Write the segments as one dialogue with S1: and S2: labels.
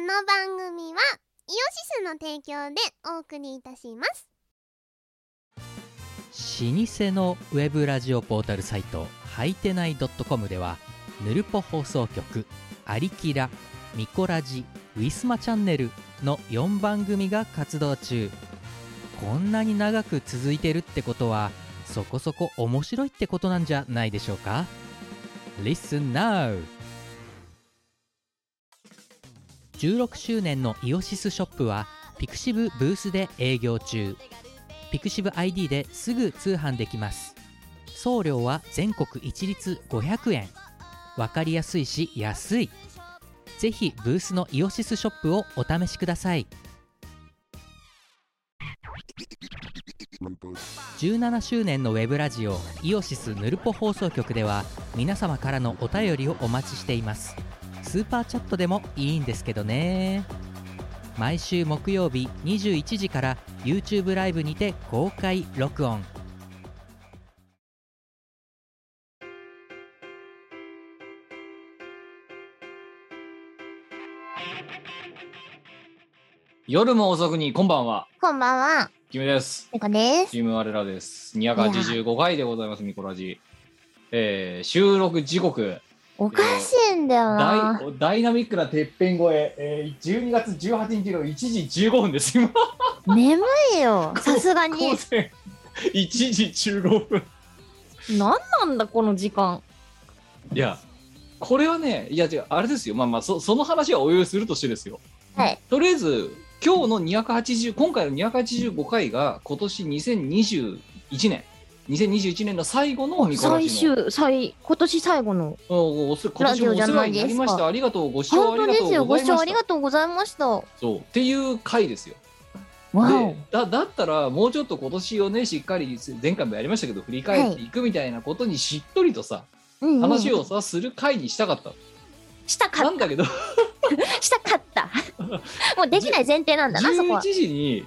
S1: の番組はイオシスの提供でお送りいたします
S2: 老舗のウェブラジオポータルサイトはいてない .com ではぬるぽ放送局「アリキラ」「ミコラジ」「ウィスマチャンネル」の4番組が活動中こんなに長く続いてるってことはそこそこ面白いってことなんじゃないでしょうか Listen now! 16周年のイオシスショップはピクシブブースで営業中ピクシブ ID ですぐ通販できます送料は全国一律500円わかりやすいし安いぜひブースのイオシスショップをお試しください17周年のウェブラジオイオシスヌルポ放送局では皆様からのお便りをお待ちしていますスーパーチャットでもいいんですけどね毎週木曜日21時から YouTube ライブにて公開録音
S3: 夜も遅くにこんばんは、
S1: こんばんは
S3: キムです。
S1: ペコです
S3: チーム我らです。285回でございます、ミコラジ。えー、収録時刻、
S1: おかしいんだよな
S3: ダイダイナミックなてっぺん越え、えー、12月18日の1時15分です、今。
S1: 眠いよさすが
S3: 午
S1: に
S3: 前1時15分。
S4: なんなんだこの時間
S3: いや、これはね、いや違う、あれですよ、まあまあ、そその話はお湯するとしてですよ。
S1: はい
S3: とりあえず、今日の280、今回の285回が、今年2021年、2021年の最後のミコラジ
S4: 最
S3: の
S4: 終最今年最後の
S3: おおす今年もお世話になりました。ありがとう、ご視聴あ
S4: 本当
S3: りが
S4: で
S3: と
S4: す
S3: う
S4: よ
S3: ご
S4: ご
S3: ざい
S4: 視
S3: ま
S4: 聴
S3: し
S4: あり
S3: た。
S4: がとうございましたわ
S3: そうっていう回ですよ。
S4: お
S3: でだだったらもうちょっと今年をねしっかり前回もやりましたけど振り返っていくみたいなことにしっとりとさ、
S4: うんうん
S3: 話をさする回にしたかった。
S4: したか
S3: な
S4: っ
S3: んだけど
S4: たしたかったもうできない前提なんだなそこ
S3: 11
S4: は
S3: 時に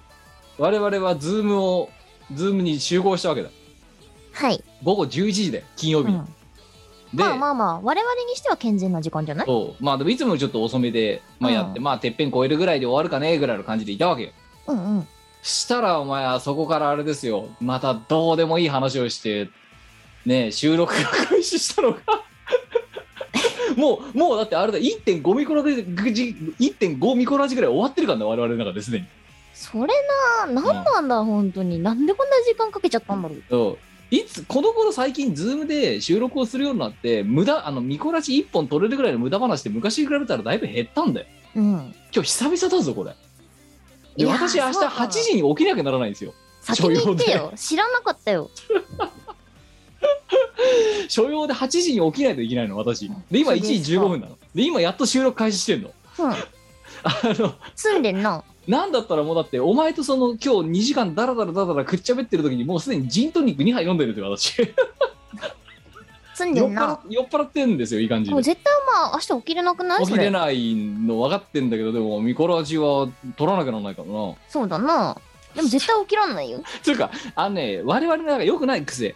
S3: 我々はズームをズームに集合したわけだ。
S4: はい、
S3: 午後11時で金曜
S4: う
S3: 日、
S4: ん
S3: で。
S4: まあまあまあ我々にしては健全な時間じゃない
S3: そうまあでもいつもよりちょっと遅めで、まあ、やって、
S4: うん
S3: まあてっぺん越えるぐらいで終わるかねぐらいの感じでいたわけよ。
S4: うんうん
S3: したらお前はそこからあれですよまたどうでもいい話をしてねえ収録が開始したのが もうもうだってあれだ1.5ミコラジ1.5ミコラジぐらい終わってるからね我々の中ですでに
S4: それななんなんだ、本当になんでこんな時間かけちゃったんだろう
S3: そういつこの頃最近ズームで収録をするようになって無駄あのミコラジ1本取れるぐらいの無駄話って昔に比べたらだいぶ減ったんだよ
S4: うん
S3: 今日久々だぞこれ
S4: い
S3: で
S4: やー
S3: 私明日
S4: そう
S3: 8時に起きなきゃならないんですよ
S4: 先に言って
S3: 所用
S4: よ知らなかったよ
S3: 所要で8時に起きないといけないの私で今
S4: そう
S3: 1
S4: ですか
S3: 時15分なので今やっと収録開始してんの
S4: うん
S3: あの
S4: 住んでんな
S3: なんだったらもうだってお前とその今日2時間ダラダラダラダラくっちゃべってる時にもうすでにジントニック2杯飲んでるって私酔っ
S4: 住んでん
S3: 払っ
S4: な
S3: 酔っ払ってんですよいい感じ
S4: もう
S3: で
S4: 絶対まあ明日起きれなくない
S3: 起
S4: そ
S3: きれ
S4: れ
S3: ないの分かってんだけどでもミコラジは取らなきゃならないからな
S4: そうだなでも絶対起きらんないよ
S3: つうかあのね我々のなんか良くない癖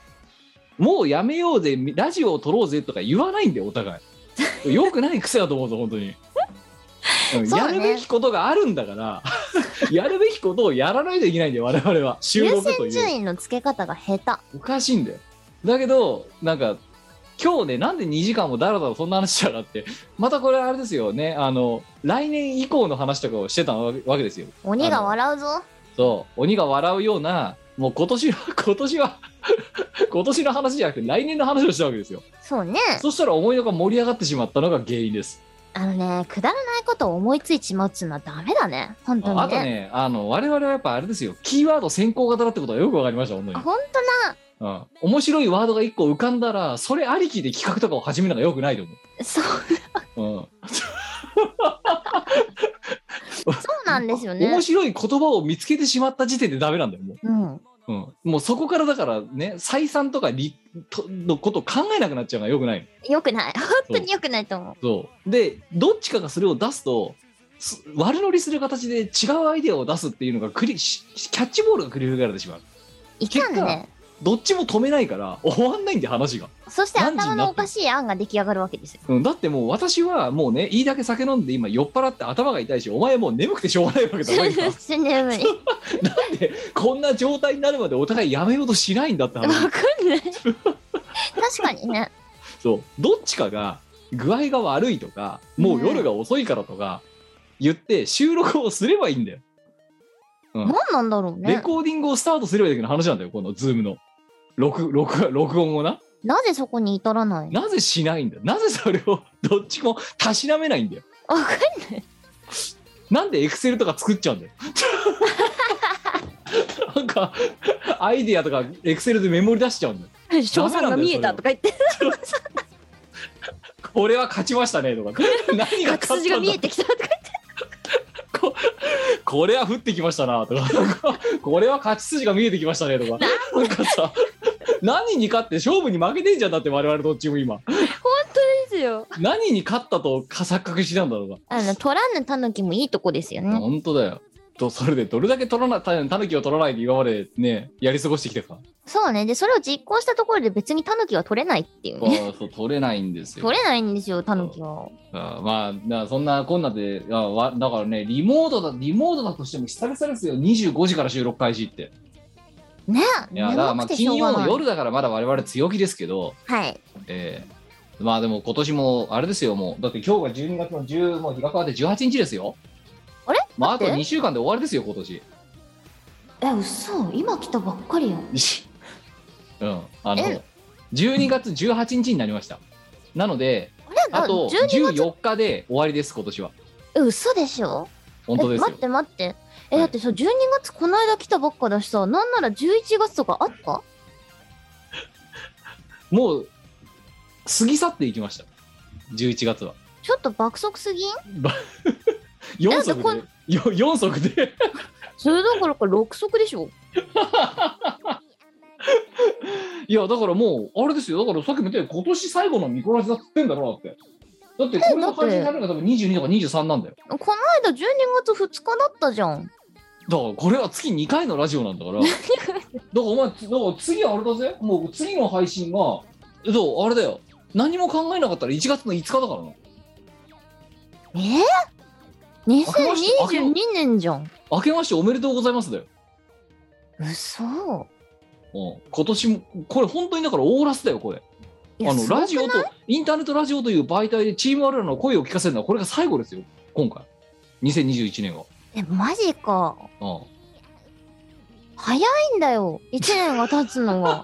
S3: もうやめようぜラジオを撮ろうぜとか言わないんだよお互 い良くない癖だと思うぞ本当に、うん
S4: そう
S3: や
S4: だね
S3: るべきことがあるんだから やるべきことをやらないといけないんだよ我々は収
S4: 優
S3: 録と
S4: 先
S3: いう
S4: 順位の付け方が下手
S3: おかしいんだよだけどなんか今日ねなんで2時間もだらだらそんな話したかってまたこれあれですよねあの来年以降の話とかをしてたわけわけですよ
S4: 鬼が笑うぞ
S3: そう鬼が笑うようなもう今年は 今年は今年の話じゃなくて来年の話をしたわけですよ
S4: そうね
S3: そしたら思いのが盛り上がってしまったのが原因です
S4: あのねくだらないことを思いついちまうっつうのはダメだね本当にね
S3: あとねあの我々はやっぱあれですよキーワード先行型だってことはよくわかりました本当に、
S4: 本当な
S3: うん、面白いワードが1個浮かんだらそれありきで企画とかを始めるのがよくないと思
S4: そう
S3: う、うん
S4: そうなんですよね
S3: 面白い言葉を見つけてしまった時点でダメなんだよも
S4: うん
S3: う,、うん、もうそこからだからね採算とかりとのことを考えなくなっちゃうのがよくないの
S4: よくない本当によくないと思う
S3: そうでどっちかがそれを出すとす悪乗りする形で違うアイデアを出すっていうのが繰りしキャッチボールが繰り広げられてしまう
S4: いかんね
S3: どっちも止めないから終わんないんで話が、
S4: そして
S3: 何時
S4: 頭
S3: になっ
S4: の
S3: てる
S4: おかしい案が出来上がるわけですよ。
S3: うん、だってもう私はもうねいいだけ酒飲んで今酔っ払って頭が痛いしお前もう眠くてしょうがないわけだ ろ今
S4: 死んでる無理。
S3: なんでこんな状態になるまでお互いやめようとしないんだって
S4: わ
S3: 話
S4: かんない。確かにね。
S3: そうどっちかが具合が悪いとかもう夜が遅いからとか言って収録をすればいいんだよ、うん
S4: 何なんだろう
S3: レ
S4: ね。
S3: コーディングをスタートすればいいだけの話なんだよこのズームの録録録音をな
S4: なぜそこに至らないの
S3: なぜしないんだなぜそれを どっちもたしなめないんだよ
S4: わかん
S3: なんでエクセルとか作っちゃうんだよ なんかアイディアとかエクセルでメモリ出しちゃうんだよ
S4: ない。翔さんが見えたとか言って、
S3: これは勝ちました ねとか何が
S4: 勝ち
S3: 勝っ
S4: 筋
S3: た
S4: が
S3: ん
S4: 見
S3: だ
S4: えてきたとか言って。
S3: これは降ってきましたなとかこれは勝ち筋が見えてきましたね とかなんかさ何に勝って勝負に負けてんじゃんだって我々どっちも今
S4: 本当です よ。
S3: 何に勝ったと錯覚してたんだろうか
S4: あの、取らぬ狸もいいとこですよね。
S3: 本当だよとそれでどれだけ取らなたたぬきを取らないで今までねやり過ごしてきてか
S4: そうね。で、それを実行したところで別に狸は取れないっていうね。
S3: そう取れないんですよ
S4: 取れないんですよ、狸は。
S3: あまあなそんなこんなであわだからねリモートだリモートだとしても久々ですよ25時から収録開始って
S4: ね
S3: いやだから
S4: 眠
S3: まあ
S4: くてしょ
S3: 金
S4: う
S3: 曜
S4: がな
S3: の
S4: い。
S3: 夜だからまだ我々強気ですけど
S4: はい。
S3: ええまあでも今年もあれですよ、もう。だって今日が12月の10、もう日が変わって18日ですよ。
S4: あれ
S3: まああ
S4: 待
S3: と
S4: って
S3: 2週間で終わりですよ、今年。
S4: え、嘘今来たばっかりやん。
S3: うん。あの
S4: え、
S3: 12月18日になりました。なので、
S4: あれ
S3: あと
S4: 12
S3: 14日で終わりです、今年は。
S4: え、嘘でしょ
S3: 本当
S4: え
S3: ですよ
S4: 待っ。て待って。
S3: は
S4: え、
S3: い
S4: だってさ、12月この間来たばっかだしさ、なんなら11月とかあった
S3: もう、過ぎ去っていきました。11月は。
S4: ちょっと爆速すぎん
S3: 4足
S4: だって
S3: で、よ4足で、
S4: それどころか6足でしょ
S3: いや、だからもう、あれですよ、だからさっきも言ったように、今年最後のミコラジだっつってんだろ、だって。だって、これの感じになるのが多分22とか23なんだよ。
S4: この間12月2日だったじゃん。
S3: だからこれは月2回のラジオな んだからだからお前だから次あれだぜもう次の配信がそうあれだよ何も考えなかったら1月の5日だからな
S4: えー、?2022 年じゃん。
S3: 明けましておめでとうございますだよ、
S4: 嘘
S3: うん、今年もこれ本当にだからオーラスだよこれ
S4: いや
S3: あの
S4: すごく
S3: ラジオとインターネットラジオという媒体でチーム我らの声を聞かせるのはこれが最後ですよ今回2021年は、
S4: え、マジか。
S3: うん、
S4: 早いんだよ。1年が経つの が。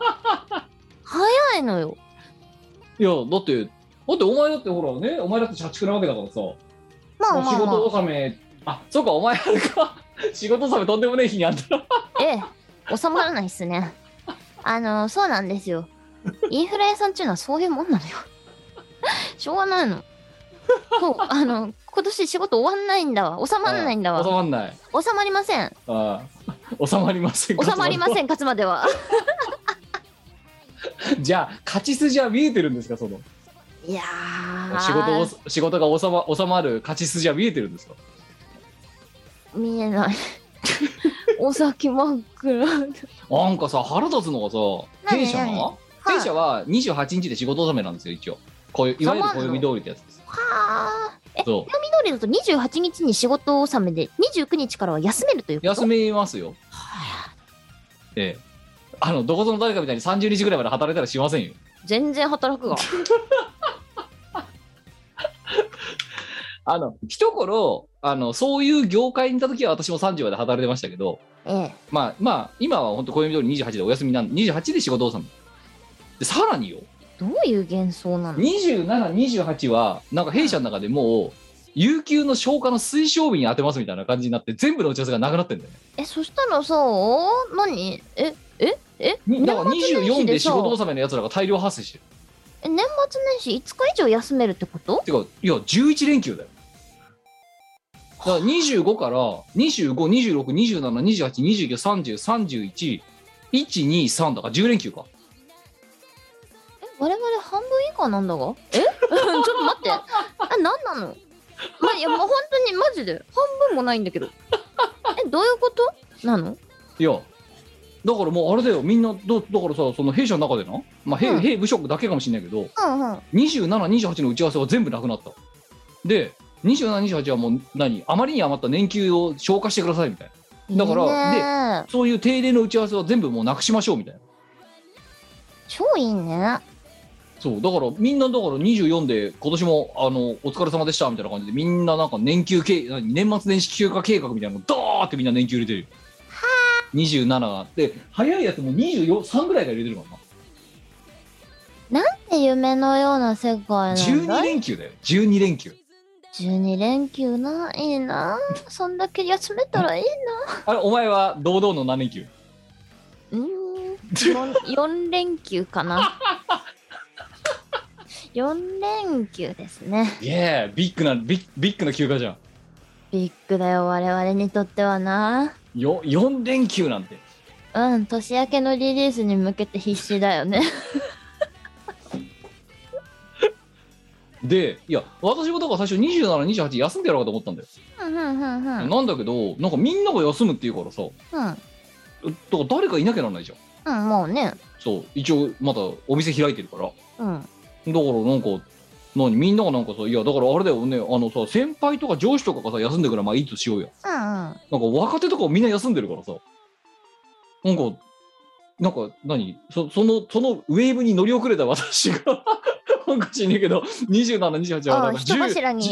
S4: 早いのよ。
S3: いやだってだってお前だってほらねお前だって社畜なわけだからさ
S4: まあ
S3: もう
S4: ま
S3: 仕
S4: あま
S3: 事納めあそうかお前あれか 仕事納めとんでもねえ日にあんた
S4: あ。ええ、収まらないっすね。あの、そうなんですよ。インフルエンサーっていうのはそういうもんなのよ。 しょうがないの。そう、あの、今年仕事終わんないんだわ。収まらないんだわ
S3: 収。まんない
S4: 収まりません。
S3: ああ収まりません
S4: 収まりません、勝つまでは。
S3: ん じゃあ勝ち筋は見えてるんですかその
S4: いやー
S3: 仕事を仕事が収ま収まる勝ち筋は見えてるんですか
S4: 見え ない。お先真っ暗。
S3: なんかさ腹立つのがさ
S4: 何
S3: 弊社
S4: 何
S3: は弊社は28日で仕事納めなんですよ一応こういういわゆる
S4: そうなの
S3: 暦通りってやつです
S4: はあ。え、読
S3: そ
S4: み通りだと28日に仕事納めで、29日からは休めるという
S3: う
S4: こと
S3: 休めますよ
S4: はあ
S3: ええあのどこぞの誰かみたいに30日ぐらいまで働いたらしませんよ
S4: 全然働く が。
S3: あの一頃あのそういう業界にいた時は私も30まで働いてましたけど
S4: ええ。
S3: まあまあ今は本当暦通り28でお休みなんで28で仕事をさんでさらによ
S4: どういう幻想なの
S3: 2728はなんか弊社の中でもう有給の消化の推奨日に当てますみたいな感じになって全部の打ち合わせがなくなってんだよね
S4: え、そしたらさ、何え、え、え、
S3: にだから
S4: 年末年
S3: 24
S4: 始
S3: で
S4: で
S3: 仕
S4: さ
S3: 事納めのやつらが大量発生してる
S4: え年末年始5日以上休めるってこと
S3: てかいや11連休だよだから25から2526272829303123だから10連休か
S4: え、我々半分以下なんだがえ ちょっと待って。あ、何なのま、いや、もう本当にマジで。半分もないんだけど。え、どういうことなの
S3: いやだからもうあれだよみんなどだからさその弊社の中でな、まあ兵
S4: うん
S3: 兵部職だけかもしれないけど
S4: うんうん。
S3: 2728の打ち合わせは全部なくなったで2728はもう何あまりに余った年給を消化してくださいみたいなだから
S4: ら、で、
S3: そういう定例の打ち合わせは全部もうなくしましょうみたいな
S4: 超いいね。
S3: そうだからみんなだから24で今年もあのお疲れ様でしたみたいな感じでみんななんか年給計何年末年始休暇計画みたいなのドーってみんな年給入れてるよ27があって早いやつも23ぐらいから入れてるからな
S4: で夢のような世界なん
S3: 12
S4: だ。
S3: 連休だよ12連休
S4: 12連休な、いいな。そんだけ休めたらいい。
S3: あれお前は堂々の何連休
S4: うーん、4連休かな。4連休ですね。
S3: いやビッグなビッビッグな休暇じゃん
S4: ビッグだよ、我々にとってはな。
S3: よ4連休なんて
S4: うん、年明けのリリースに向けて必死だよね。
S3: でいや私もだから最初2728休んでやろうかと思ったんだよ、
S4: うん、うん、うん、うん。
S3: なんだけどなんかみんなが休むっていうからさ
S4: うん、
S3: だから誰かいなきゃならないじゃん
S4: うん、もうね。
S3: そう一応まだお店開いてるからだか
S4: うん。
S3: らなんか何みんながなんかさいやだからあれだよねあのさ先輩とか上司とかがさ休んでるからまあいいとしようよ
S4: うん、うん。
S3: なんか若手とかもみんな休んでるからさなんかなんか何そそのそのウェーブに乗り遅れた 私がなんか知んねえけど2728は
S4: あ
S3: な
S4: あ、
S3: んか
S4: 人柱に。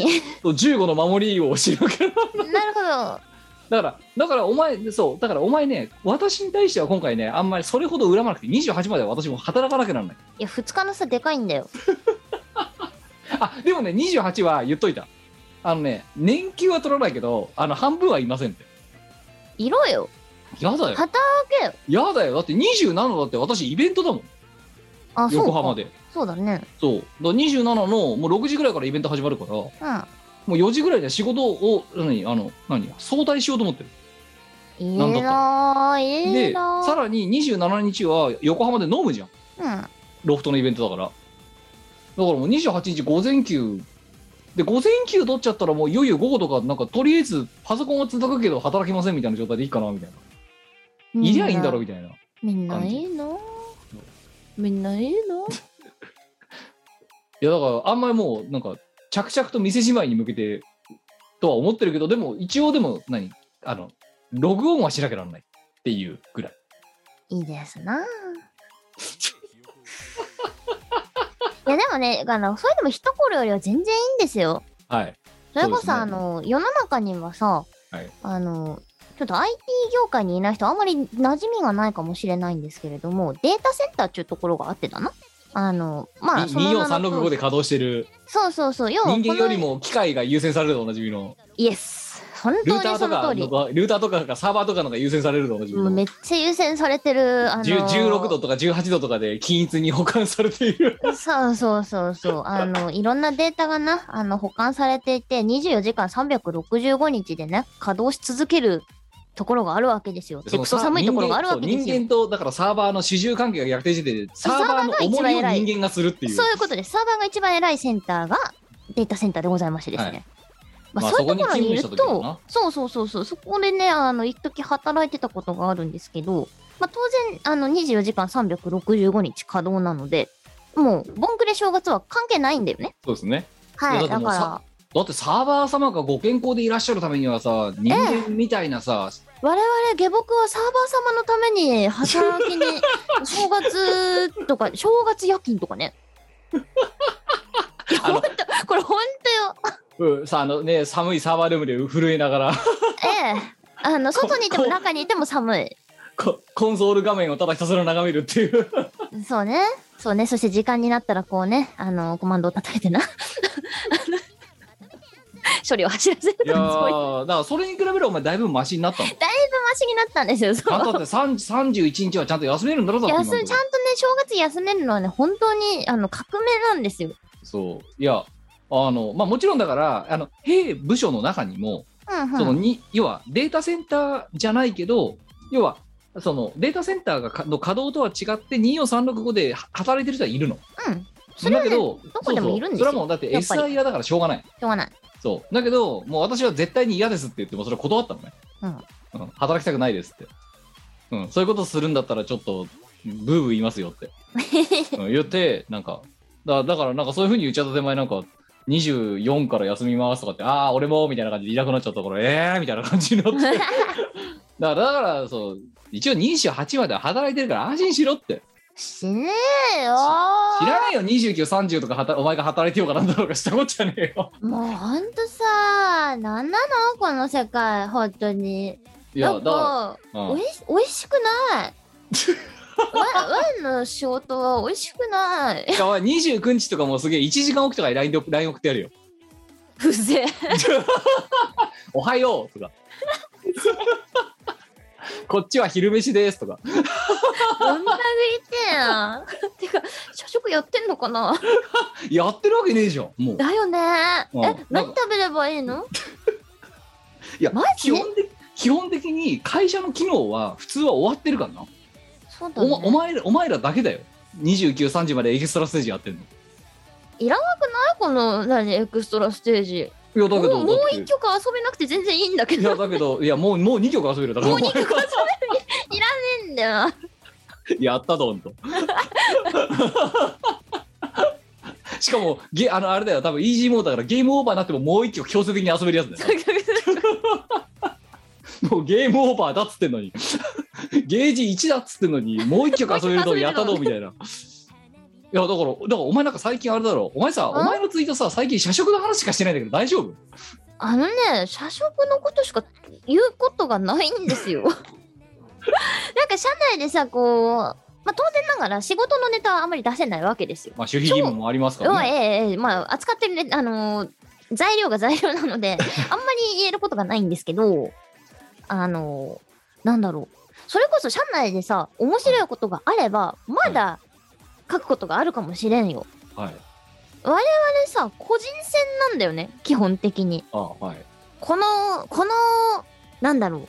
S3: 10 15の守りをしなきゃ
S4: なるほど。
S3: だから、だからお前、そう、だからお前ね、私に対しては今回ね、あんまりそれほど恨まなくて、28までは私も働かなきゃならない。
S4: いや、2日の差でかいんだよ。
S3: あ、でもね、28は言っといた。あのね、年給は取らないけど、あの、半分はいませんって。
S4: いろよ。
S3: やだよ。
S4: 働けよ。
S3: やだよ。だって27だって私イベントだもん。
S4: あ、そうか。
S3: 横浜。で。
S4: そうだね。
S3: そう。だから27のもう6時ぐらいからイベント始まるから、も
S4: うん。
S3: う4時ぐらいで仕事を、何、あの、何、早退しようと思ってる。
S4: い
S3: なんだ
S4: い
S3: った
S4: なぁ、い
S3: で、
S4: いなぁ。
S3: さらに27日は横浜で飲むじゃん。
S4: うん。
S3: ロフトのイベントだからだからもう28日午前休で午前休取っちゃったらもういよいよ午後とかなんかとりあえずパソコンは続くけど働きませんみたいな状態でいいかなみたいな
S4: み
S3: い
S4: ん
S3: り
S4: な
S3: ゃいいんだろみたいな
S4: みんな
S3: 感じ
S4: いいなぁ。みんないいな。
S3: いやだからあんまりもうなんか着々と店じまいに向けてとは思ってるけどでも一応でも何あのログオンはしなきゃなんないっていうぐらい
S4: いいですなぁ。 いやでもね、あの、それでも一頃よりは全然いいんですよ。
S3: はい
S4: それこそ、
S3: そうですね
S4: あの、世の中にはさ、
S3: はい
S4: あの、ちょっと IT 業界にいない人、あんまり馴染みがないかもしれないんですけれども、データセンターっていうところがあってだな。あの、まあ、その名の通り
S3: 24365で稼働してる
S4: そうそうそう、要はこの
S3: 人間よりも機械が優先されるとおなじみの
S4: イエス。本
S3: ル
S4: 当
S3: ーター
S4: にそ
S3: と
S4: の
S3: か
S4: 通り。
S3: ルーターとかがサーバーとかのが優先されるとおなじみ
S4: もう
S3: の
S4: めっちゃ優先されてる。あのー、
S3: 16度とか18度とかで均一に保管されて いる
S4: そうそうそうそう。あの、いろんなデータがな、あの、保管されていて、24時間365日でね、稼働し続けるところがあるわけですよ。で、クソ寒いところがあるわけです
S3: 人
S4: よ。
S3: 間とだからサーバーの主従関係が逆転しててサーバーの重みを人間がするっていう
S4: そういうことです。サーバーが一番偉いセンターがデータセンターでございましてですね。
S3: はい
S4: まあ
S3: まあ
S4: そういうところにいる
S3: そこに勤務した時
S4: と
S3: だな、
S4: そうそうそうそう、そこでね、あの、一時働いてたことがあるんですけど、まあ当然、あの、24時間365日稼働なので、もう、ボンクレ正月は関係ないんだよね。
S3: そうですね
S4: はいい、
S3: やだっ
S4: だ
S3: てもう
S4: か
S3: だってサーバー様がご健康でいらっしゃるためにはさ人間みたいなさ、
S4: ら、我々下僕はサーバー様のために働きに、 正月とか、正月夜勤とかね。いや
S3: あの
S4: 本当これ本当 よ。
S3: うんさあのね寒いサーバールームで震えながら
S4: ええ。あの、外にいても
S3: こ
S4: 中にいても寒い。
S3: ココンソール画面をただひたすら眺めるっ ていう
S4: そうね。そうね。そして時間になったらこうね、あの、コマンドを叩いてな。 処理を走らせる
S3: いや
S4: すごい
S3: ーだからそれに比べればお前だいぶマシになったの
S4: マシになったんですよ。そ
S3: あん
S4: う
S3: ただって30 31日はちゃんと休めるんだろだって今
S4: 休
S3: の
S4: む
S3: ところ
S4: ちゃんとね、正月休めるのはね、本当にあの革命なんですよ。
S3: そういやあのまあもちろんだからあの兵部署の中にも、
S4: うんうん。
S3: そのに要はデータセンターじゃないけど要はそのデータセンターがかの稼働とは違って24365では働いてる人はいるの。
S4: うん。それはね、
S3: だけ
S4: し
S3: ど
S4: どこでも
S3: そうそう
S4: いるんです
S3: そ
S4: よ
S3: れはもうだって
S4: やっぱり
S3: SI 嫌だからしょうがない。
S4: ょうがない。
S3: そうだけどもう私は絶対に嫌ですって言ってもそれ断ったのね。
S4: うん
S3: うん働きたくないですって。うん、そういうことするんだったらちょっとブーブー言います よって、うん、言ってなんかだだからなんかそういうふうに言っちゃった手前なんか24から休みますとかってああ俺もみたいな感じでいなくなっちゃったからええー、みたいな感じになっ てだからだからそう一応28までは働いてるから安心しろって
S4: 死ねえよ
S3: 知らないよ2930とかはたお前が働いてようかなんだろうかしたことじゃねえよ
S4: もうほんとさなんなのこの世界ほんとに
S3: い
S4: な
S3: やだ
S4: ん
S3: か、
S4: から
S3: う
S4: おい
S3: ん、
S4: しおいしくないわワンの仕事はおいしくない
S3: いやお前29日とかもうすげえ1時間おきとかに LINE で LINE 送ってやるよ
S4: 不正
S3: おはようとか。 こっちは昼飯ですとか。
S4: ぶん殴りてえなてか社食やってんのかな
S3: やってるわけねえじゃん。もう。
S4: だよね
S3: うん
S4: え何食べればいいの
S3: いや
S4: マ、ジ
S3: 基本的基本的に会社の機能は普通は終わってるからな。
S4: そうだ
S3: お
S4: ね
S3: まお前らお前らだけだよ。29、30までエキストラステージやってんの。
S4: この何エクストラステージ
S3: い
S4: も
S3: や、だけど、
S4: うもう
S3: だって
S4: 一曲遊べなくて全然いいんだけ
S3: い
S4: ど
S3: や、だけど、いや、もう、もう2曲遊べるよだから、
S4: もう二曲
S3: お前
S4: いいんだよ な
S3: やったどんと。しかも、ゲあのあれだよ、多分イージーモードだからゲームオーバーになってももう1曲強制的に遊べるやつだよ。もうゲームオーバーだっつってんのにゲージ1だっつってんのにもう1曲遊べるとやったどうみたいな。いやだからだからお前なんか最近あれだろお前さお前のツイートさ最近社食の話しかしてないんだけど大丈夫
S4: あのね社食のことしか言うことがないんですよなんか社内でさこう、まあ、当然ながら仕事のネタはあまり出せないわけですよ
S3: まあ守秘義務もありますか
S4: う
S3: ら
S4: んえ
S3: ね。
S4: えええまあ扱ってるねあのー材料が材料なのであんまり言えることがないんですけどあのーなんだろうそれこそ社内でさ面白いことがあればまだ書くことがあるかもしれんよあ
S3: はい、
S4: れさ個人戦なんだよね基本的に
S3: あはい、
S4: このこのなんだろう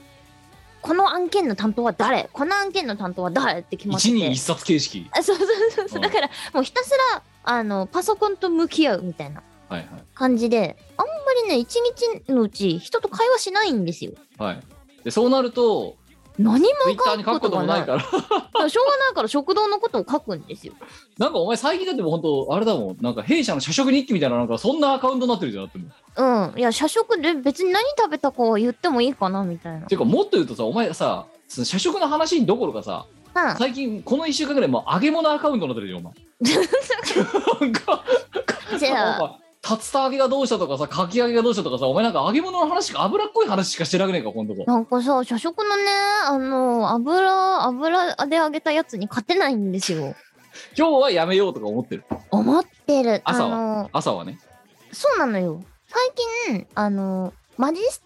S4: この案件の担当は誰この案件の担当は誰って決まって
S3: 一
S4: て
S3: 人一冊形式。
S4: あそうそうそうそううんだからもうひたすらあのパソコンと向き合うみたいな
S3: はいはい
S4: 感じで、あんまりね、一日のうち人と会話しないんですよ。
S3: はい、でそうなると
S4: 何も
S3: ツイ
S4: 書
S3: ッターに
S4: く
S3: 書
S4: こ
S3: くことと
S4: が
S3: も
S4: な。
S3: ないいから
S4: からしょうがないから食堂のことを書くんですよ。
S3: なんかお前最近だってもう本当あれだもんなんか弊社の社食日記みたいななんかそんなアカウントになってるじゃんだってもう
S4: うん。いや、社食で別に何食べたかは言ってもいいかな、みたいな。
S3: ていうかもっと言うとさお前さその社食の話どころかさ
S4: うん。
S3: 最近この1週間ぐらいもう揚げ物アカウントになってるよお前なんか
S4: じ
S3: なん
S4: ゃあ、
S3: か竜田揚げがどうしたとかさかき揚げがどうしたとかさお前なんか揚げ物の話か脂っこい話しかしてなくねえかこのとこ
S4: なんかさ、社食のね、あの、油、油で揚げたやつに勝てないんですよ。
S3: 今日はやめようとか思ってる
S4: 思ってる。あ
S3: 朝は
S4: の、
S3: 朝はね
S4: そうなのよ。最近、あの、マジス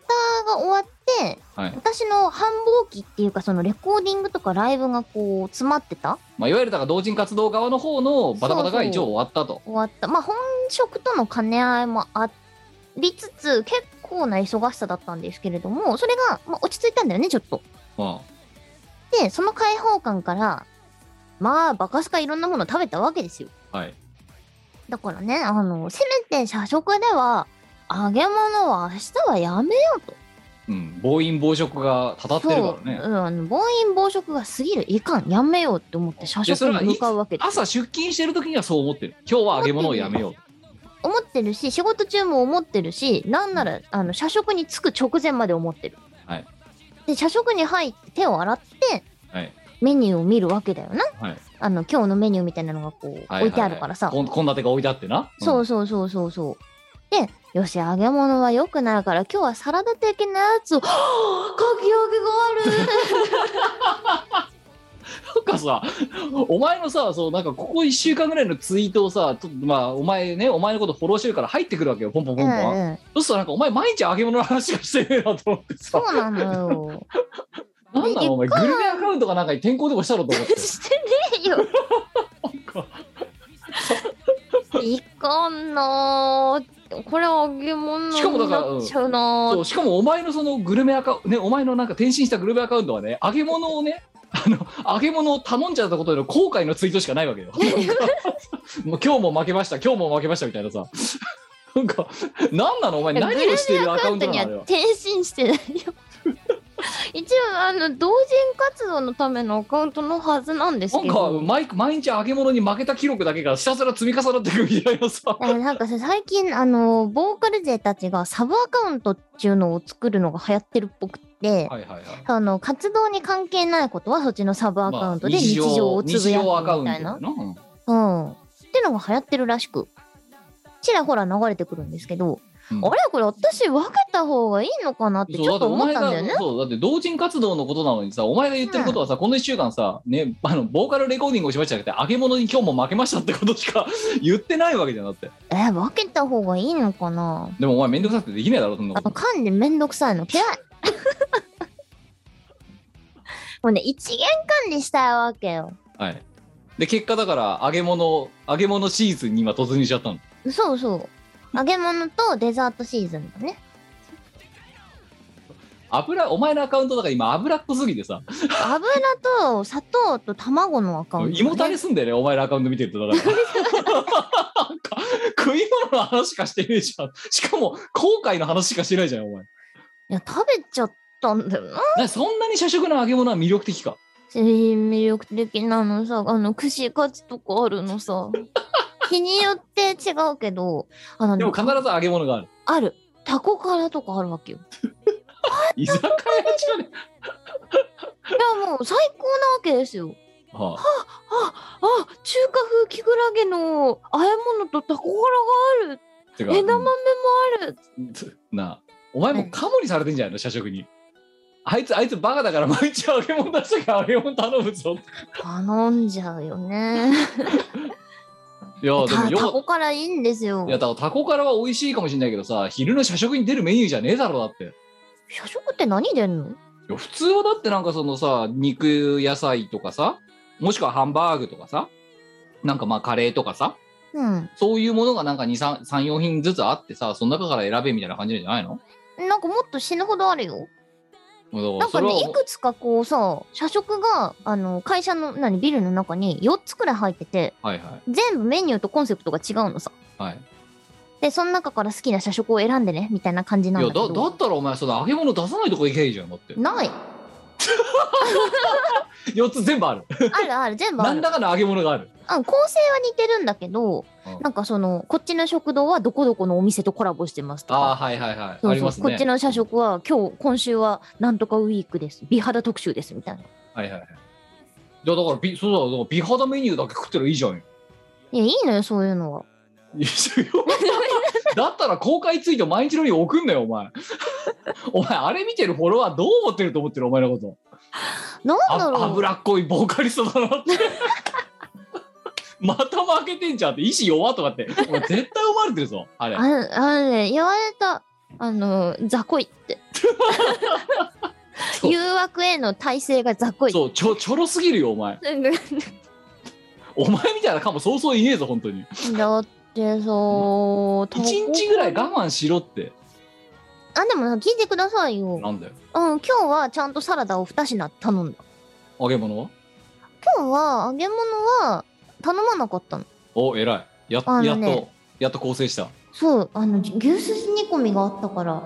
S4: ターが終わって、
S3: はい、
S4: 私の繁忙期っていうかそのレコーディングとかライブがこう詰まってた
S3: まあ、いわゆるだから同人活動側の方のバタバタが一応終わったと
S4: 終わったまあ本職との兼ね合いもありつつ結構な忙しさだったんですけれどもそれが、まあ、落ち着いたんだよねちょっと
S3: ま
S4: でその解放感からまあバカスカいろんなもの食べたわけですよ
S3: あはい
S4: だからねあのせめて社食では揚げ物は明日はやめよ
S3: うん暴飲暴食がた
S4: う
S3: たってるからね
S4: うん、あの暴飲暴食が過ぎるいかんやめようって思って社食に向かうわけです
S3: 朝出勤してる時にはそう思ってる今日は揚げ物をやめよう
S4: 思ってるし仕事中も思ってるしなんならあの社食に着く直前まで思ってる、
S3: はい
S4: で社食に入って手を洗って
S3: はい
S4: メニューを見るわけだよな、
S3: はい
S4: あの今日のメニューみたいなのがこう
S3: ははは
S4: 置いてあるからさ、
S3: こん献立が置いてあってな
S4: そううそうそうそうそうでよし揚げ物は良くないから今日はサラダ的なや つをはぁかき揚げがある
S3: なんかさ、お前のさ、そうなんかここ1週間ぐらいのツイートをさ、とまあ、お前ね、お前のことフォローしてるから入ってくるわけよ、ポンポン
S4: う
S3: ポンポン。
S4: ん、うん、
S3: そうするとなんか、お前、毎日揚げ物の話がしてる なと思ってさ
S4: そ、うなのよ
S3: なんなの、お前、グルメアカウントかなんかに転校でもしたろと思って。
S4: してねえよいかんなーこれ揚げ物
S3: しかもだ
S4: に
S3: から
S4: なっちゃうな
S3: そ
S4: ー
S3: うしかも、お前のそのグルメアカウント、ね、お前のなんか転身したグルメアカウントはね、揚げ物をね、 あの揚げ物を頼んじゃったことへの後悔のツイートしかないわけよ。 もう今日も負けました、今日も負けましたみたいなさ。 なんか、なんなの、お前、
S4: いや
S3: 何をしているアカウント
S4: グル
S3: な
S4: メ
S3: の
S4: ア
S3: あ
S4: カウントに
S3: れ
S4: は
S3: は。
S4: 転身してないよ一応あの同人活動のためのアカウントのはずなんです
S3: なん
S4: け
S3: か
S4: ど
S3: 毎毎日揚げ物に負けた記録だけがひたすら積み重なっていくみたいなさ
S4: えーなんかさ最近あのボーカル勢たちがサブアカウントっていうのを作るのが流行ってるっぽくって、
S3: はいはいはい
S4: あの活動に関係ないことはそっちのサブアカウントで日常をつぶやくみたいな
S3: 日常アカウン。トだよな
S4: うん。ってのが流行ってるらしく。ちらほら流れてくるんですけど、
S3: うん
S4: あれこれ私分けた方がいいのかなってちょっと思ったんだよね
S3: そうだってお前が。そうだって同人活動のことなのにさお前が言ってることはさ、この1週間さねあのボーカルレコーディングをしましたって揚げ物に今日も負けましたってことしか 言ってないわけじゃなくて
S4: えー分けた方がいいのかな
S3: でもお前面倒くさくてできないだろそんな
S4: あ
S3: こ
S4: の
S3: と
S4: 噛んでめんどくさ いの嫌いもうね一元管理したいわけよ
S3: はいで結果だから揚げ物揚げ物シーズンに今突入しちゃったの
S4: そうそう揚げ物とデザートシーズンだ ね
S3: 油お前のアカウントだから今油っこすぎてさ
S4: 油と砂糖と卵のアカウント、
S3: 胃もたれすんだよねお前のアカウント見てるとだから なんか食い物の話しかしてねえじゃんしかも後悔の話しかしてないじゃんお前
S4: いや食べちゃったんだよな
S3: なそんなに社食の揚げ物は魅力的か
S4: 魅力的なのさあの串カツとかあるの さ日によって違うけどあのね
S3: でも必ず揚げ物がある
S4: あるタコからとかあるわけよ
S3: 居酒屋じゃね
S4: いやもう最高なわけですよ
S3: は
S4: ああ中華風キクラゲの和え物とタコ柄がある
S3: あ、てか
S4: 枝豆もある
S3: うんなあお前もうカモにされてんじゃないの社食にあいつあいつバカだから毎日揚げ物出してから揚げ物頼むぞ
S4: 頼んじゃうよね
S3: いやでも
S4: た
S3: よ
S4: タ
S3: か
S4: コからいいんですよ
S3: いやだからタコからは美味しいかもしれないけどさ昼の社食に出るメニューじゃねえだろだって
S4: 社食って何出んの
S3: いや普通はだってなんかそのさ肉野菜とかさもしくはハンバーグとかさなんかまあカレーとかさ
S4: うん
S3: そういうものがなんか34品ずつあってさその中から選べみたいな感じなんじゃないの
S4: なんかもっと死ぬほどあるよ
S3: だ
S4: なん
S3: か
S4: から
S3: それは
S4: ねいくつかこうさ社食があの会社の何ビルの中に4つくらい入ってて
S3: はいはい
S4: 全部メニューとコンセプトが違うのさ
S3: はい
S4: でその中から好きな社食を選んでねみたいな感じ
S3: い
S4: なん
S3: や
S4: だ
S3: だ
S4: けど
S3: だったらお前その揚げ物出さないとこ行けばいいじゃんだって
S4: ない
S3: 4つ全部ある
S4: あるある全部あ
S3: 何
S4: る
S3: らかの揚げ物がある
S4: うん、構成は似てるんだけど、
S3: うん
S4: なんかそのこっちの食堂はどこどこのお店とコラボしてますと
S3: ああ
S4: か
S3: はいはいは
S4: そ
S3: い
S4: うそう
S3: ありますね
S4: こっちの社食は今日今週はなんとかウィークです美肌特集ですみたいな
S3: はいはいはいいやだからびそうだだから美肌メニューだけ食ってりゃいいじゃん よ
S4: いやいいのよそういうのは
S3: いやそうよだったら公開ツイート毎日のように送んなよお前 お前あれ見てるフォロワーどう思ってると思ってるお前のこと
S4: なんだろう
S3: あ脂っこいボーカリストだなって また負けてんじゃんって意志弱とかってお前絶対思われてるぞあれ
S4: ああのね言われたあの雑魚いって
S3: そう
S4: 誘惑への体制が雑魚い
S3: そうちょちょろすぎるよお前お前みたいなかもそうそういねえぞ本当に
S4: だってさ
S3: 一日ぐらい我慢しろって
S4: あでも聞いてくださいよ、うん、
S3: なんだよ
S4: 今日はちゃんとサラダを2品頼んだ
S3: 揚げ物は
S4: 今日は揚げ物は頼まなかったの
S3: お偉いや,、
S4: あのね
S3: やっとやっと構成した
S4: そうあの牛すじ煮込みがあったから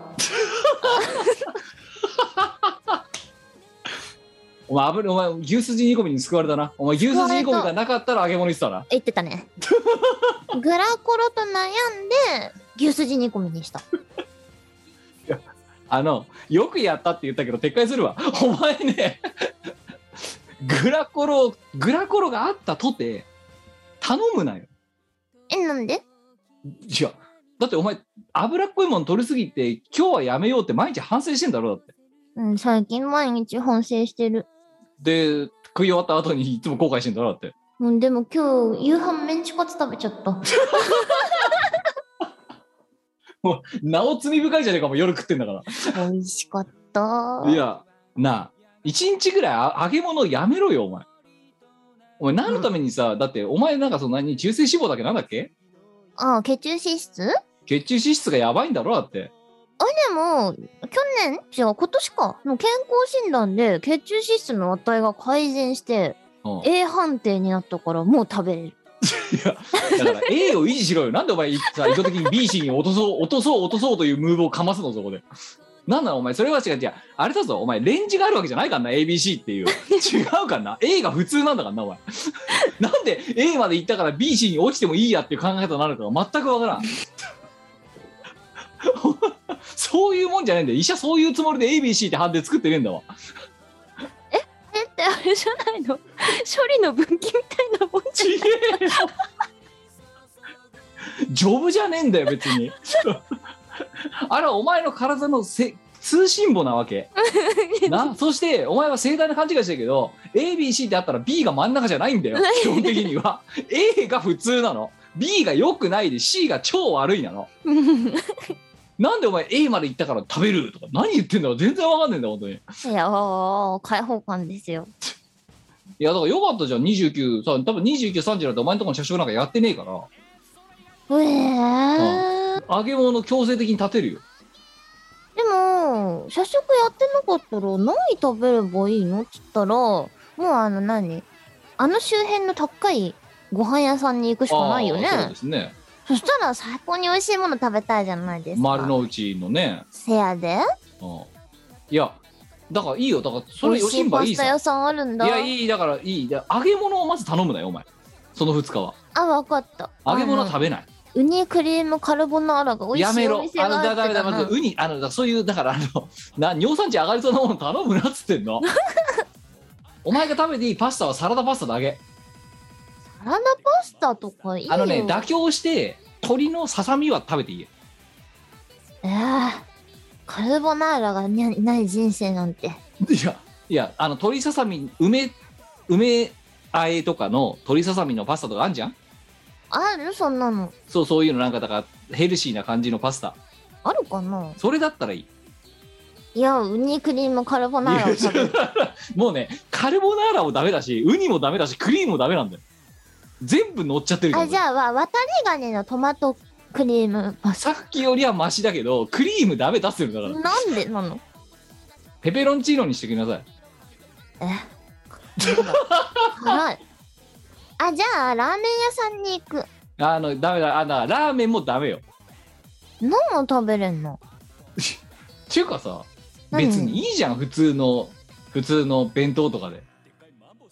S3: お前油お前牛すじ煮込みに救われたなお前牛すじ煮込みがなかったら揚げ物にしてたな
S4: 言ってたね グラコロと悩んで牛すじ煮込みにした
S3: あのよくやったって言ったけど撤回するわ お前ねグラコログラコロがあったとて頼むなよ
S4: えなんで
S3: 違うだってお前脂っこいもの取りすぎて今日はやめようって毎日反省してんだろだって
S4: うん最近毎日反省してる
S3: で食い終わった後にいつも後悔してんだろだって
S4: うんでも今日夕飯メンチカツ食べちゃった
S3: なお罪深いじゃねえかもう夜食ってんだか
S4: 美味しかった
S3: らいやなあ一日ぐらいあ揚げ物やめろよお前お前何のためにさ、だってお前なんかそんなに中性脂肪だっけなんだっけ
S4: ああ血中脂質で
S3: 血中脂質がやばいんだろだって
S4: も去年違う今年かの健康診断で血中脂質の値が改善して
S3: うん
S4: A 判定になったからもう食べれる
S3: いやだから A を維持しろよ。なんでお前さ、意図的に B、C に落とそう、落とそう、落とそうというムーブをかますの、そこで。なんなのお前それは違う違うあれだぞお前レンジがあるわけじゃないからな ABC っていう違うからな A が普通なんだからなお前なんで A まで行ったから BC に落ちてもいいやっていう考え方になるのか全くわからん そういうもんじゃねえんだよ医者そういうつもりで ABC って判定作ってねえんだわ
S4: えってあれじゃないの処理の分岐みたいなもんじ
S3: ちげえよジョブじゃねえんだよ別 にあれはお前の体のせ通信簿な わけなそしてお前は盛大な勘違いしてるけど ABC ってあったら B が真ん中じゃない んだよ基本的には A が普通なの B が良くないで C が超悪いなの
S4: ゃん
S3: なんでお前 A まで行ったから食べるとか何言ってんだろう全然わかんねえんだ本当に
S4: いやー開放感ですよ
S3: いやだからよかったじゃん29さ多分2930だとお前のところの社食なんかやってねえから
S4: えー、
S3: 揚げ物強制的に立てるよ
S4: でも社食やってなかったら何食べればいいのっつったらもうあの何あの周辺の高いご飯屋さんに行くしかないよね
S3: あーそうですね
S4: そしたら最高に美味しいもの食べたいじゃないですか
S3: 丸の内のね、
S4: せやで
S3: うん、いやだからいいよだからそ
S4: 美
S3: れ
S4: 味
S3: よ
S4: し
S3: し
S4: い
S3: んば
S4: パ
S3: いい
S4: スタ
S3: さ
S4: 屋さんあるん
S3: い
S4: だ
S3: やいいだからいいいや揚げ物をまず頼むなよお前その2日は
S4: あわかった
S3: 揚げ物は
S4: あの
S3: 食べない
S4: ウニクリームカルボナーラが美
S3: や
S4: 味し
S3: め
S4: いお
S3: ろ
S4: 店
S3: あ
S4: が
S3: の
S4: あ
S3: だ
S4: って
S3: だめだ
S4: な
S3: めだウニあのだからそういうだからあの な尿酸値上がりそうなもの頼むなっつってん のお前が食べていいパスタはサラダパスタだけ
S4: サラダパスタとかいいよ
S3: あのね妥協して鶏のささみは食べていいよ
S4: えーカルボナーラがにない人生なんて
S3: いやいやあの鶏ささみ梅梅あえとかの鶏ささみのパスタとかあんじゃん
S4: あるそんなの
S3: そうそういうのなんかだからヘルシーな感じのパスタ
S4: あるかな
S3: それだったらいい
S4: いやウニクリームカルボナーラを食べる
S3: もうねカルボナーラもダメだしウニもダメだしクリームもダメなんだよ全部乗っちゃってるから
S4: あじゃあわ渡りガネのトマトクリームパス
S3: さっきよりはマシだけどクリームダメ出するんだ
S4: タ
S3: から、
S4: なんでなの
S3: ペペロンチーノにしてきなさい
S4: え辛いあじゃあラーメン屋さんに行く
S3: あのダメだあだからラーメンもダメよ
S4: 何を食べれんの
S3: っていうかさ
S4: 何
S3: 別にいいじゃん普通の普通の弁当とかで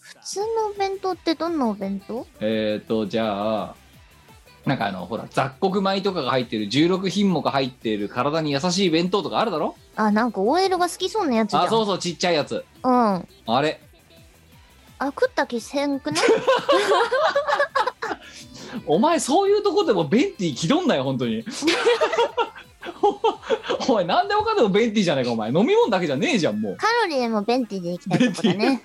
S4: 普通のお弁当ってどんなお弁当
S3: えっ、ー、とじゃあなんかあのほら雑穀米とかが入ってる16品目入ってる体に優しい弁当とかあるだろ
S4: あなんか OL が好きそうなやつじゃん
S3: あそうそうちっちゃいやつ
S4: うんあ
S3: あれ
S4: 食った気せんくない
S3: お前そういうとこでもベンティー気取んなよ本当に お前何でもかんでもベンティーじゃないかお前飲み物だけじゃねえじゃんもう
S4: カロリーもベンティでいきたいとこだね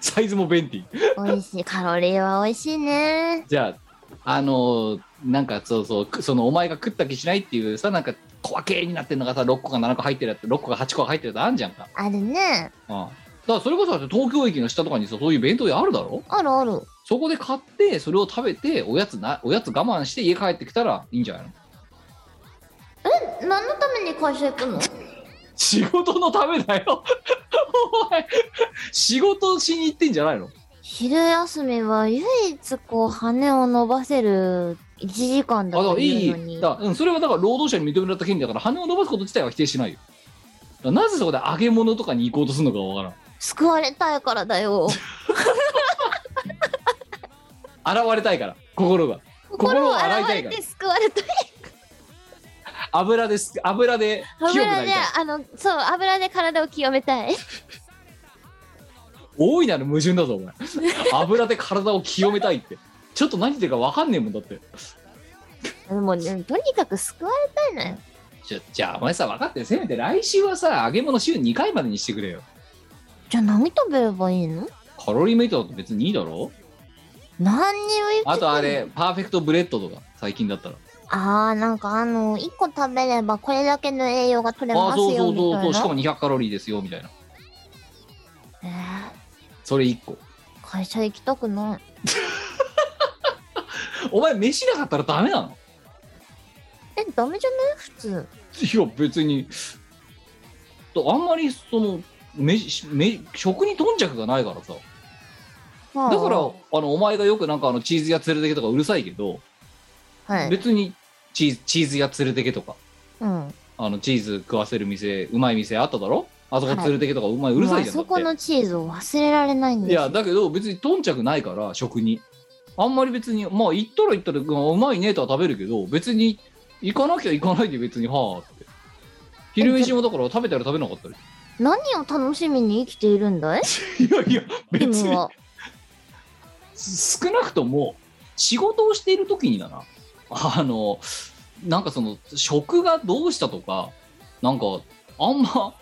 S3: サイズもベンティー
S4: 美味しいカロリーは美味しいね
S3: じゃああのーなんかそうそうくそのお前が食った気しないっていうさなんか小分けになってんのがさ6個か7個入ってるやつ6個か8個か入ってるやつあんじゃんか、
S4: あるね
S3: うん、だからそれこそだって東京駅の下とかにさそういう弁当屋あるだろ
S4: あるある
S3: そこで買ってそれを食べておやつなおやつ我慢して家帰ってきたらいいんじゃないの
S4: 何のために会社行くの
S3: 仕事のためだよお前仕事しに行ってんじゃないの
S4: 昼休みは唯一こう羽を伸ばせる1時間
S3: あ
S4: だ
S3: だか
S4: と
S3: らい
S4: いうの
S3: い
S4: に
S3: だ、うん、それはだから労働者に認められた権利だから羽を伸ばすこと自体は否定しないよだからなぜそこで揚げ物とかに行こうとするのかわからん
S4: 救われたいからだよ
S3: 現れたいから 心が
S4: 心を洗
S3: 洗い
S4: わ
S3: た
S4: れ
S3: いから
S4: て救われたい
S3: 油です油で清くな
S4: 油
S3: り
S4: で
S3: たい
S4: あのそう油で体を清めたい
S3: 大いなる矛盾だぞお前 油で体を清めたいってちょっと何言ってるかわかんねえもんだって
S4: もう、ね、とにかく救われたいのよ。
S3: じゃじゃあお前さ分かってるせめて来週はさ揚げ物週2回までにしてくれよ
S4: じゃあ何食べればいいの
S3: カロリーメイトだと別にいいだろ
S4: 何にを言ってたの
S3: あとあ。れパーフェクトブレッドとか最近だったら
S4: ああ、なんかあの、1個食べればこれだけの栄養が取れ
S3: あ
S4: ま
S3: あ
S4: す
S3: そうそ
S4: よ
S3: う
S4: み
S3: そう
S4: た
S3: そ
S4: いう
S3: しか
S4: な。
S3: も200カロリーですよみたいな
S4: えー
S3: それ1個
S4: 会社行きたくない。
S3: お前飯なかったらダメなの
S4: え、ダメじゃない普通。
S3: いや別にとあんまりその飯飯食に頓着がないからさ
S4: だ
S3: だからあのお前がよくなんかあのチーズ屋連れてけとかうるさいけど、
S4: はい。
S3: 別にチーズチーズ屋連れてけとか
S4: うん。
S3: あのチーズ食わせる店うまい店あっただろあそこ連れてけとかうまいうるさいじゃん
S4: もうあそこ
S3: だっ
S4: のチーズを忘れられないん
S3: て
S4: です
S3: い
S4: よ
S3: やだけど別に頓着ないから食にあんまり別にまあ行ったら行ったらうんうまいねとは食べるけど別に行かなきゃ行かないで別にはあって昼飯もだから食べたら食べなかったり
S4: 何を楽しみに生きているんだい
S3: いやいや別
S4: 君
S3: に
S4: は
S3: す少なくとも仕事をしている時にだなあのなんかその食がどうしたとかなんかあんま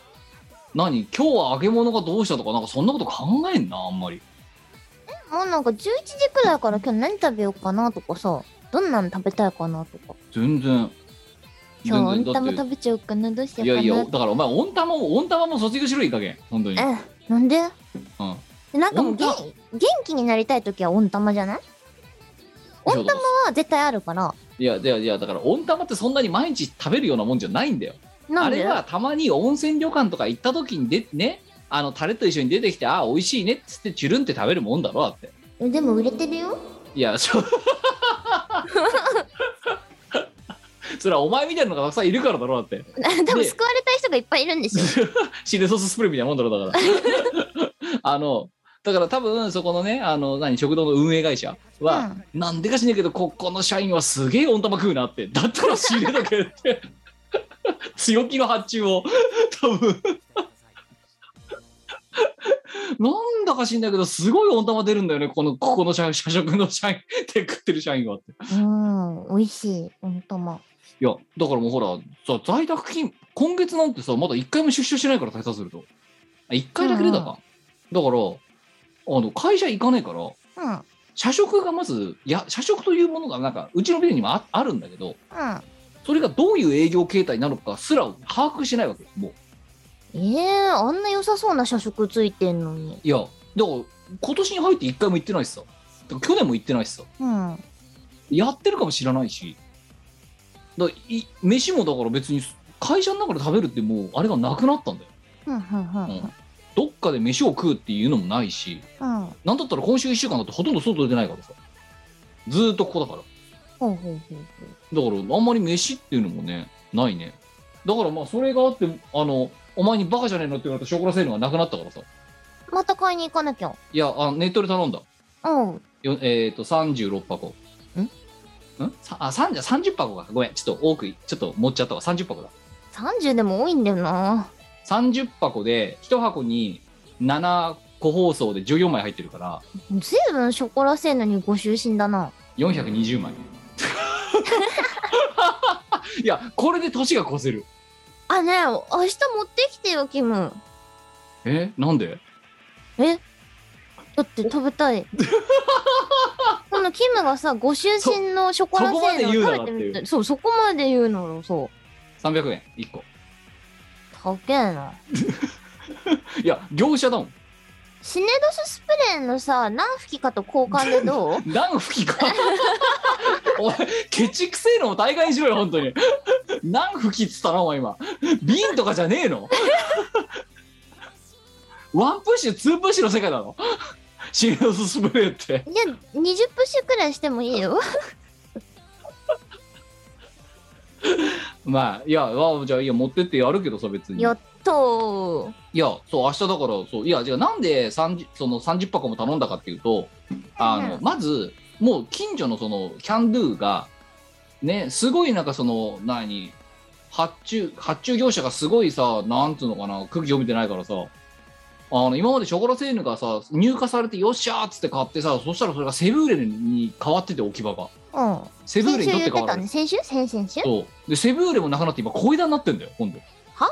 S3: 何今日は揚げ物がどうしたとかなんかそんなこと考えんなあんまり
S4: もうなんか11時くらいから今日何食べようかなとかさどんなの食べたいかなとか
S3: 全然
S4: 今日温
S3: だ
S4: 玉
S3: っ
S4: 食べちゃおうかなどうしてよ
S3: いう
S4: か
S3: や
S4: ない
S3: やだからお前温玉も温玉も卒業しろいい加減本当に
S4: ええなんで、うん、なんかも
S3: 温
S4: う元
S3: 玉
S4: 元気になりたい時は温玉じゃない温玉は絶対あるから
S3: いやいやいやだから温玉ってそんなに毎日食べるようなもんじゃないんだよ
S4: な
S3: あ
S4: んで
S3: れはたまに温泉旅館とか行った時にでねあのタレと一緒に出てきてああ美味しいねっつってチュルンって食べるもんだろだって
S4: えでも売れてるよ
S3: いやそう それはお前みたいなのがたくさんいるからだろだって
S4: 多分救われたい人がいっぱいいるんですよ
S3: シルソーススプレーみたいなもんだろだから あのだから多分そこのねあの何食堂の運営会社は、なんでかしねえけどここの社員はすげえ温玉食うなってだったら仕入れとけって 強気の発注を多分なんだかしんだけどすごい温玉出るんだよねこのここの社社食の社員って食ってる社員はって
S4: うん美味しい温玉
S3: いやだからもうほらさ在宅勤今月なんてさまだ1回も出社してないから退社するとあ1回だけ出たか、だからあの会社行かないから
S4: うんうん
S3: 社食がまずいや社食というものがなんかうちのビルにもああるんだけどそれがどういう営業形態なのかすら把握しないわけよもう
S4: ええあんな良さそうな社食ついてんのに
S3: いやだから今年に入って1回も行ってないしさだから去年も行ってないしさ
S4: うんうん
S3: やってるかもしれないしだからい飯もだから別に会社の中で食べるってもうあれがなくなったんだよ
S4: うんうん
S3: うんどっかで飯を食うっていうのもないし
S4: うんうん
S3: なんだったら今週1週間だってほとんど外出てないからさずーっとここだから
S4: ほうほうほうほ
S3: だからあんまり飯っていうのもねないねだからまあそれがあってあのお前にバカじゃねえのって言われたショコラセールがなくなったからさ
S4: うまた買いに行かなきゃ
S3: いやあネットで頼んだ
S4: うん
S3: よえっ、と36箱
S4: ん
S3: んさあ三30箱かごめんちょっと多くちょっと持っちゃったわ30箱だ
S4: 30でも多いんだよな
S3: 30箱で1箱に7個包装で14枚入ってるから
S4: 随分ショコラセーヌにご就寝だな
S3: 420枚いやこれで年が越せる
S4: あねえ明日持ってきてよキム
S3: えなんで
S4: だって食べたい このキムがさご就寝のショコラセーヌを食べてみてそうそこまで言うならそう
S3: 300円1個
S4: 高えない
S3: や業者だもん
S4: シネドススプレーのさ何吹きかと交換でどう
S3: 何吹きかお前ケチくせえのも大概にしろよ本当に何吹きっつったのお前今瓶とかじゃねえの ワンプッシュツープッシュの世界なの シリアススプレーって
S4: いや20プッシュくらいしてもいいよ
S3: まあいやわあじゃあいや持ってってやるけどさ別に
S4: やっと
S3: いや、そう、明日だから、そう、いや、違う、なんで30、その30箱も頼んだかっていうと、あの、まず、もう近所のその、キャンドゥが、ね、すごいなんかその、何、発注、発注業者がすごいさ、なんつうのかな、空気読めてないからさ、あの、今までショコラセーヌがさ、入荷されてよっしゃーっつって買ってさ、そしたらそれがセブーレに変わってて置き場が。
S4: うん
S3: セブー
S4: 先
S3: レ
S4: 週
S3: に取っ
S4: 言
S3: て
S4: って
S3: 変わ
S4: た
S3: る
S4: ね。先週先々週
S3: そう。で、セブーレもなくなって今、小枝になってんだよ、今度。
S4: は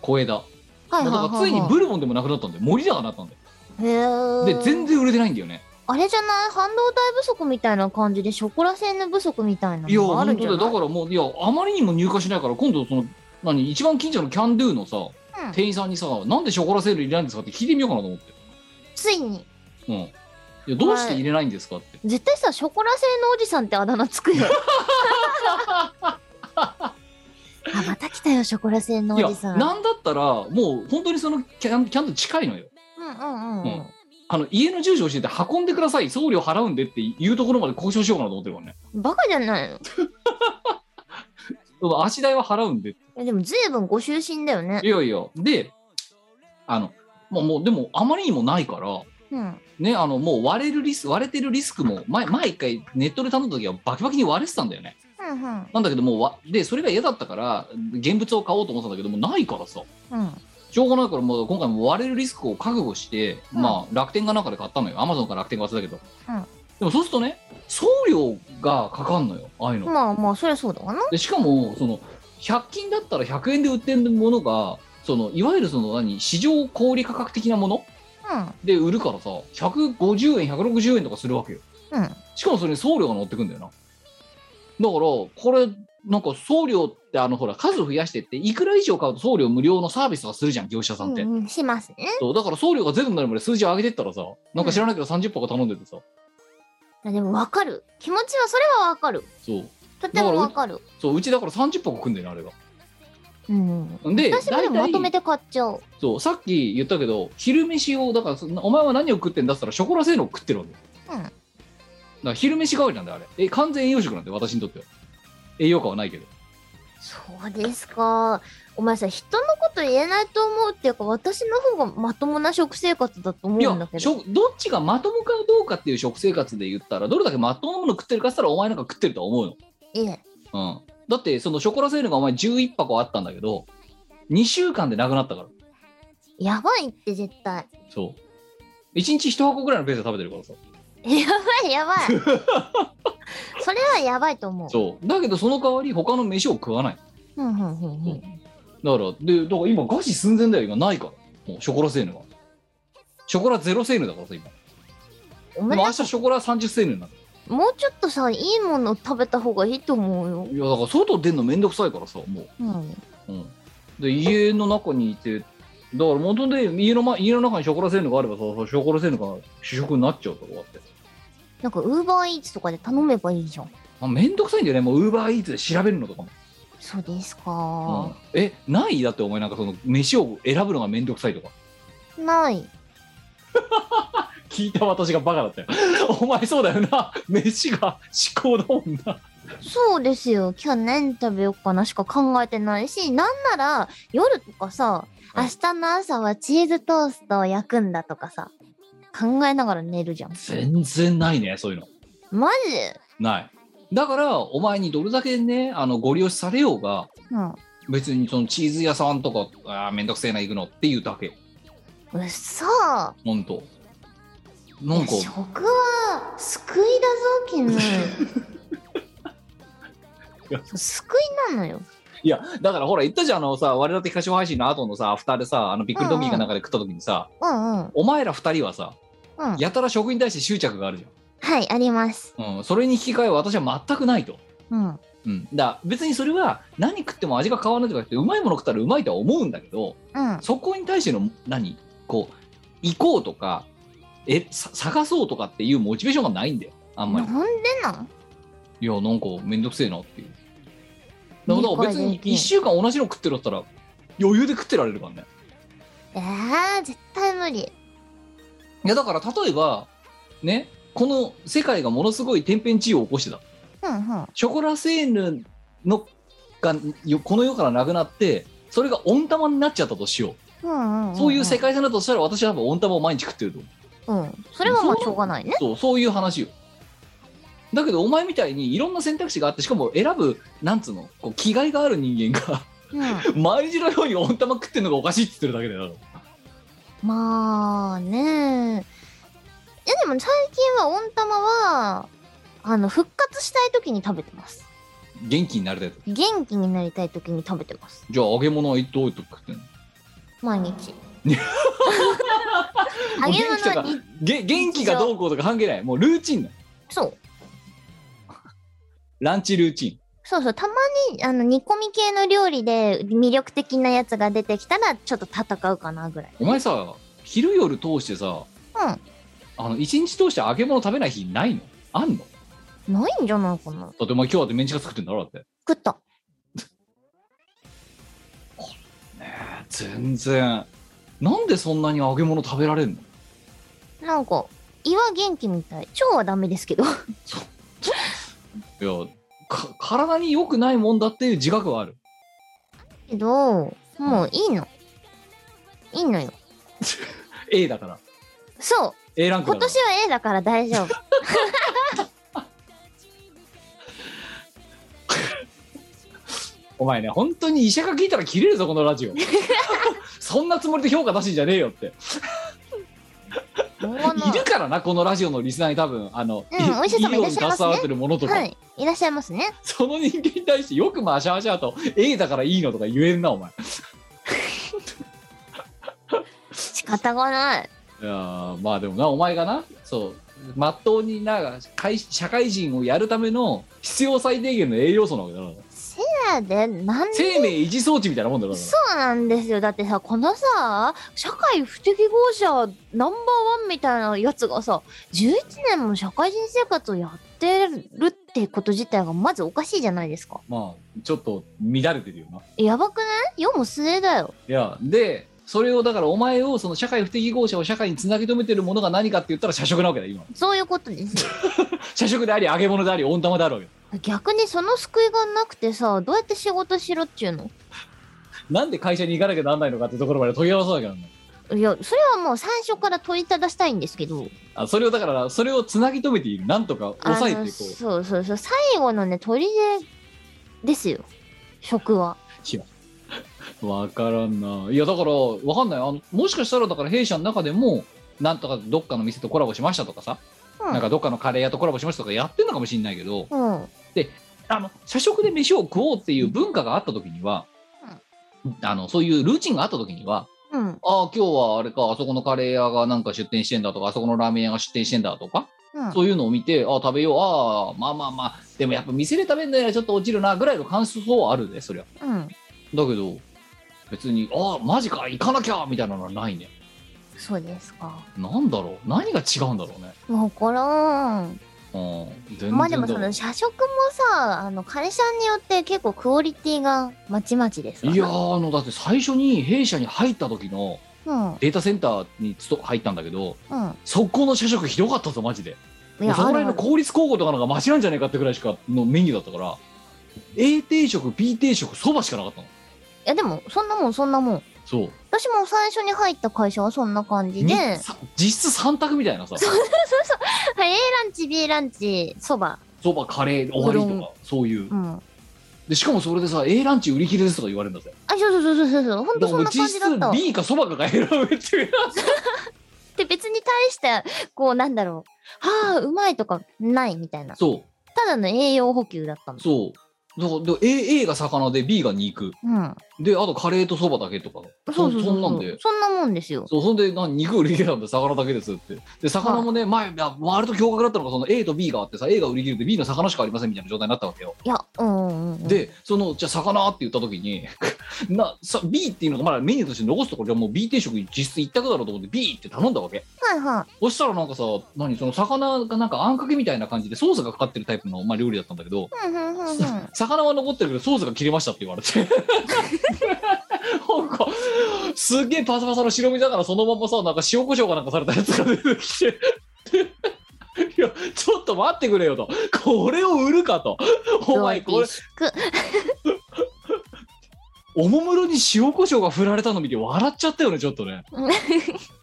S3: 小枝。
S4: はいはい
S3: だ
S4: は
S3: からつい
S4: い
S3: に
S4: は
S3: ブルボンでもなくなったんだよ森永になったんだよ
S4: いへー
S3: で全然売れてないんだよね
S4: あれじゃない半導体不足みたいな感じでショコラセーヌ不足みたいない
S3: や
S4: のがある
S3: 本
S4: んじゃ
S3: 当
S4: な
S3: だ
S4: い
S3: よだからもういやあまりにも入荷しないから今度その何一番近所のキャンドゥのさ、
S4: うん
S3: 店員さんにさなんでショコラセール入れないんですかって聞いてみようかなと思って
S4: ついに
S3: うんいやどうして入れないんですかって、
S4: 絶対さショコラ製のおじさんってあだ名つく よあまた来たよショコラ製の
S3: い、
S4: おじさ
S3: や
S4: ん
S3: なんだったらもう本当にそのキャンキャンドゥ近いのよ
S4: うんうんうん、
S3: あの家の住所教えて運んでください送料払うんでっていうところまで交渉しようかなと思ってるからね
S4: バカじゃないの
S3: その足代は払うんでって
S4: やでも随分ご就寝だよね
S3: い。やいやであのもうもうでもあまりにもないから
S4: うん。
S3: ねあのもう割れるリス割れてるリスクも前前一回ネットで頼んだ時はバキバキに割れてたんだよね
S4: うんうん。
S3: なんだけどもうわでそれが嫌だったから現物を買おうと思ってたんだけどもうないからさ
S4: うん。
S3: しょうがないからもう今回も割れるリスクを覚悟して、
S4: うん
S3: まあ楽天かなんかで買ったのよアマゾンか楽天か忘れたけど、
S4: うん
S3: でもそうするとね送料がかかんのよああいうの、
S4: まあまあ、そりゃそうだわな。
S3: でしかもその100均だったら100円で売ってるものがそのいわゆるその何市場小売価格的なもので売るからさ150円160円とかするわけよ
S4: うん。うん。
S3: しかもそれに送料が乗ってくんだよなだからこれなんか送料ってあのほら数増やしてっていくら以上買うと送料無料のサービスとかするじゃん業者さんって、
S4: うんうん、しますね。
S3: そうだから送料がゼロになるまで数字上げてったらさなんか知らないけど30箱頼んでてさ、
S4: いやでもわかる。気持ちは、それはわかる。
S3: そう
S4: とてもわかる。
S3: そううちだから30箱組んでるねあれが
S4: うん。
S3: で
S4: 私もで
S3: 大
S4: もまとめ
S3: 体
S4: て買っちゃう。
S3: そうさっき言ったけど昼飯をだからそんなお前は何を食ってんだっつったらショコラ性能を食ってるわけ
S4: うん
S3: だから昼飯代わりなんだよあれえ完全栄養食なんで私にとっては栄養価はないけど
S4: そうですか。お前さ、人のこと言えないと思うっていうか、私の方がまともな食生活だと
S3: い
S4: 思うんだ
S3: や
S4: けど。
S3: 食どっちがまともかどうかっていう食生活で言ったらどれだけまともなもの食ってるかっつったらお前なんか食ってるとは思う
S4: ええ。
S3: の、うん、だってそのショコラセールがお前11箱あったんだけど2週間でなくなったから
S4: やばいって絶対。
S3: そう1日1箱ぐらいのペースで食べてるからさ
S4: やばいやば い。それはやばいと思う。
S3: そうだけどその代わり他の飯を食わないだか
S4: うんうんうんうん。
S3: らでだから今餓死寸前だよ今ないからもうショコラセーヌがショコラゼロセーヌだからさ今
S4: お
S3: で
S4: 前
S3: も明日ショコラ30セーヌになる
S4: もうちょっとさ、いいもの食べた方がいいと思うよ。
S3: いやだから外出んのめんどくさいからさもう
S4: うん。
S3: うん、で家の中にいてだから元で家の,、ま、家の中にショコラセーヌがあればさショコラセーヌが主食になっちゃうとかって
S4: なんか、ウーバーイーツとかで頼めばいいじゃん。
S3: あめんどくさいんだよねもうウーバーイーツで調べるのとか
S4: そうです
S3: も、うん
S4: か。
S3: えないだってお前なんかその飯を選ぶのがめんどくさいとか
S4: ない。
S3: 聞いた私がバカだったよお前そうだよな飯が至高だもんな
S4: そうですよ。今日何食べようかなしか考えてないし、なんなら夜とかさ、
S3: うん
S4: 明日の朝はチーズトーストを焼くんだとかさ、考えながら寝るじゃん。
S3: 全然ないねそういうの
S4: マ
S3: ないだからお前にどれだけねあのご利用しされようが
S4: ジ
S3: 別にそのチーズ屋さんとかあーめんどくせえな行くのっていうだけ
S4: うん。うっそ
S3: 本当なんか
S4: 食は救いだぞ、 キム。
S3: や
S4: そう救いなのよ。
S3: いやだからほら言ったじゃんあのさ我々的歌唱配信の後のさアフターでさあのびっくりドンキーかなんかで食った時にさ、
S4: うんうん。
S3: お前ら二人はさ
S4: うん、
S3: やたら食に対して執着があるじ
S4: はい、あります。
S3: ゃん、うん、それに引き換え私は全くないと、
S4: うん。
S3: うん、だ別にそれは何食っても味が変わらないとかってうまいもの食ったらうまいとは思うんだけど
S4: うん。
S3: そこに対しての何こう行こうとかえさ探そうとかっていうモチベーションがないんだよあんま
S4: な
S3: り
S4: んでなん
S3: いやなんかめんどくせえなっていうだからだから別
S4: 理解で
S3: に
S4: きん
S3: 1週間同じの食ってるだったら余裕で食ってられるからね
S4: えー、絶対無理。
S3: いやだから例えばねこの世界がものすごい天変地異を起こしてた
S4: うんうん。
S3: ショコラセーヌのがよこの世からなくなってそれが温玉になっちゃったとしよ
S4: うんうん、う。
S3: うんそういう世界線だとしたら私は多分温玉を毎日食ってると思
S4: うん。それはまあしょうがないね。
S3: うそうそういう話よだけどお前みたいにいろんな選択肢があってしかも選ぶなんつうのこう気概がある人間が
S4: うん。
S3: 毎日のように温玉食ってるのがおかしいって言ってるだけだよ
S4: まあねいやでも最近は温玉はあの復活したい時に食べてます
S3: 元気になれたやつ
S4: 元気になりたい時に食べてます
S3: じゃあ揚げ物はどうやって食ってんの
S4: 毎 日
S3: も
S4: 揚げ
S3: う元気と
S4: 物
S3: か
S4: に
S3: げ元気がどうこうとか関係ないもうルーチンだ
S4: そう
S3: ランチルーチン
S4: そうそうたまにあの煮込み系の料理で魅力的なやつが出てきたらちょっと戦うかなぐらい
S3: お前さ昼夜通してさ
S4: う
S3: あの一日通して揚げ物食べない日ないのあんのだ
S4: んないんじゃないかな
S3: ってお前今日だってメンチカツ食ってんだろだって
S4: 食った
S3: 全然なんでそんなに揚げ物食べられんの
S4: なんか胃は元気みたい腸はダメですけど
S3: いやか体に良くないもんだっていう自覚はある。
S4: けど、もういいの。いいのよ。
S3: A だから。
S4: そう
S3: A ランク
S4: 今
S3: だから
S4: 年。は A だから大 丈夫。
S3: お前ね、本当に医者が聞いたら切れるぞ、このラ ジオ。そんなつもりで評価出しんじゃねえよって。
S4: もう
S3: いるからな、このラジオのリスナーに多分、あの、
S4: うんお医者様いらっしゃいますね
S3: を出されてるものとか、
S4: はい。いらっしゃいますね。
S3: その人間に対してよくまあシャーシャーと A だからいいのとか言えるな、お前。
S4: 仕方がない。
S3: いやーまあでもなお前がなそうまっとうにな会社会人をやるための必要最低限の栄養素なわけだから
S4: だで、なんで
S3: 生命維持装置みたいなもんだから
S4: そうなんですよ。だってさ、このさ、社会不適合者ナンバーワンみたいなやつがさ、11年も社会人生活をやってるってこと自体がまずおかしいじゃないですか。
S3: まあちょっと乱れてるよな
S4: やばくない世も末だよ。
S3: いやでそれをだからお前をその社会不適合者を社会につなぎ止めてるものが何かって言ったら社食なわけだ今
S4: そういうことですよ。
S3: 社食であり揚げ物であり温玉であるわけだ
S4: 逆にその救いがなくてさ、どうやって仕事しろっちゅうの
S3: なんで会社に行かなきゃなんないのかってところまで問い合わせなきゃなんない
S4: いや、それはもう最初から問いただしたいんですけど。
S3: あそれをだからそれをつなぎ止めているなんとか抑えて
S4: あの
S3: いこう
S4: そうそうそう。最後のね、砦ですよ。食は。
S3: わからんな。いや、だから、わかんない。あの、もしかしたら、だから弊社の中でも、なんとかどっかの店とコラボしましたとかさ、
S4: うん
S3: なんかどっかのカレー屋とコラボしましたとかやってんのかもしれないけど、
S4: うん。
S3: あの、社食で飯を食おうっていう文化があった時には、あの、そういうルーチンがあった時には、
S4: うん。
S3: ああ、今日はあれか、あそこのカレー屋がなんか出店してんだとか、あそこのラーメン屋が出店してんだとか、
S4: うん。
S3: そういうのを見て、ああ、食べよう、ああ、まあまあまあ、でもやっぱ店で食べるのはちょっと落ちるな、ぐらいの感想はあるね、そりゃ。
S4: うん。
S3: だけど別にああマジか行かなきゃみたいなのはないね
S4: そうですか。
S3: なんだろう何が違うんだろうね
S4: わからん。
S3: うん全然
S4: まあでも
S3: だ
S4: その社食もさ、あの会社によって結構クオリティがまちまちですから
S3: いやーあのだって最初に弊社に入った時の
S4: うん。うん。
S3: データセンターにつと入ったんだけど速攻の社食ひどかったぞマジで
S4: いや、
S3: そこ
S4: あ
S3: ら
S4: る
S3: 辺
S4: あ
S3: の
S4: る。
S3: 公立高校とかなんかマシなんじゃないかってぐらいしかのメニューだったから A 定食 B 定食そばしかなかったの
S4: いやでも、そんなもんそんなもん。
S3: そう
S4: 私も最初に入った会社はそんな感じで、
S3: み
S4: A
S3: さ実質3択みたいなさ
S4: ランチ、B ランチ、そば。
S3: そばカレー終わりとかそういう
S4: うん。あ、
S3: でしかもそれでさ A ランチ売り切れですとか言われるんだぜ
S4: そうそうそうそうそう。ほん
S3: だ
S4: と
S3: か
S4: そ
S3: ら
S4: ん
S3: も
S4: な
S3: う実
S4: 感じだった
S3: 質
S4: わ。
S3: B かそばかが選べっていう
S4: で、別に対して、こうなんだろう。はあ、うまいとかないみたいな。
S3: そ
S4: ただの栄養補給だったの
S3: う。そうだからで A, A が魚で B が肉
S4: うん。
S3: であとカレーとそばだけとか
S4: そうそうそうそう。
S3: そんなんで
S4: そんなもんですよ。
S3: そうそんでな肉売り切れたんで魚だけですってで魚もね前いや割と驚愕だったのがその A と B があってさ A が売り切れて B の魚しかありませんみたいな状態になったわけよ
S4: いや、うんうんうん。、
S3: でそのじゃあ魚って言った時に なさ B っていうのがまだメニューとして残すところじゃあもう B 定食実質一択だろうと思って B って頼んだわけ
S4: はいは
S3: そしたらなんかさ何その魚がなんかあんかけみたいな感じでソースがかかってるタイプの、まあ、料理だったんだけど
S4: い。うんうんうんうん。
S3: 魚は残ってるけどソースが切れましたって言われてなんかすっげえパサパサの白身だからそのままさなんか塩コショウかなんかされたやつが出てきて。いやちょっと待ってくれよとこれを売るかとお前これ
S4: く
S3: おもむろに塩コショウが振られたの見て笑っちゃったよねちょっとね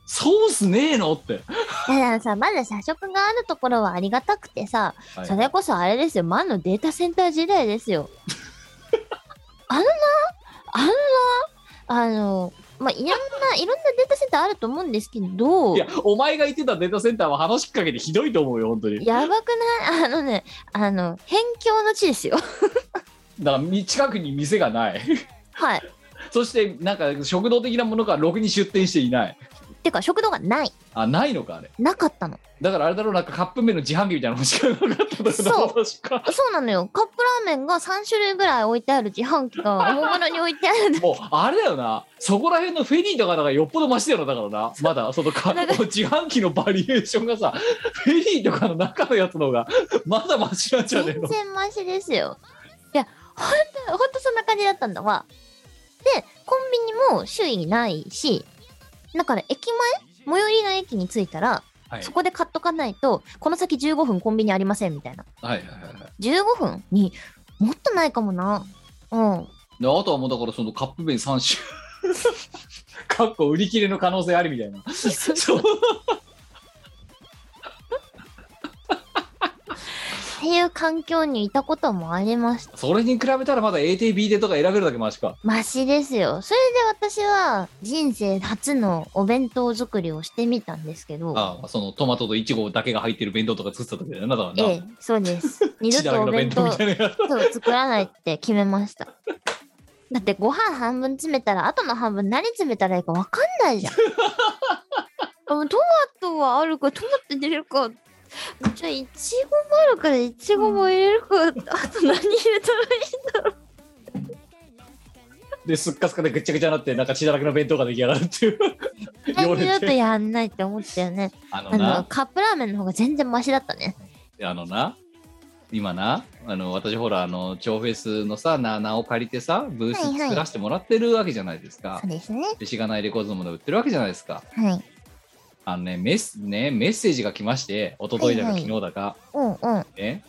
S3: ソースねえのって、
S4: だからさ、まだ社食があるところはありがたくてさ、
S3: はい
S4: それこそあれですよ、前のデータセンター時代です よ。あのな、あのな、あの、まあ、いろんな、いろんなデータセンターあると思うんですけど、
S3: いやお前が言ってたデータセンターは話しかけてひどいと思うよ本当に
S4: やばくないあのね、あの、辺境の地ですよ。
S3: だからみ近くに店がない
S4: はい。
S3: そしてなんか食堂的なものがろくに出店していない
S4: てか、食堂がない。
S3: あないのかあれ
S4: なかったの。
S3: だからあれだろうなんかカップ麺の自販機みたいなのしかなかっただろ
S4: そう
S3: うな確か
S4: そうなのよ。カップラーメンが3種類ぐらい置いてある自販機が、おもむろに置いてある
S3: もうあれだよなそこら辺のフェリーとかだからよっぽどマシだよなだからなまだそのか
S4: なん
S3: 自販機のバリエーションがさフェリーとかの中のやつの方がまだマシなんじゃねえ
S4: 全
S3: の
S4: 然マシですよ。いや、ほんと、ほんとそんな感じだったんだわ。で、コンビニも周囲にないし、だから駅前最寄りの駅に着いたら、
S3: はい
S4: そこで買っとかないと、この先15分コンビニありませんみたいな。
S3: はいはいはいはい
S4: 15分にもっとないかもな。うん。
S3: であとはもうだからそのカップ麺3種 かっこ売り切れの可能性ありみた いなそう
S4: っていう環境にいたこともありました。
S3: それに比べたらまだ ATB でとか選べるだけマシか
S4: マシですよ。それで私は人生初のお弁当作りをしてみたんですけど、
S3: ああそのトマトとイチゴだけが入ってる弁当とか作ってた時だよなだからな、
S4: ええ、そうです。 二度
S3: 血だ
S4: と
S3: らけ
S4: お
S3: の
S4: 弁
S3: 弁
S4: 当
S3: 当みたいな
S4: そう作らないって決めました。だってご飯半分詰めたら、あとの半分何詰めたらいいか分かんない じゃん。あもうトマトはあるから、トマト入れるか。じゃあ、いちごもあるから、いちごも入れるか。あと何入れたらい
S3: で、すっかすかでぐっちゃぐちゃになって、なんか血だらけの弁当が出来上がる っていう。
S4: いか。
S3: 言わ
S4: 何だ
S3: れて
S4: とやんないって思ったよね。
S3: あの
S4: あの、
S3: な、
S4: カップラーメンの方が全然マシだったね。
S3: あのな、今な、あの、私ほら、あの、超フェスのさ、な名を借りてさ、ブー
S1: はい
S3: ス
S1: はい
S3: 作らせてもらってるわけじゃないですか
S4: そう。ですね。
S3: で、しがないレコードも売ってるわけじゃないですか。
S4: はい。
S3: あのね、メス、ね、メッセージが来まして、一昨日だ
S4: は
S3: か
S4: いはい
S3: 昨日だか、
S4: うんうん。
S3: ね。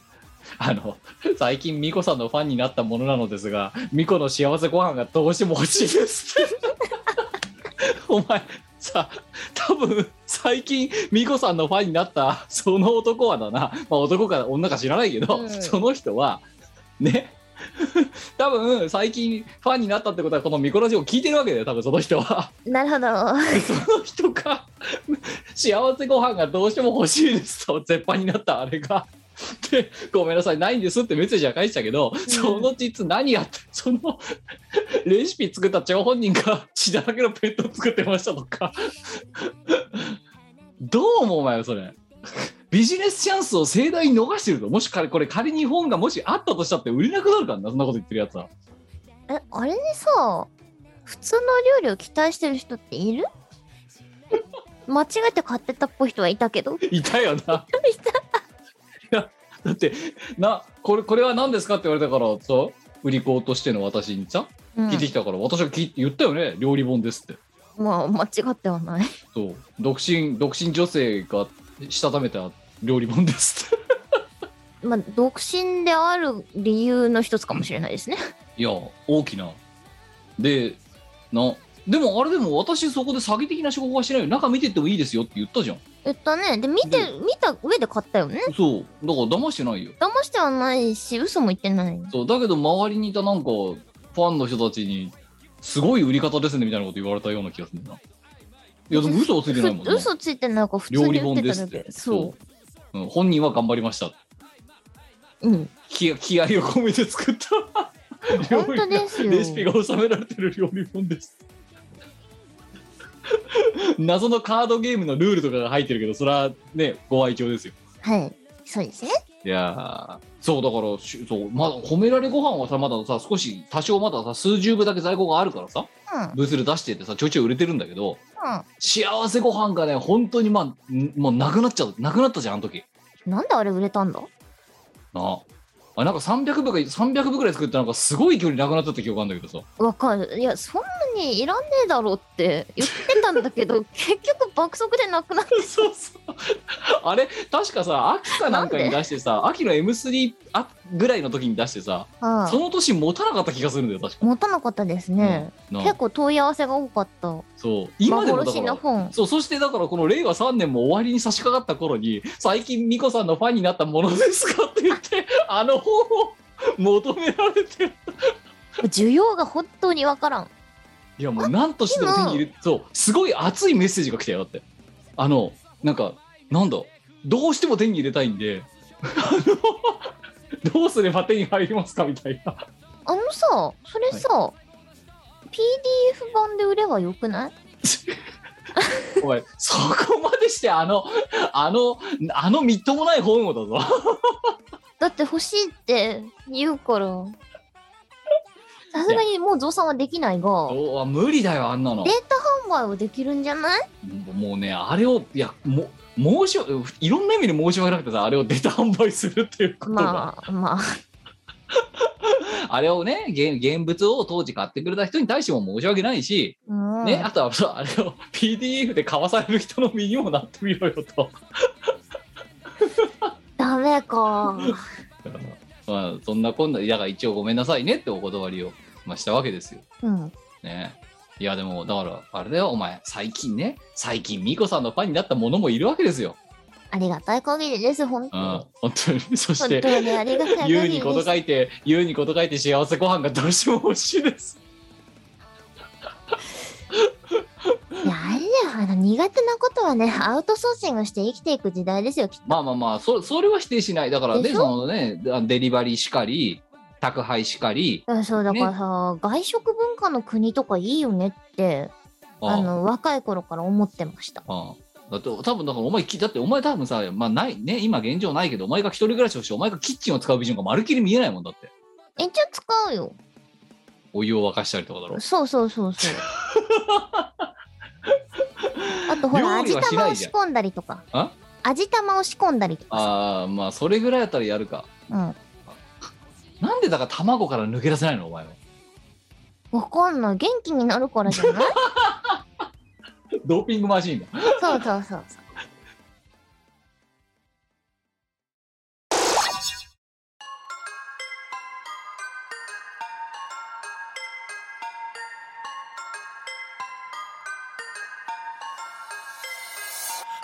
S3: あの、最近、ミコさんのファンになったものなのですが、ミコの幸せご飯がどうしても欲しいです。お前、さ、多分、最近、ミコさんのファンになった、その男はだな、まあ、男か女か知らないけど、
S4: うん
S3: その人は、ね、多分、最近、ファンになったってことは、このミコラジオを聞いてるわけだよ、多分、その人は。
S4: なるほど。
S3: その人が幸せご飯がどうしても欲しいですと絶版になったあれが。でごめんなさいないんですってメッセージは返したけど、その実何やってそのレシピ作った張本人が血だらけのペット作ってましたとかどう思うお前はそれビジネスチャンスを盛大に逃してるともしかこれ仮に本がもしあったとしたって売れなくなるからなそんなこと言ってるやつは
S4: え、あれにさ、普通の料理を期待してる人って いる間違えて買ってたっぽい人はいたけど。
S3: いたよな。いた。だって、な、これ、これは何ですかって言われたから、さ、売り子としての私にさ、
S4: うん
S3: 聞いてきたから、私が聞い言ったよね、料理本ですって。
S4: まあ、間違ってはない。
S3: そう、独身、独身女性がしたためた料理本ですって。
S4: まあ、独身である理由の一つかもしれないですね。
S3: いや、大きな。で、な、でもあれでも私そこで詐欺的な手法はしないよ。中見てってもいいですよって言ったじゃん。
S4: 言ったね。で、見て、
S3: で
S4: 見た上で買ったよね。
S3: そう、だから騙してないよ。
S4: 騙してはないし、嘘も言ってない。
S3: そうだけど周りにいたなんかファンの人たちにすごい売り方ですねみたいなこと言われたような気がするんだないやでも嘘をついてないもん
S4: ふ
S3: な
S4: 嘘ついてないから普通
S3: 料
S4: に
S3: 理
S4: 売っ
S3: 本
S4: て
S3: で
S4: た
S3: すっ
S4: だ
S3: て、
S4: け。そう
S3: ん、本人は頑張りました
S4: う。うん。
S3: 気気合を込めて作った料
S4: 本
S3: 理
S4: 当ですよ。
S3: レシピが収められてる料理本です 謎のカードゲームのルールとかが入ってるけどそれはねご愛嬌ですよ
S4: はい。そうですね。
S3: いやーそうだからしそうまだ褒められご飯はさまださ少し多少まださ数十部だけ在庫があるからさ
S4: うん。うん。
S3: ブースで出しててさちょいちょい売れてるんだけど幸せご飯がね本当にまあんもうなくなっちゃうなくなったじゃんあの時
S4: なんであれ売れたんだ
S3: なああなんか300部か300部ぐらい作ってなんかすごい距離なくなったって記憶あるんだけどさ
S4: わかる。いや、そんなにいらねえだろうって言ってたんだ けど、結局爆速でなくなって
S3: そうそうあれ確かさ秋かなんかに出してさ秋の M3 あぐらいの時に出してさ
S4: た
S3: そ。の年持たなかった気がするんだよ確か
S4: 持たなかったですね。
S3: なあ
S4: 結構問い合わせが多かった。
S3: そう今でもだか
S4: 幻の
S3: ら
S4: 本。
S3: そうそしてだからこの令和3年も終わりに差し掛かった頃に最近ミコさんのファンになったものですかって言って あの本を求められてる
S4: 需要が本当にわからん。
S3: いやもう何としても手に入れそうすごい熱いメッセージが来たよだってあのなんかなんだどうしても手に入れたいんであのどうすれば手に入りますかみたいな
S4: あのさ、それさ、PDF 版で売ればよくない
S3: お前そこまでしてあのあのあのみっともない本をだぞ
S4: だって欲しいって言うから。さすがにもう増産はできないが、デー
S3: お無理だよあんなの
S4: タ販売はできるんじゃない
S3: もうね、あれを、いや、も申し訳いろんな意味で申し訳なくてさ、あれを出た販売するっていうことが、
S4: まあまあ、
S3: あ、あれをね、現現物を当時買ってくれた人に対しても申し訳ないし、
S4: うん
S3: ね、あとはそうあれを PDF で買わされる人の身にもなってみろよと。
S4: ダメか。
S3: まあ、そんなこんな、だから一応ごめんなさいねってお断りを、まあ、したわけですよ。
S4: うん。
S3: ね。いや、でも、だから、あれだよ、お前、最近ね、最近、ミコさんのファンになったものもいるわけですよ。
S4: ありがたい限りです、本
S3: う
S4: 当
S3: ん、
S4: に。
S3: 本当に。そし
S4: 本
S3: て、
S4: 当にありが たい限りです。
S3: 優にこと書いて、優にこと書いて幸せご飯がどうしても欲しいです。
S4: いや、あれだよ。あの、苦手なことはね、アウトソーシングして生きていく時代ですよ、きっと。
S3: まあまあまあ、そそれは否定しない。だからね、
S4: でしょ
S3: そのね、あデリバリーしかり、宅配しかり、
S4: うんそうだからさ、外食文化の国とかいいよねってあ
S3: うん
S4: の若い頃から思ってました
S3: うんだって多分だからお前きだってお前多分さまあないね今現状ないけどお前が一人暮らしをしてお前がキッチンを使うビジョンがまるっきり見えないもんだって
S4: えじゃあ使うよ
S3: お湯を沸かしたりとかだろ
S4: そうそうそう そうあとほら
S3: 料
S4: 味
S3: 理はし
S4: 玉
S3: な
S4: を
S3: いじゃ
S4: 仕
S3: ん
S4: 込んだりとか
S3: あ
S4: 味玉を仕込んだりとかさ
S3: ああまあそれぐらいやったらやるか
S4: うん
S3: なんでだから卵から抜け出せないのお前は
S4: わかんない元気になるからじゃ ない
S3: ドーピングマシーンだ
S4: そうそうそうそう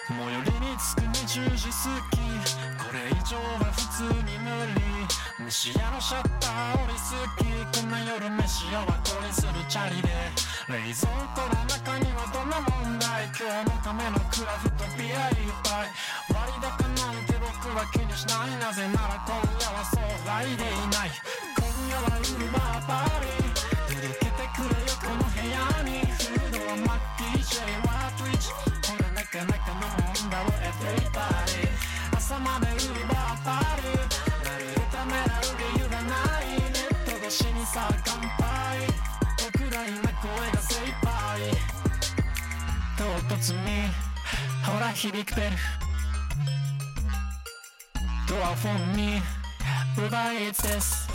S5: 最寄りに着く20時過ぎこれ以上は普通に無理西屋のシャッター降りすぎこんな夜飯をはこりするチャリで冷蔵庫の中にはどんな問題今日のためのクラフトビアいっぱい割高なんて僕は気にしないなぜなら今夜はそう来でいない今夜はウーバーパーリー届けてくれよこの部屋にフードはマッキー J は Twitch これなかなかのもんだろ Everybody 朝までウーバーパーリーなるためらう理由がないネット越しにさ乾杯僕ら今声が精一杯唐突にほら響くベルドアフォンに奪いです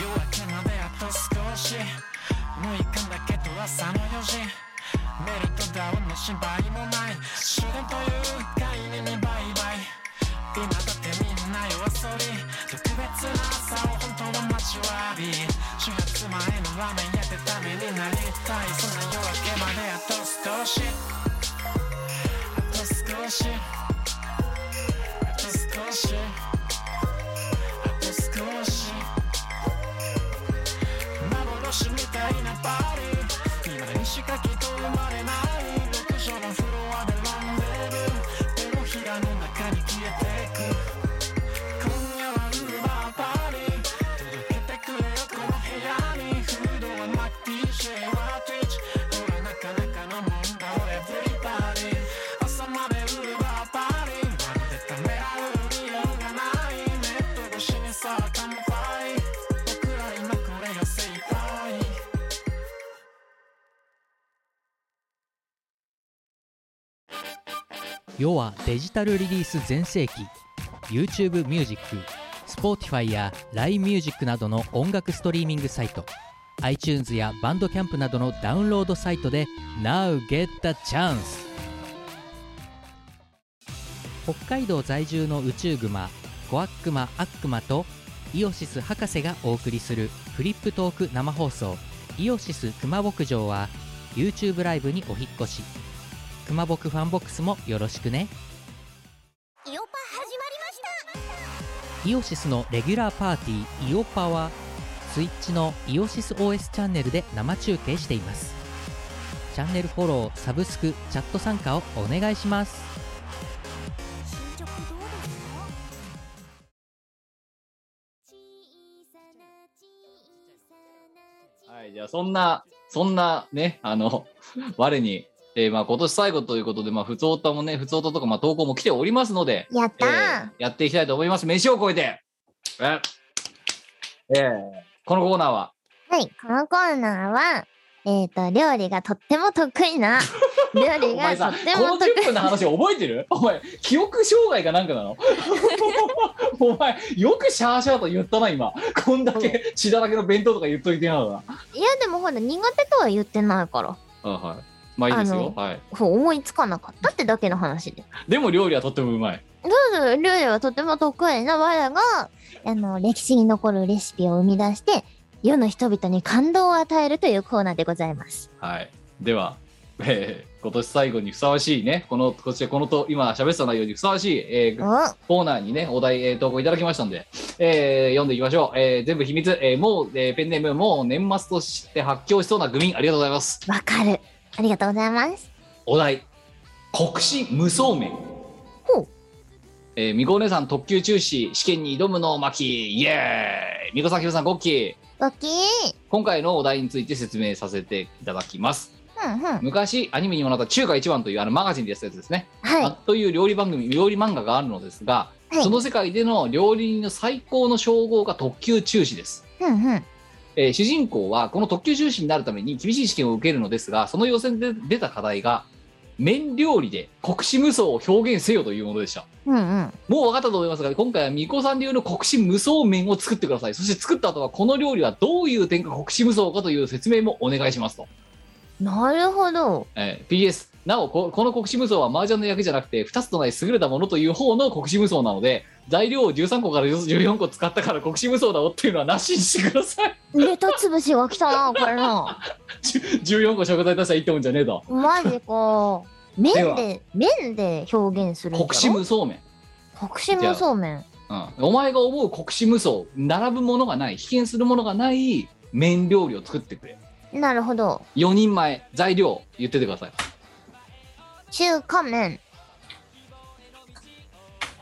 S5: 夜明けまであと少し6日だけど朝の4時メルトダウンの心配もない終電という概念にバイバイ今だってみんな夜遊び特別な朝を本当は待ちわび4月前のラーメン屋でためになりたいそんな夜明けまであと少しあと少しあと少しあと少し幻みたいなパーリー今にしかきっと生まれない6畳のフロアでランデブー手のひらの中に消えてく今夜はウーバーパーリー届けてくれよこの部屋にフードはマッキー J は Twitch ほらなかなかのもんだろ Everybody 朝までウーバーパーリーまるでためらう理由がないネット越しにさあ乾杯僕ら今これが精一杯
S2: 世はデジタルリリース全盛期 YouTube ミュージック Spotify や LINE ミュージックなどの音楽ストリーミングサイト iTunes やバンドキャンプなどのダウンロードサイトで Now get the chance 北海道在住の宇宙グマコアックマアックマとイオシス博士がお送りするフリップトーク生放送「イオシス熊牧場」は YouTube ライブにお引っ越し熊牧ファンボックスもよろしくね
S1: イオパ始まりました
S2: イオシスのレギュラーパーティーイオパはスイッチのイオシス OS チャンネルで生中継していますチャンネルフォローサブスクチャット参加をお願いします
S1: 進捗どうですか小さな小さな
S3: はいじゃあそんなそんなねあの 我に、えーまあ、今年最後ということでまあ普通歌もね普通歌とかまあ投稿も来ておりますので、
S4: やっ
S3: え
S4: たー、
S3: ーやっていきたいと思います飯を超えてええーこのコーナーは
S4: はいこのコーナーはえっ、と料理がとっても得意な料
S3: お
S4: 理
S3: 前
S4: が
S3: さ
S4: とって
S3: こ
S4: も
S3: の
S4: 得
S3: 10
S4: 意
S3: 分の話覚え てるお前記憶障害かなんかなの お前よくシャーシャーと言ったな今こんだけ血だらけの弁当とか言っといてやな
S4: ないやでもほら苦手とは言ってないから
S3: あはいまあいいです
S4: あ
S3: よ
S4: の
S3: はい
S4: そう思いつかなかったってだけの話で
S3: でも料理はとってもうまい
S4: どうぞ料理はとても得意な我らがあの歴史に残るレシピを生み出して世の人々に感動を与えるというコーナーでございます
S3: はいでは、えー今年最後にふさわしいねこのこちらこのと今喋ってた内容にふさわしい、えー
S4: おは
S3: コーナーにね、お題、えー投稿いただきましたんで、えー読んでいきましょう。えー全部秘密、えーもう、えーペンネーム、もう年末として発狂しそうな愚民、ありがとうございます。
S4: わかるありがとうございます
S3: お題、国士無双面。
S4: ほう
S3: えー、みこお姉さん特級中止、試験に挑むの巻、イエーイみこさん、ひろさん、ごっきー
S4: 大きい
S3: 今回のお題について説明させていただきます。
S4: うんうん
S3: 昔、アニメにもなった中華一番というあのマガジンでやったやつですね。あ
S4: は
S3: という料理番組料理漫画があるのですが、
S4: はい
S3: その世界での料理人の最高の称号が特級中止です、
S4: いうんうん
S3: えー主人公はこの特級中止になるために厳しい試験を受けるのですがその予選で出た課題が麺料理で国士無双を表現せよというものでした
S4: うんうん
S3: もう分かったと思いますが今回は巫女さん流の国士無双麺を作ってくださいそして作った後はこの料理はどういう点が国士無双かという説明もお願いしますと
S4: なるほど
S3: えー PS なおここの国士無双は麻雀の役じゃなくて2つとない優れたものという方の国士無双なので材料を13個から14個使ったから国士無双だろっていうのはなしにしてください
S4: ネタ潰しが来たなこれな
S3: 14個食材出したらいいってもんじゃねえだ
S4: マジか麺
S3: で
S4: で麺で表現するんだろ
S3: 国士無双麺、
S4: 国士無そうめん
S3: うん、お前が思う国士無双並ぶものがない被験するものがない麺料理を作ってくれ
S4: なるほど
S3: 4人前材料言っててください
S4: 中華麺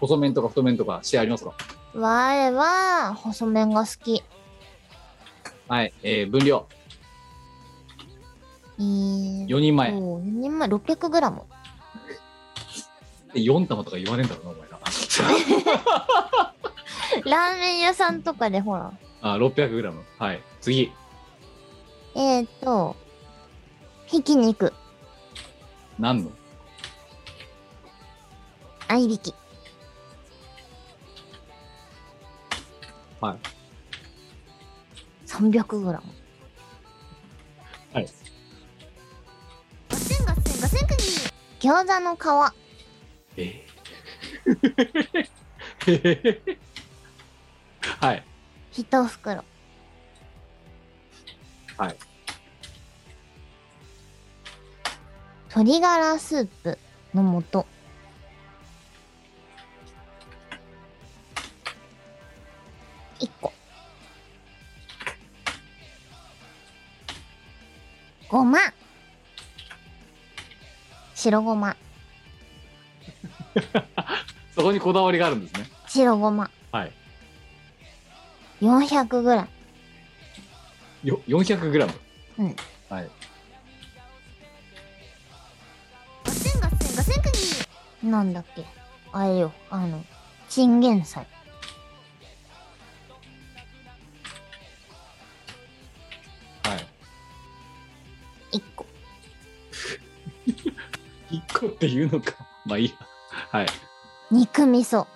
S3: 細麺とか太麺とかしてありますか
S4: 我は細麺が好き
S3: はい、えー分量
S4: えー
S3: 4人前
S4: そう4人前 600g
S3: 4玉とか言わねえんだろうなお前な
S4: ラーメン屋さんとかでほら
S3: あ 600g はい次
S4: えっ、ー、とひき肉
S3: 何の
S4: 合いびき
S3: はい
S4: 300g
S1: ガセンガセンガセンクニー
S4: 餃子の皮
S3: えー はい
S4: 一袋
S3: はい
S4: 鶏ガラスープの素一個ごま白ごま
S3: そこにこだわりがあるんですね
S4: 白ごま
S3: はい
S4: 4 0 0ム
S3: よ 400g
S4: うん
S3: はい
S1: ガセンガセンガセンクニー
S4: なんだっけあれよ、あの、チンゲン菜。
S3: はい
S4: 1個。
S3: 1個っていうのか まあいいやはい
S4: 肉味噌。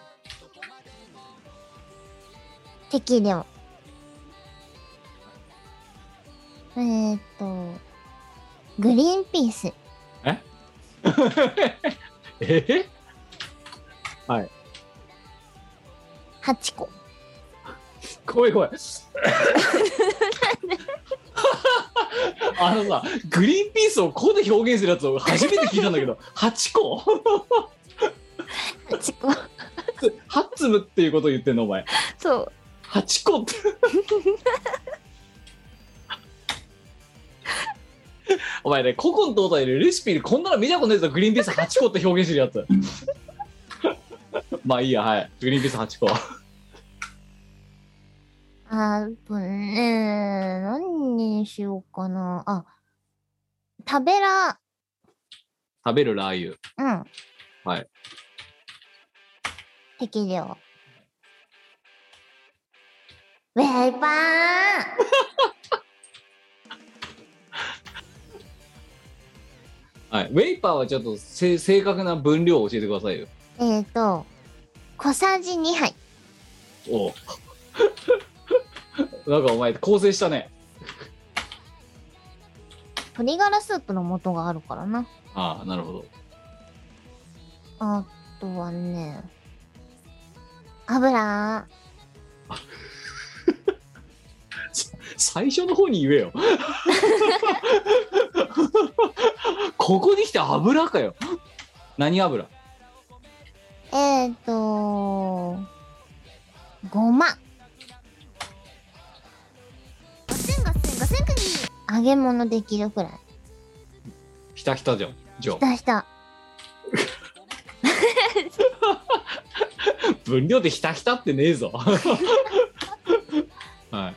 S4: 適量。えーっと、グリーンピース。
S3: え
S4: 8個。
S3: 怖い怖いあのさグリーンピースをこうで表現するやつを初めて聞いたんだけど8 個
S4: 8個。
S3: 8粒っていうことを言ってんのお前
S4: そう。
S3: 8個 ってお前ね古今東西でレシピでこんなの見たことないぞグリーンピース8個って表現してるやつ まあいいやはいグリーンピース8個
S4: あぶねー、何にしようかな。あ、食べら、
S3: 食べるラー油
S4: うん。
S3: はい。
S4: 適量。ウェイパー
S3: はい、ウェイパーはちょっとせ正確な分量を教えてくださいよ。
S4: えっ、と、小さじ2杯。
S3: おう なんかお前構成したね。
S4: 鶏ガラスープの素があるからな。
S3: ああなるほど。
S4: あとはね、油。
S3: 最初の方に言えよ。ここに来て油かよ。何油
S4: えっ、と、ごま。
S1: ガスンガスンガスンクギ
S4: 揚げ物できるくらい。
S3: ひたひたじゃん。じゃあ
S4: 出した。
S3: 分量でひたひたってねえぞ。 は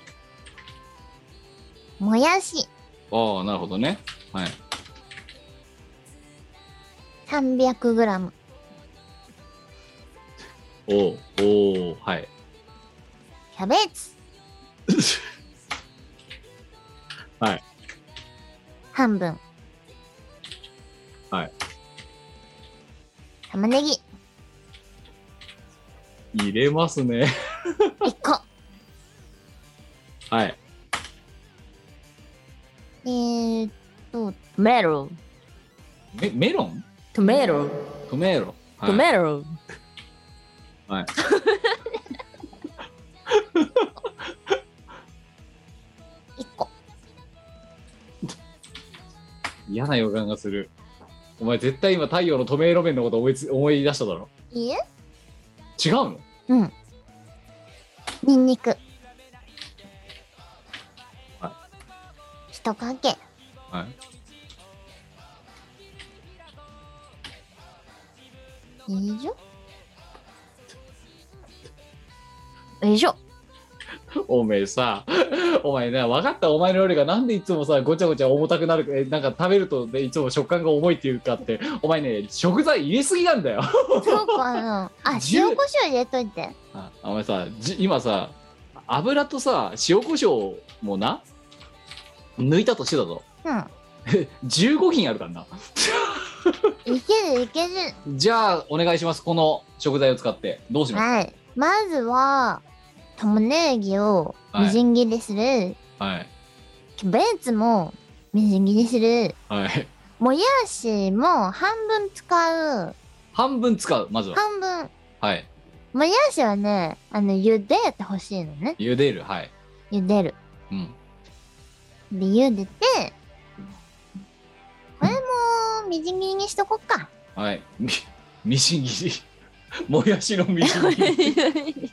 S3: い。
S4: もやし。
S3: ああなるほどね。はい。
S4: 300g。
S3: おうおうはい。
S4: キャベツ。
S3: はい。
S4: 半分。
S3: はい。
S4: 玉ねぎ。1
S3: 入れますね。
S4: 個。
S3: はい。
S4: えーっと、トメロ。
S3: メメロン
S4: トメロ。
S3: トメロ。はい
S4: ロ。
S3: はい。
S4: 1個。
S3: 嫌な予感がする。お前絶対今太陽の透明路面のこと思いつ思い出しただろ。
S4: いいえ
S3: 違うの
S4: うん。ニンニク。
S3: は
S4: 一かけ。
S3: はい。
S4: いいじょ。よい しょ。
S3: おめえさ、お前な、分かったお前の料理がなんでいつもさ、ごちゃごちゃ重たくなるか、えなんか食べると、ね、いつも食感が重いっていうかって、お前ね、食材入れすぎなんだよ。
S4: そうかな。あ、
S3: 十
S4: 塩コショウ入れといて。
S3: あお前さ、じ今さ、油とさ、塩コショウもな、抜いたとしてだぞ。
S4: う
S3: 15品あるからな。
S4: ん。いけるいける。
S3: じゃあ、お願いします。この食材を使って。どうします
S4: はい。まずは、玉ねぎを
S3: はい
S4: みじん切りする。
S3: はい。
S4: キャベツもみじん切りする。
S3: はい。
S4: もやしも半分使う。
S3: 半分使う、まずは。
S4: 半分。
S3: はい。
S4: もやしはね、あの、茹でてほしいのね。
S3: 茹でる、はい。
S4: 茹でる。
S3: うん。
S4: で、茹でて、これもみじん切りにしとこっか。
S3: はい。み、 みじん切り。もやしのみじん切り。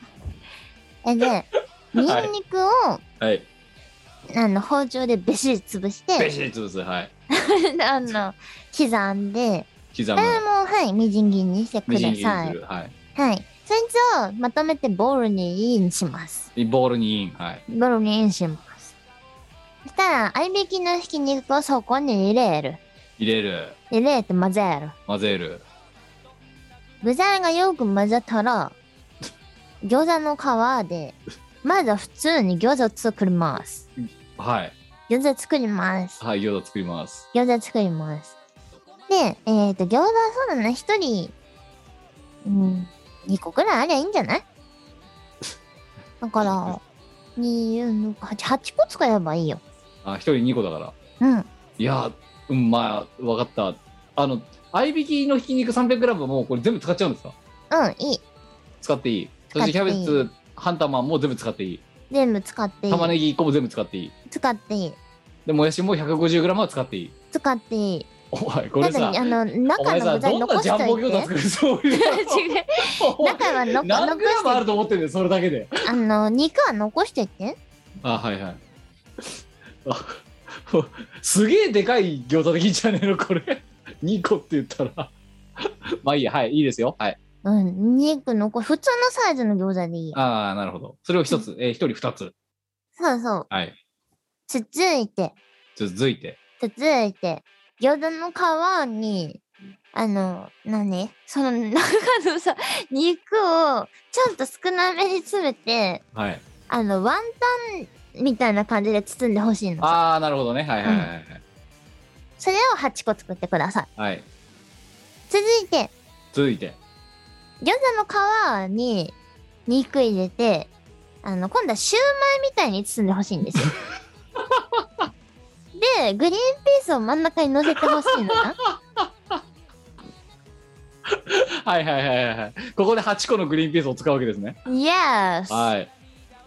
S4: え で、ニンニクを、
S3: はい。
S4: あの、包丁でべしり潰し
S3: べ
S4: て、
S3: しり潰す、はい。
S4: あの、刻んで、
S3: 刻む
S4: こ。れも、はい、みじん切りにしてく
S3: み
S4: だ
S3: じん切り
S4: さ
S3: にす
S4: い。
S3: る。はい。
S4: はい。そいつをまとめてボウルにインします。
S3: ボールにイン、はい。
S4: ボウルにインします。そしたら、合いびきのひき肉をそこに入れる。
S3: 入れる。
S4: 入れて混ぜる。
S3: 混ぜる。
S4: 具材がよく混ざったら、餃子の皮で、まずは普通に餃子を作ります。
S3: はい。
S4: 餃子作ります。
S3: はい、餃子作ります。
S4: 餃子作ります。で、えっ、と、餃子はそうだな、一人、うん、2個くらいありゃいいんじゃ ないだから、2、8、8個使えばいいよ。
S3: あ、一人二個だから。
S4: うん。
S3: いやー、うん、まあ、わかった。あの、合いびきのひき肉 300g はもうこれ全部使っちゃうんですか
S4: うん、いい。
S3: 使っていい。そしてキ
S4: 使
S3: ャ
S4: って
S3: ベ
S4: いい
S3: ツ半玉も全部使っていい。
S4: 全部使っていい。
S3: 玉ねぎ一個も全部使っていい。
S4: 使っていい。
S3: で、もやしも 150g は使っていい。
S4: 使っていい。
S3: お前、こ
S4: た
S3: れ
S4: だ、
S3: さ、
S4: あの、
S3: お
S4: 中
S3: 前
S4: の
S3: さ、
S4: 具材
S3: どんな
S4: 残
S3: ジ
S4: し
S3: ャンボ
S4: とい
S3: 餃子
S4: て。
S3: 作るそういうの。
S4: 違う。
S3: お前
S4: 中はの
S3: 何
S4: 残
S3: グラム
S4: し
S3: あると
S4: て
S3: 思ってんだよ、それだけで。
S4: あの肉は残してって
S3: あ、はいはい。 あほすげえでかい餃子できんじゃねえの、これ。2個って 言ったら。 まあいいや、はい、いいですよ。はい。
S4: うん肉残普通のサイズの餃子でいい
S3: ああ、なるほど。それを1つ、えー、1人2つ。
S4: そうそう
S3: はい。
S4: つついて
S3: 続いて。
S4: つついて餃子の皮にあの何その中のさ肉をちょっと少なめに詰めて
S3: はい。
S4: あのワンタンみたいな感じで包んでほしいの
S3: ああ、なるほどね。はいはいはいはい。
S4: それを8個作ってください。
S3: はい。
S4: 続いて、
S3: 続いて。
S4: 餃子の皮に肉入れて、あの、今度はシューマイみたいに包んでほしいん ですよ。で、グリーンピースを真ん中に乗せてほしいの な。
S3: はいはいはいはいはい。ここで8個のグリーンピースを使うわけですね。
S4: Yes!
S3: はい。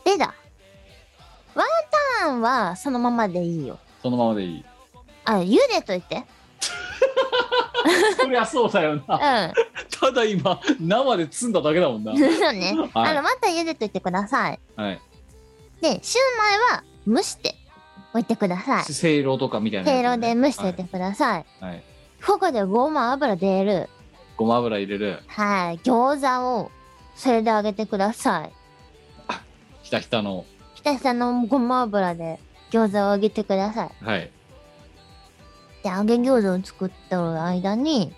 S4: でだ。ワンタンはそのままでいいよ。
S3: そのままでいい。
S4: あ、茹でといて。
S3: そりゃそうだよ
S4: う
S3: な。
S4: ん。
S3: ただ今、生で積んだだけだもんな。
S4: そう ね。
S3: はい
S4: あの、また茹でといてください。
S3: はい。
S4: で、シューマイは蒸しておいてください。
S3: せいろとかみたいな
S4: せい
S3: や
S4: ろ
S3: つね、
S4: で蒸しておいてください。
S3: はい。はい。
S4: ここでごま油出る。
S3: ごま油入れる。
S4: はい。餃子をそれで揚げてください。
S3: ひたひたの。
S4: ひたひたのごま油で餃子を揚げてください。
S3: はい。
S4: で、揚げ餃子を作ってる間に、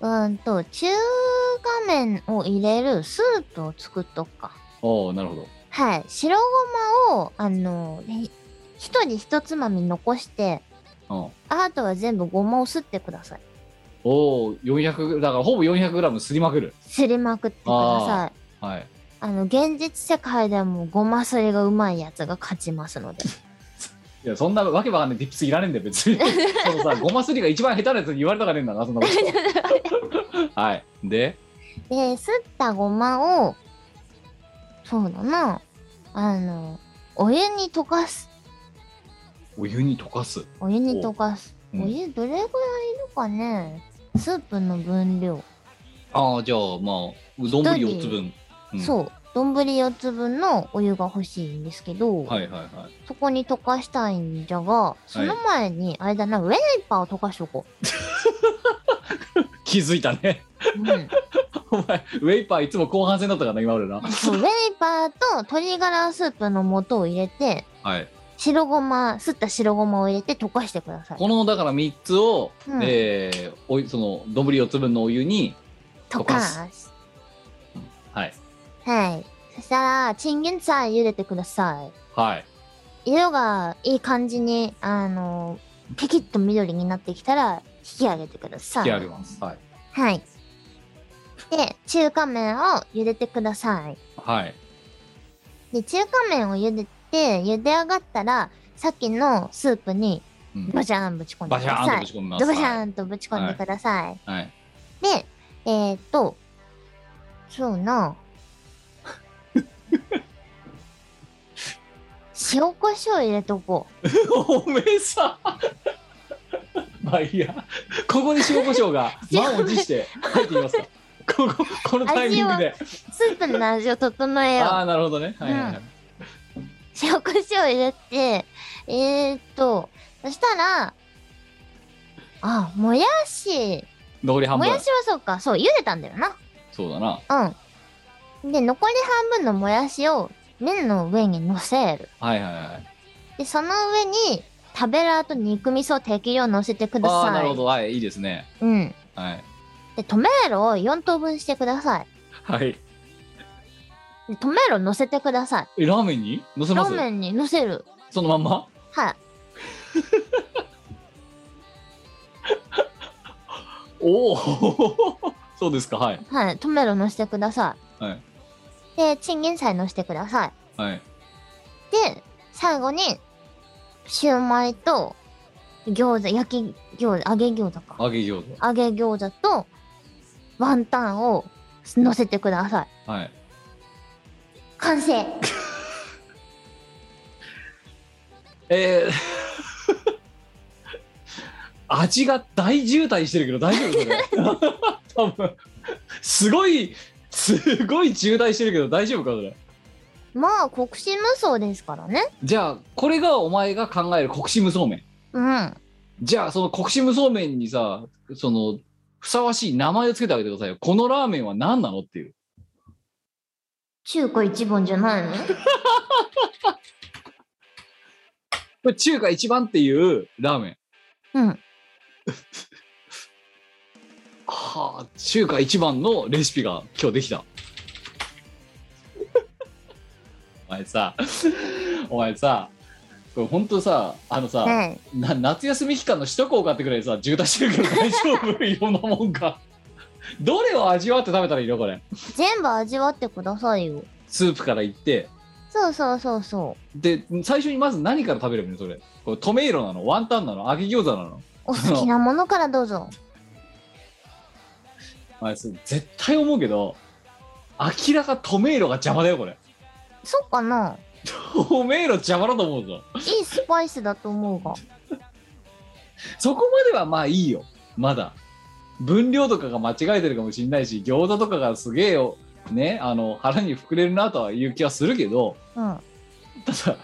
S4: うーんと、中華麺を入れるスープを作っとくか。
S3: おおなるほど。
S4: はい。白ごまを、あの、ね一人一つまみ残して、
S3: うん。
S4: あとは全部ごまをすってください。
S3: おお400、だからほぼ 400g すりまくる。
S4: すりまくってください。
S3: はい。
S4: あの、現実世界ではもうごますりがうまいやつが勝ちますので。
S3: いや、そんなわけわかんないディップスいらねえんだよ、別 に。そのさ、ごますりが一番下手なやつに言われたかねえんだな、そんな こと。はい。で、
S4: で、すったごまを、そうだな、あの、お湯に溶かす。
S3: お湯に溶かす。
S4: お湯に溶かす。
S3: おうん
S4: お湯どれぐらいいるかねスープの分量。
S3: ああ、じゃあ、まあ、うどんぶり4つ分。うん
S4: そう。丼4つ分のお湯が欲しいんですけど、
S3: はいはいはい。
S4: そこに溶かしたいんじゃが、その前に、あれだな、ウェイパーを溶かしとこ
S3: 気づいたね。
S4: う。うん。
S3: お前、ウェイパーいつも後半戦だったからな、今までな。
S4: そうウェイパーと鶏ガラスープの素を入れて、
S3: はい。
S4: 白ごま、すった白ごまを入れて溶かしてください。
S3: この、だから3つを、
S4: うん
S3: えーおいその、丼4つ分のお湯に、
S4: 溶
S3: 溶か
S4: か
S3: す
S4: す。
S3: はい。
S4: はい。そしたら、チンゲン菜茹でてくださ
S3: はい。
S4: い。色がいい感じに、あの、ピキッと緑になってきたら、引き上げてくださ
S3: 引
S4: い。
S3: き上げます。はい。
S4: はい。で、中華麺を茹でてください。
S3: はい。
S4: で、中華麺を茹でて、茹で上がったら、さっきのスープに、
S3: うん
S4: バシャーンぶち込んで
S3: バ
S4: く
S3: シャ
S4: だ
S3: ーン
S4: さい。
S3: とぶち込みます。
S4: ドバシ
S3: は
S4: ャ
S3: い
S4: ーンとぶち込んでください。
S3: はい。
S4: で、えー、っと、そう な。塩コショウ入れとこう。
S3: おめえさまあいいやここに塩コショウが満を持して入ってきますかこここのタイミングで
S4: スープの味を整えよ
S3: あ
S4: う。
S3: あーなるほどねはいはいはい、
S4: 塩コショウ入れて、えー、っと、そしたら、あ、もやし。
S3: 残り半
S4: も
S3: 分
S4: やしはそうか。そう、茹でたんだよ
S3: そうだな
S4: な。うん。で、残り半分のもやしを麺の上に乗せる。
S3: はいはいはい
S4: で、その上に、食べらと肉味噌を適量乗せてくだ
S3: あ
S4: さい。
S3: あなるほどはいいいですね
S4: うん。
S3: はい
S4: で、トメールを4等分してください。
S3: はい
S4: で、トメールを乗せてください。
S3: えラーメンにのせま
S4: ラ
S3: す
S4: ーメンに乗せる。
S3: そのまんま
S4: はい。
S3: おお そうですかはい
S4: はい。トメールを乗せてください。
S3: はい
S4: で、チンゲン菜乗せてください。
S3: はい
S4: で、最後に、シューマイと、餃子、焼き餃子、揚げ餃子か。
S3: 揚げ餃子
S4: 揚げ餃子と、ワンタンを乗せてください。
S3: はい
S4: 完成。
S3: えー味が大渋滞してるけど大丈夫それ多分すごいすごい渋滞してるけど大丈夫かそれ
S4: まあ、国士無双ですからね。
S3: じゃあこれがお前が考える国士無そうめん
S4: うん。
S3: じゃあその国士無そうめんにさそのふさわしい名前をつけてあげてくださいよこのラーメンは何なのっていう
S4: 中華一番じゃないの
S3: これ中華一番っていうラーメン
S4: うん。
S3: はあ中華一番のレシピが今日できた お前さお前さこれ本当さあのさ、
S4: はい。
S3: な夏休み期間の首都高かってくらいさ渋滞してるけど大丈夫いろんなもんか どれを味わって食べたらいいのこれ
S4: 全部味わってくださいよ。
S3: スープからいって
S4: そうそうそうそ
S3: で最初にまず何から食べればいいのそれこれトメイロなのワンタンなの揚げ餃子なの
S4: う。お好きなものからどうぞ。
S3: あれそう絶対思うけど明らかトメイロが邪魔だよこれ
S4: そうかな
S3: トメイロ邪魔だと思うぞ
S4: いいスパイスだと思うが。
S3: そこまではまあいいよまだ分量とかが間違えてるかもしれないし餃子とかがすげえよねあの腹に膨れるなとはいう気はするけど
S4: うん。
S3: ただ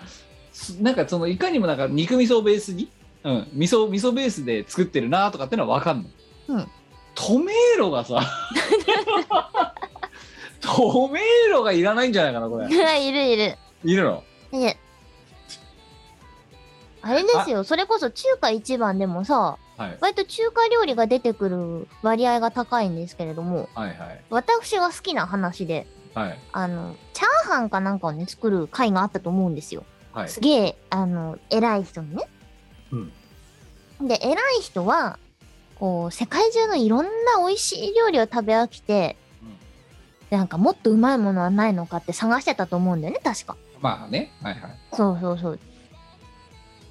S3: すなんかそのいかにもなんか肉味噌ベースに、うん、味噌味噌ベースで作ってるなとかってのは分かんない、
S4: うん、
S3: トメーロがさトメーロがいらないんじゃないかな これ
S4: いるいる。
S3: いるの
S4: いる。あれですよ、それこそ中華一番でもさ、
S3: はい
S4: 割と中華料理が出てくる割合が高いんですけれども、
S3: はいはい
S4: 私が好きな話で、
S3: はい
S4: あの、チャーハンかなんかをね、作る会があったと思うんですよ。
S3: はい
S4: すげえ、あの、偉い人のね。で、偉い人は、こう、世界中のいろんな美味しい料理を食べ飽きて、
S3: うん
S4: なんかもっとうまいものはないのかって探してたと思うんだよね、確か。
S3: まあねはいはい
S4: そうそうそう。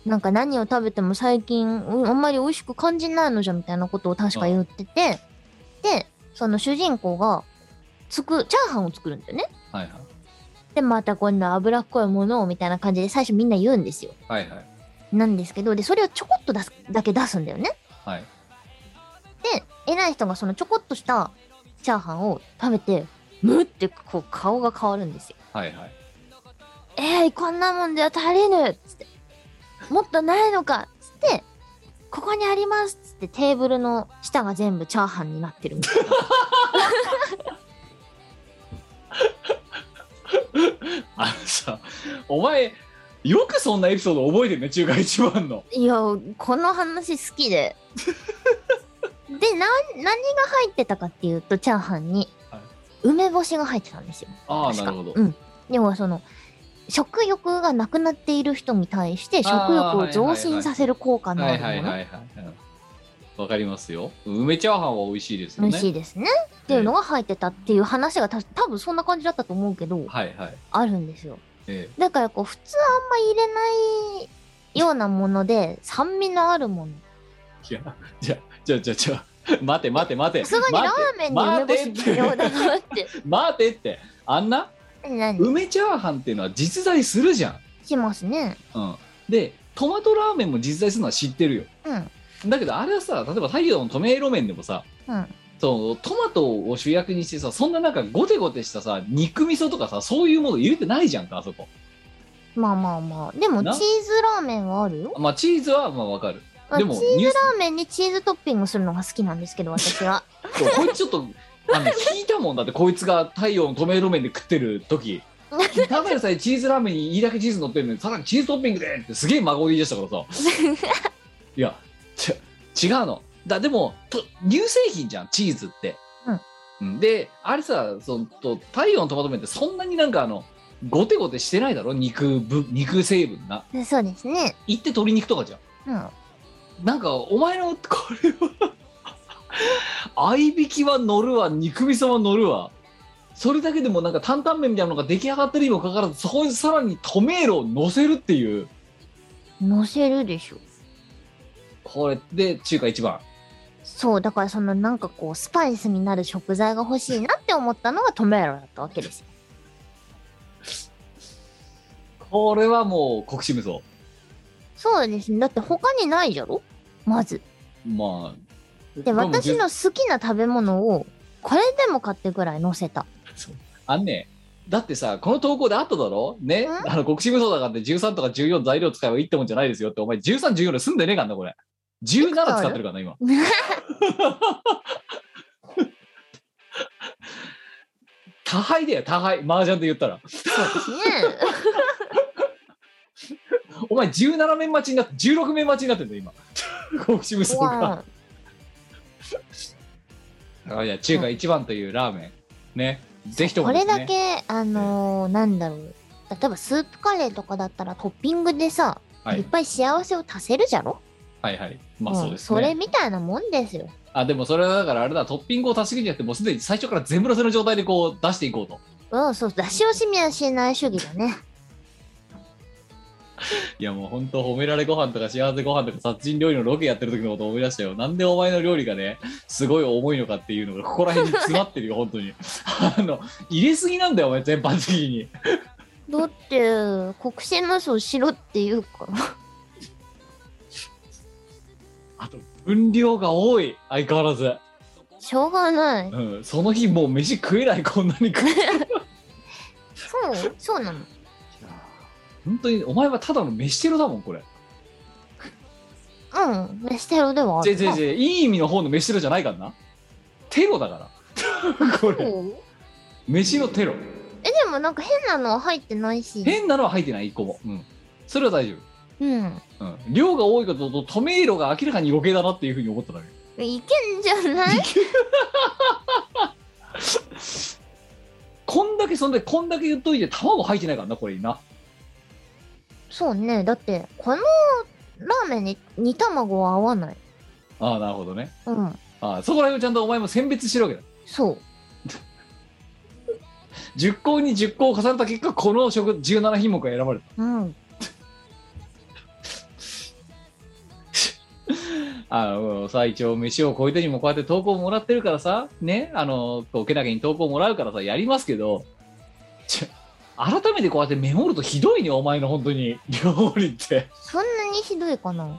S4: なんか何を食べても最近、うんあんまり美味しく感じないのじゃみたいなことを確か言ってて、で、その主人公が、つく、チャーハンを作るんだよね。
S3: はいはい
S4: で、また今度は脂っこいものをみたいな感じで最初みんな言うんですよ。
S3: はいはい
S4: なんですけど、で、それをちょこっと出す、だけ出すんだよね。
S3: はい
S4: で、偉い人がそのちょこっとしたチャーハンを食べて、むってこう顔が変わるんですよ。
S3: はいはい
S4: えー、こんなもんでは足りぬっつって。もっとないのかっつって、ここにありますっつってテーブルの下が全部チャーハンになってるみたいな。
S3: あのさお前よくそんなエピソード覚えてるね中華一番の
S4: いや、この話好きで。で、な、何が入ってたかっていうと、チャーハンに
S3: はい、
S4: 梅干しが入ってたんですよ。
S3: ああ
S4: 確
S3: な
S4: か
S3: るほど、
S4: うん。要はその、食欲がなくなっている人に対して食欲を増進させる効果の
S3: は
S4: あ
S3: い
S4: る
S3: はい
S4: も
S3: は
S4: の。
S3: いはいうんわかりますよ梅チャーハンは美味しいですよ
S4: 美
S3: ね
S4: 味しいですね。っていうのが入ってたっていう話がた多分そんな感じだったと思うけど、
S3: はいはい
S4: あるんですよ。
S3: え
S4: だからこう、普通あんま入れないようなもので、酸味のあるもの。
S3: えいやじゃじゃじゃじゃ待て待て待て
S4: さすがにラ
S3: 待
S4: ーメンに梅干し微妙だなって。
S3: て待てってあんな
S4: 何
S3: 梅チャーハンっていうのは実在するじゃ
S4: しますね。
S3: ん、うん、でトマトラーメンも実在するのは知ってるよ
S4: うん。
S3: だけどあれはさ例えば太陽のトメイロ麺でもさ
S4: うん。
S3: そうトマトを主役にしてさそんななんかゴテゴテしたさ肉味噌とかさそういうもの入れてないじゃんかあそこ
S4: まあまあまあ。でも、チ
S3: な
S4: ーズラーメンはあるよ。
S3: まあチーズはまあわかる
S4: まあ
S3: でも
S4: チー
S3: ニュース
S4: ラーメンにチーズトッピングするのが好きなんですけど、私 は。
S3: そうこいつちょっとあ の引いたもんだってこいつが太陽の透明路面で食ってる時ただでさえチーズラーメンにいいだけチーズ乗ってるのにさらにチーズトッピングでってすげえ孫言い出したからさ いやち違うのだでもと乳製品じゃんチーズって、うん、であれさそのと太陽のトマト麺ってそんなになんかあのゴテゴテしてないだろ肉ぶ肉成分な
S4: そうですね。
S3: いって鶏肉とかじゃん
S4: うん。
S3: なんかお前のこれは 合いびきは乗るわ肉味噌は乗るわそれだけでもなんか担々麺みたいなのが出来上がってるにもかかわらずそこにさらにトメーロを乗せるっていう
S4: 乗せるでしょ。
S3: これで中華一番
S4: そう、だからそのなんかこう、スパイスになる食材が欲しいなって思ったのがトメーロだったわけですよ。
S3: これはもう国士無双
S4: そうですね。だって他にないじゃろまず。
S3: まあ
S4: で、私の好きな食べ物を、これでもかってぐらい乗せた。
S3: あんねだってさこの投稿であっただろね
S4: ん
S3: あの国士無双だからって13とか14材料使えばいいってもんじゃないですよってお前1314で済んでねえかんなこれ17使ってるからな 今多敗だよ多敗麻雀で言ったら
S4: ね
S3: お前17面待ちになって16面待ちになってん だよ今国士無
S4: え。
S3: 双が
S4: わ
S3: あいや中華一番というラーメンねぜひと
S4: こ
S3: もで
S4: れ
S3: すね
S4: だけ、あのー、なんだろう。例えばスープカレーとかだったらトッピングでさ、
S3: はいい
S4: っぱい幸せを足せるじゃろ、
S3: はいはいまあそうです
S4: んそれ
S3: ね、
S4: みたいなもんですよ
S3: あでもそれはだからあれだトッピングを足しすぎじゃなくてもうすでに最初から全部のせの状態でこう出していこうと
S4: うんそう出し惜しみはしない主義だ ね
S3: いやもう本当褒められご飯とか幸せご飯とか殺人料理のロケやってる時のことを思い出したよ。なんでお前の料理がね、すごい重いのかっていうのがここら辺に詰まってるよ、本当に。 あの、入れすぎなんだよ、お前全般的に。
S4: だって国士無双しろって言うから
S3: あと、分量が多い、相変わらず。
S4: しょうがない
S3: うん、その日もう飯食えない、こんなに食う。いや
S4: そうそうなの
S3: 本当に、お前はただの飯テロだもん、これ。
S4: うん飯テロではあ
S3: 違う
S4: る
S3: 違う違う、いい意味の方の飯テロじゃないからな。テロだから。 これ、
S4: そう
S3: 飯のテロ。
S4: えでもなんか変なのは入ってないし
S3: 変なのは入ってない、一個も。うん。それは大丈夫。
S4: うん
S3: うん、量が多いことと止め色が明らかに余計だなっていうふうに思っただけ
S4: いけんじゃない
S3: こんだけそんでこんだけ言っといて卵入ってないからなこれな
S4: そうねだってこのラーメンに煮卵は合わない
S3: ああなるほどね
S4: うん
S3: ああそこら辺をちゃんとお前も選別してるわけだ
S4: そう
S3: 10項に10項を重ねた結果この食17品目が選ばれた
S4: うん
S3: あの最長飯を超えてにもこうやって投稿もらってるからさねあのこうけなげに投稿もらうからさやりますけどちょ改めてこうやってメモるとひどいねお前の本当に 料理って
S4: そんなにひどいかな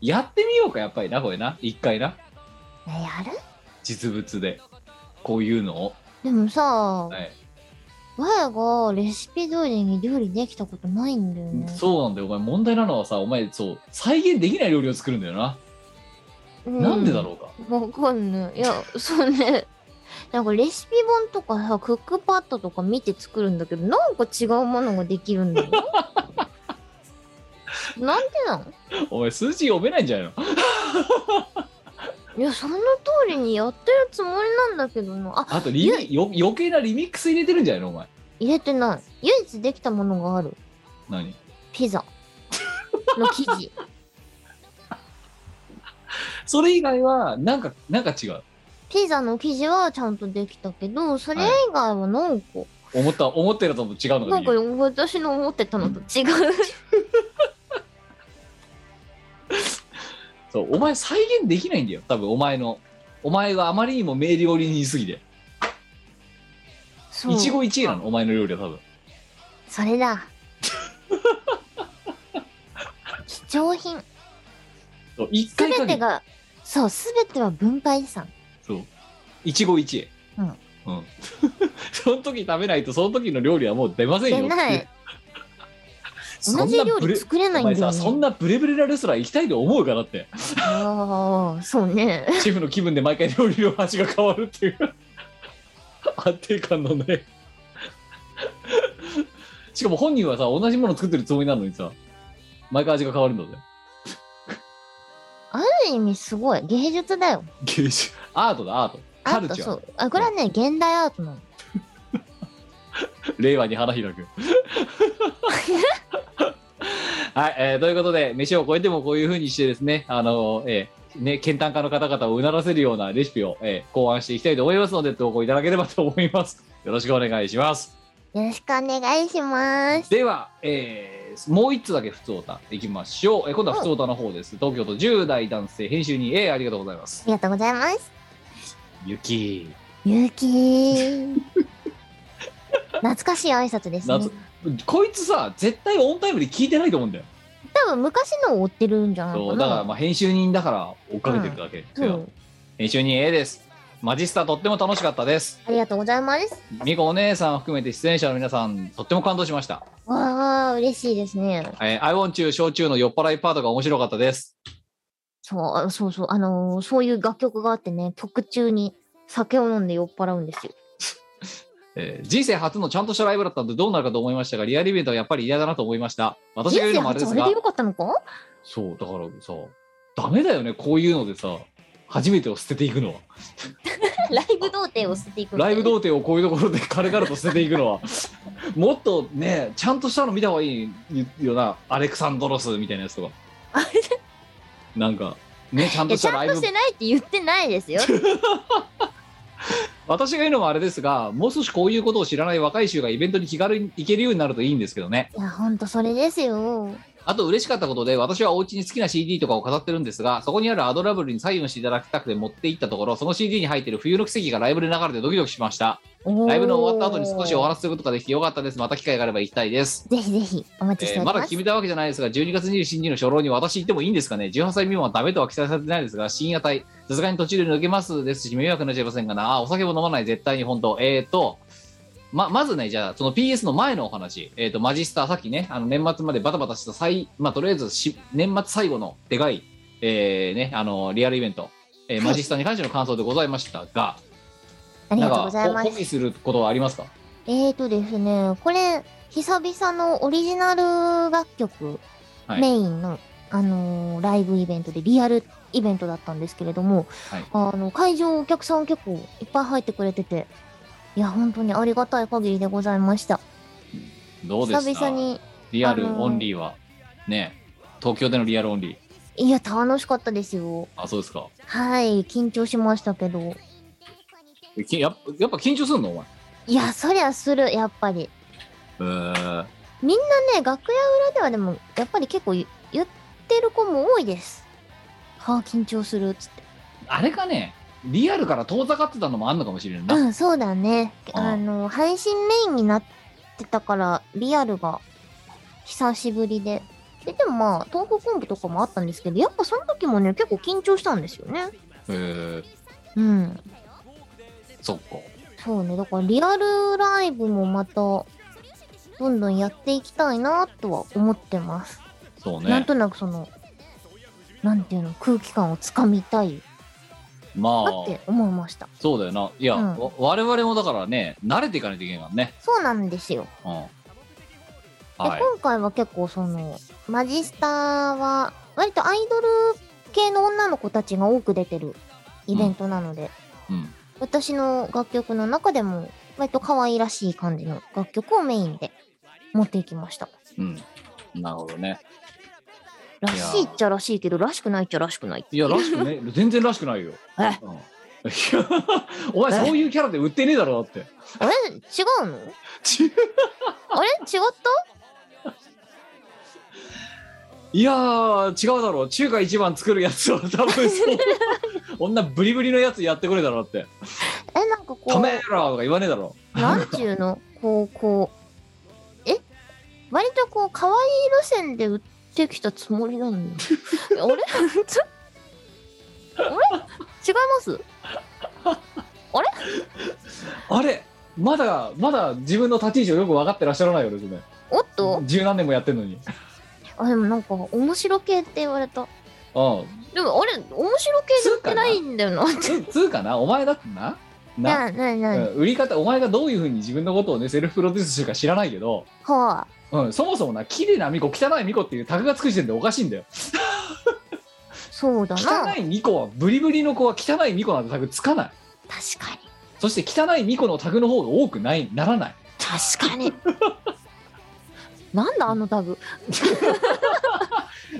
S3: やってみようかやっぱりなこれな一回な
S4: やる
S3: 実物でこういうのを
S4: でもさ
S3: はい
S4: 我がレシピ通りに料理できたことないんだよね
S3: そうなんだよお前問題なのはさお前そう再現できない料理を作るんだよな、
S4: う
S3: なんでだろうか
S4: わかんないいやそうねなんかレシピ本とかさクックパッドとか見て作るんだけどなんか違うものができるんだ よなんでなの
S3: お前数字読めないんじゃないの
S4: いやその通りにやってるつもりなんだけどなあ
S3: あとリミよ余計なリミックス入れてるんじゃないのお前
S4: 入れてない唯一できたものがある
S3: 何
S4: ピザの生 地
S3: それ以外はなんかなんか違う
S4: ピザの生地はちゃんとできたけどそれ以外はなんか、
S3: 思った思ってるのと違うのが
S4: なん
S3: でき
S4: か
S3: る
S4: 私の思ってたのと違う
S3: そうお前再現できないんだよ多分お前のお前があまりにも名料理人すぎて
S4: そう
S3: 一期一会なのお前の料理は多分
S4: それだ 貴重品
S3: そう一
S4: す
S3: 回
S4: べ
S3: 限
S4: て
S3: り
S4: がそうすべては分配さん
S3: そう一期一会うん、 その時食べないとその時の料理はもう出ませんよ
S4: でな
S3: って
S4: いう同じ料
S3: そんなブレ
S4: 理作れない
S3: お
S4: んだ
S3: 前
S4: よ、ね、
S3: さそんなブレブレなレストラン行きたいと思うかだって
S4: ああそうね
S3: シェフの気分で毎回料理の味が変わるっていう 安定感のねしかも本人はさ同じもの作ってるつもりなのにさ毎回味が変わるんだぜ
S4: ある意味すごい芸術だよ
S3: 芸術アートだアートカ
S4: あ
S3: ル
S4: と
S3: チャ
S4: そ
S3: ー
S4: うあこれはね現代アートなの
S3: 令和に花開く はい、えーということで飯を超えてもこういうふうにしてですねあのえーね、健談家の方々をうならせるようなレシピを、えー考案していきたいと思いますので投稿いただければと思います よろしくお願いします
S4: よろしくお願いします
S3: では、えーもう一つだけ普通歌いきましょう、えー今度は普通歌の方です東京都10代男性編集に A ありがとうございま
S4: あ
S3: す
S4: りがとうございます
S3: 雪
S4: ゆき ー懐かしい挨拶ですね
S3: 夏こいつさ絶対オンタイムで聞いてないと思うんだよ、
S4: 多分昔のを追ってるんじゃない
S3: そ
S4: か
S3: う
S4: な
S3: だからまあ編集人だから追っかけてるだけ、
S4: そ
S3: そうう編集人 A ですマジスタとっても楽しかったです
S4: ありがとうございます
S3: みこお姉さんを含めて出演者の皆さんとっても感動しました、
S4: わあ嬉しいですね
S3: えー、I want you 焼酎の酔っ払いパートが面白かったです
S4: そうあそうそうあのーそういう楽曲があってね曲中に酒を飲んで酔っ払うんですよ
S3: えー人生初のちゃんとしたライブだったのでどうなるかと思いましたがリアルイベントはやっぱり嫌だなと思いました私が言うのもあれです
S4: 人生初あ
S3: が
S4: れでよかったのか
S3: そうだからさダメだよねこういうのでさ初めてを捨てていくのは
S4: ライブ童貞を捨てていくみたい
S3: ラ
S4: な
S3: イブ童貞をこういうところで軽々と捨てていくのは もっとねちゃんとしたの見た方がいいよなアレクサンドロスみたいなやつとか
S4: あれ
S3: なんかねちゃん
S4: いや
S3: とし
S4: ち
S3: た
S4: ゃ
S3: ラ
S4: ん
S3: イ
S4: と
S3: ブ
S4: してないって言ってないですよ
S3: 私が言うのもあれですがもう少しこういうことを知らない若い衆がイベントに気軽に行けるようになるといいんですけどね
S4: いやほんとそれですよ
S3: あと嬉しかったことで私はお家に好きな CD とかを飾ってるんですがそこにあるアドラブルにサインをしていただきたくて持って行ったところその CD に入ってる冬の奇跡がライブで流れてドキドキしましたラ
S4: ラ
S3: イブの終わった後に少しお話しすることができてよかったですまた機会があれば行きたいです
S4: ぜひぜひお待ちして
S3: え
S4: お
S3: ー
S4: り
S3: まだ
S4: ます、
S3: 決めたわけじゃないですが、12月27日の初老に私行ってもいいんですかね ?18 歳未満はダメとは記載されてないですが、深夜帯、さすがに途中で抜けますですし、迷惑になっちゃいませんがな、あーお酒も飲まない、絶対に本当。えーと、ま、まずね、じゃあ、その PS の前のお話、えーと、マジスター、さっきね、あの、年末までバタバタした最、まあ、とりあえずし、年末最後のでかい、えーね、あの、リアルイベント、えーマジスターに関しての感想でございましたが、
S4: あり
S3: な
S4: が
S3: ん
S4: とうご
S3: か、
S4: ざいま
S3: コ
S4: す
S3: ピーすることはありますか
S4: えーとですね、これ、久々のオリジナル楽曲、
S3: はい
S4: メインの、あのーライブイベントで、リアルイベントだったんですけれども、
S3: はい
S4: あの会場お客さん結構いっぱい入ってくれてて、いや、本当にありがたい限りでございました。
S3: どうで
S4: 久
S3: す
S4: 々
S3: か
S4: に、
S3: リア
S4: あ
S3: ル
S4: のー
S3: オンリーは、ね、東京でのリアルオンリー。
S4: いや、楽しかったですよ。
S3: あ、そうですか。
S4: はい、緊張しましたけど。
S3: えきやっぱやっぱ緊張するのお前。
S4: いや、そりゃする、やっぱり。
S3: えー、
S4: ね、楽屋裏ではでも、やっぱり結構言言ってる子も多いです。はあ、緊張する、つって。
S3: あれかね、リアルから遠ざかってたのもあんのかもしれんな。
S4: うん、そうだね。
S3: うん
S4: あの、配信メインになってたから、リアルが久しぶりで。で、でもまあ、東北本部とかもあったんですけど、やっぱその時もね、結構緊張したんですよね。
S3: えー、
S4: うん。
S3: そっか。
S4: そうね。だから、リアルライブもまた、どんどんやっていきたいなとは思ってます。
S3: そ
S4: な
S3: う
S4: ん
S3: ね。
S4: となくその、なんていうの、空気感をつかみたい
S3: ま
S4: なっ
S3: あ
S4: て、思いました。
S3: そうだよな。いや、
S4: うん
S3: わ我々もだからね、慣れていかないといけないからね。
S4: そうなんですよ。
S3: うん。
S4: で
S3: はい。
S4: 今回は結構そのマジスターは割とアイドル系の女の子たちが多く出てるイベントなので、
S3: うん。
S4: 私の楽曲の中でも割と可愛らしい感じの楽曲をメインで持っていきました
S3: うん。なるほどね。
S4: らしいっちゃらしいけどらしくないっちゃらしくない
S3: いや、らし くね、全然らしくないよ。
S4: え
S3: うん、い やお前、そういうキャラで売ってねえだ ろ、だって。
S4: あれ違うのあれ違った
S3: いやー違うだろう中華一番作るやつは多分そう女ブリブリのやつやってくれだろうって
S4: えなんかこ
S3: 「カメ
S4: う
S3: ラ!」とか言わねえだろ
S4: なんちゅうのこうこうえ割とこう可愛い路線で売ってきたつもりなのにあれあれ違います
S3: あれまだまだ自分の立ち位置をよく分かってらっしゃらないようですね
S4: おっと
S3: 十何年もやってんのに
S4: あでもなんか面白系って言われた
S3: うん
S4: でもあれ面白系で売ってないんだよな
S3: つつうかなお前だってな
S4: なな
S3: な、
S4: な
S3: うん
S4: な
S3: 売り方お前がどういうふうに自分のことをねセルフプロデュースしてるか知らないけど、
S4: はあ
S3: うん、そもそもな綺麗な巫女汚い巫女っていうタグがつく時点でおかしいんだよ
S4: そうだな
S3: 汚
S4: 確
S3: い巫女はブリブリの子は汚い巫女なんてタグつかない
S4: かに
S3: そして汚い巫女のタグの方が多くないならない
S4: 確かに なんだあのタグ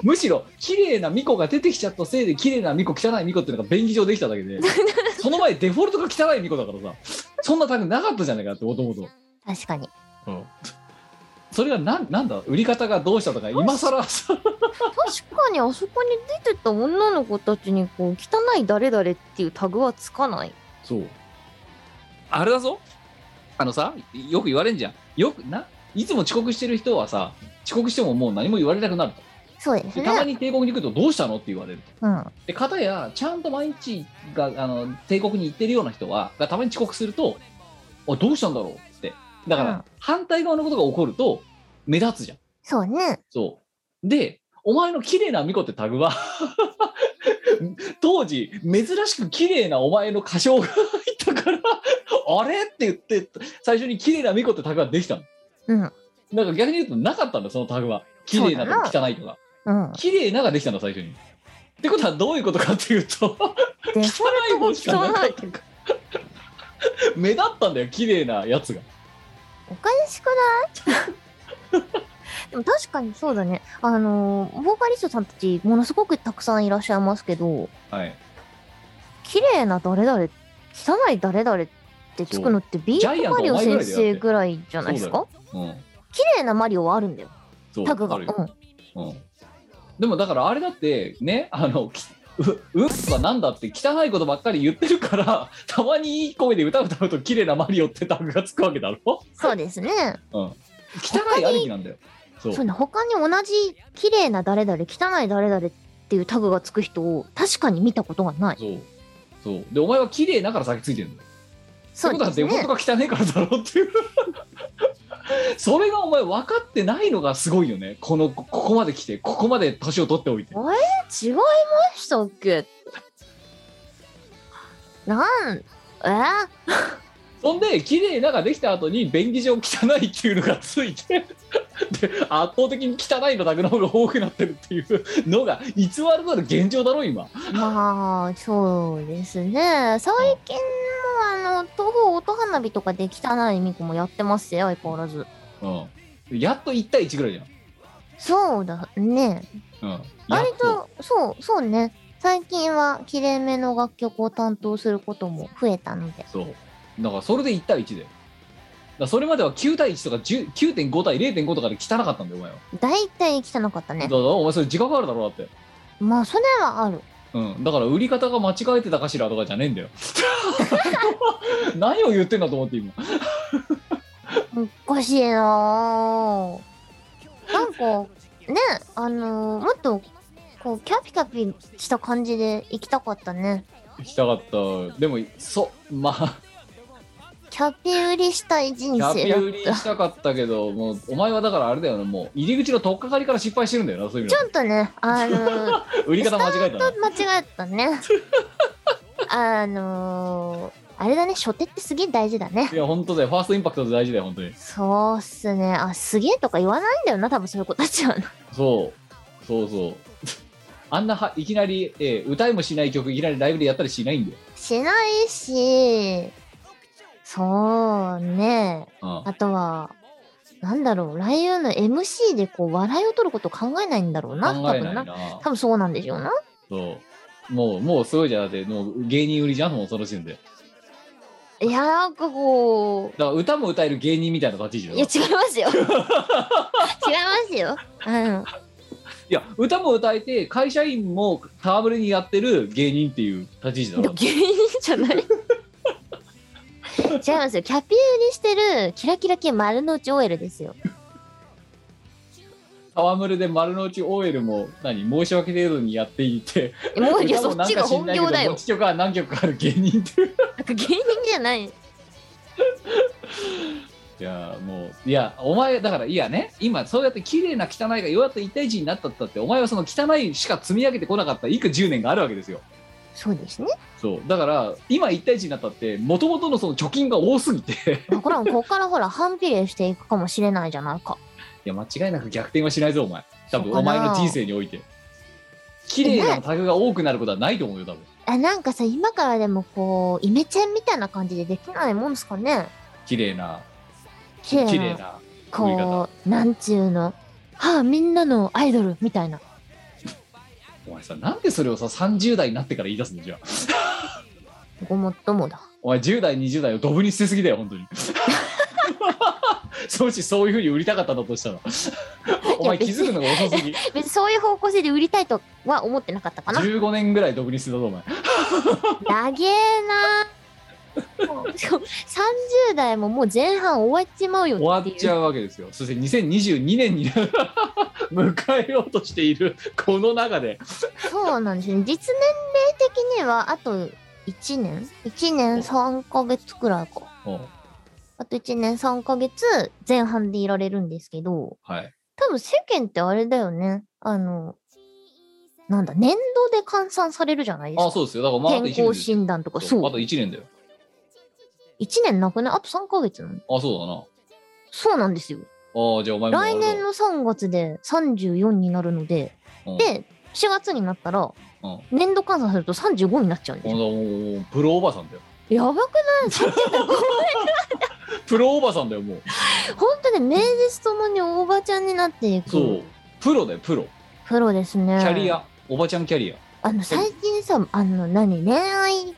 S3: むしろ綺麗な巫女が出てきちゃったせいで綺麗な巫女汚い巫女っていうのが便宜上できただけでその前デフォルトが汚い巫女だからさそんなタグなかったじゃないかってもともと
S4: 確かに
S3: それがなんなんだ売り方がどうしたとか今更さ
S4: 確かにあそこに出てた女の子たちにこう汚い誰々っていうタグはつかない
S3: そうあれだぞあのさよく言われんじゃんよくないつも遅刻してる人はさ遅刻してももう何も言われなくなると
S4: そうです
S3: で
S4: ね
S3: たまに帝国に行くとどうしたのって言われる
S4: うん
S3: で、片や、ちゃんと毎日が、あの、帝国に行ってるような人は、がたまに遅刻すると、あ、どうしたんだろうって。だか
S4: うん
S3: ら、反対側のことが起こると、目立つじゃん。
S4: そうね
S3: そう。で、お前の綺麗な巫女ってタグは、当時、珍しく綺麗なお前の歌唱が 入ったから、あれって言って、最初に綺麗な巫女ってタグができたの。
S4: うん
S3: なんか逆に言うとなかったんだ、そのタグは。綺麗なと
S4: そ
S3: か汚いとか。
S4: うん
S3: 綺麗なができたんだ、最初に。ってことはどういうことかっていうと、
S4: で
S3: 汚い方しかなかったか目立ったんだよ綺麗なやつが
S4: おかしく ないでも確かにそうだね。あの、ボーカリストさんたち、ものすごくたくさんいらっしゃいますけど、
S3: はい。
S4: 綺麗な誰々、汚い誰々ってつくのって、ビ
S3: ジャ
S4: ー
S3: イア
S4: ト
S3: ン
S4: マ
S3: ト
S4: リオ
S3: お前ぐら
S4: 先
S3: いだよ
S4: 生ぐらいじゃないですか
S3: うん。
S4: 綺麗なマリオはあるんだよ、
S3: そう
S4: タグが。
S3: あ
S4: う
S3: る
S4: ん。
S3: ようんでもだからあれだってねあのきううんはなんだって汚いことばっかり言ってるからたまにいい声で歌歌うと綺麗なマリオってタグがつくわけだろ
S4: そうですね。
S3: 汚いありきなんだよそう
S4: そうね、他に同じ綺麗な誰々、汚い誰々っていうタグがつく人を確かに見たことがない。
S3: そうそうでお前は綺麗だから先ついてるんだよ
S4: そう
S3: ってこと
S4: で
S3: は
S4: す
S3: デフ
S4: ね
S3: ォル。トが汚いからだろっていうそれがお前分かってないのがすごいよねこのこここまで来てここまで年を取っておいて
S4: 違いましたっけなん、えー
S3: そんで綺麗なができた後に便宜上汚いっていうのがついてで圧倒的に汚いのだけの方が多くなってるっていうのが偽るなる現状だろ今
S4: まあ、そうですね。最近も、あの、東方音花火とかで汚いミコもやってますよ、相変わらず。
S3: うんやっと1対1ぐらいじ
S4: そうだね。
S3: ゃん、うん、やっ
S4: 割と、そう、そうね。最近は、綺麗めの楽曲を担当することも増えたので。
S3: そうだからそれで1対1だよだからそれまでは9対1とか10 9.5対0.5とかで汚かったんだよお前は
S4: 大体汚かった
S3: だ
S4: ね
S3: か。らお前それ自覚あるだろだって
S4: まあ、それはある。
S3: うん、だから売り方が間違えてたかしらとかじゃねえんだよ 何を言ってんだと思って今
S4: おかしいなぁ。なんか、ね、あのーもっと、こう、キャピキャピした感じで行きたかったね。
S3: 行きたかったでもそうまあ
S4: キャピ売りしたい人
S3: キャ
S4: 生
S3: ピ
S4: だ
S3: 売り
S4: った。
S3: したかったけど、もうお前はだからあれだよね、もう入り口の取っかかりから失敗してるんだよな、そういう意味
S4: ち
S3: では
S4: ょっとね、あのー、
S3: 売り方間違えた
S4: ちょ
S3: な
S4: っ。と間違えたね。あのー、あれだね、初手ってすげえ大事だね
S3: い。や、本当だよ、ファーストインパクトって大事だよ、本当に。
S4: そうっすね。あ、すげえとか言わないんだよな、多分そういう子たちは。
S3: そう、そうそう。 あんなはいきなり、えー歌いもしない曲、いきなりライブでやったりしないんだよ。
S4: しないし、そうね。
S3: うん
S4: あとは、なんだろう、ライオンの MC でこう笑いを取ること考えないんだろうな、
S3: 考
S4: 多
S3: え
S4: 分
S3: ないな
S4: な。。多分そうなんでしょうな。
S3: そう。もう、もうすごいじゃんだって、もう芸人売りじゃん、もう恐ろしいんで。だ
S4: いや、なんかこ
S3: から歌も歌える芸人みたいな立ち位
S4: う、い
S3: 置
S4: や、
S3: だ
S4: 違い
S3: ろ
S4: ますよ。違いますよ。うん。
S3: いや、歌も歌えて、会社員も戯れにやってる芸人っていう立ち位置だろ。
S4: 芸人じゃない違いますよ。キャピ売りしてるキラキラ系丸の内 OL ですよ。
S3: 戯れで丸の内 OL も何申し訳程度にやっていて
S4: もういや、そ
S3: 歌も
S4: っ
S3: なん
S4: ち
S3: か
S4: が
S3: 知ん
S4: 本
S3: ないけ
S4: 業
S3: ど
S4: だ
S3: 持
S4: よ。
S3: ち曲は何曲かある芸人っていう
S4: なんか芸人じゃない。
S3: いやもういやお前だからいやね今そうやって綺麗な汚いがようやっと1対1になったったってお前はその汚いしか積み上げてこなかったいく10年があるわけですよ
S4: そうですね。
S3: そうだから今1対1になったってもともとのその貯金が多すぎて
S4: わからん、こっからほら、 反比例していくかもしれないじゃないか。
S3: いや間違いなく逆転はしないぞお前多分
S4: そう
S3: お
S4: かな
S3: 前の人生において綺麗なタグが多くなることはないと思うよ多分
S4: あなんかさ今からでもこうイメチェンみたいな感じでできないもんすかね
S3: 綺麗な
S4: 綺麗
S3: 綺麗
S4: な
S3: な撮り
S4: こうなんちゅうのはあみんなのアイドルみたいな
S3: お前さなんでそれをさ30代になってから言い出すのじゃあ
S4: ごもっともだ
S3: お前10代20代をドブに捨てすぎだよ本当に そうしそういうふうに売りたかったんだとしたらお前気づくのが遅すぎ
S4: 別にそういう方向性で売りたいとは思ってなかったかな
S3: 15年ぐらいドブに捨てたぞお前
S4: 長えなもう30代ももう前半終わっちまうよ
S3: 終わっちゃ
S4: う
S3: うわけですよそして2022年に 迎えようとしているこの中で
S4: そうなんですね実年齢的にはあと1年1年3ヶ月くらいか
S3: おう
S4: あと1年3ヶ月前半でいられるんですけど
S3: はい
S4: 多分世間ってあれだよね。あの、なんだ、年度で換算されるじゃないです
S3: あ
S4: か。
S3: そうですよだからまああと1
S4: 健
S3: 年
S4: 康
S3: ですよ
S4: 診断とか、
S3: そう
S4: そ
S3: あと
S4: う。
S3: 1年だよ
S4: 1年なくね、あと3ヶ月なの。
S3: あそうだな
S4: そうなんですよ。
S3: ああじゃあお前も
S4: 来年の3月で34になるので、
S3: うん
S4: で、4月になったら
S3: うん、
S4: 年度換算すると35になっちゃうんで
S3: ほ
S4: す
S3: ん
S4: よ。
S3: ともうプロおばさんだよ
S4: やばくない ?35
S3: プロおばさんだよもう
S6: 本当ね、名実ともにおばちゃんになっていく。
S3: そう。プロだよ、プロ。
S6: プロですね。
S3: キャリア。おばちゃんキャリア。
S6: あの、最近さ、あの、何、恋愛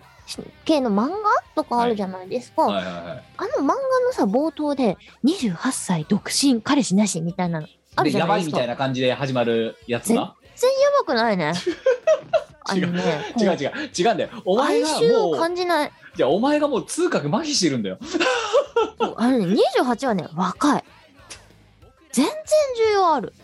S6: 系の漫画とかあるじゃないですか。
S3: はいはいはい。
S6: あの漫画のさ、冒頭で、28歳独身、彼氏なしみたいなの。ある
S3: で、
S6: じゃ
S3: や
S6: な
S3: ば
S6: い
S3: い
S6: で
S3: み
S6: すか。
S3: たいな感じで始まるやつな。
S6: 全然やばくな いね。あのね、
S3: 違う
S6: こ
S3: 違う。違うんだよ。お
S6: う。
S3: 前
S6: 哀
S3: が
S6: 愁
S3: も
S6: を
S3: う、
S6: 感じない。
S3: じゃお前がもう痛覚麻痺してるんだよ。
S6: そうあのね、28はね、若い。全然重要ある。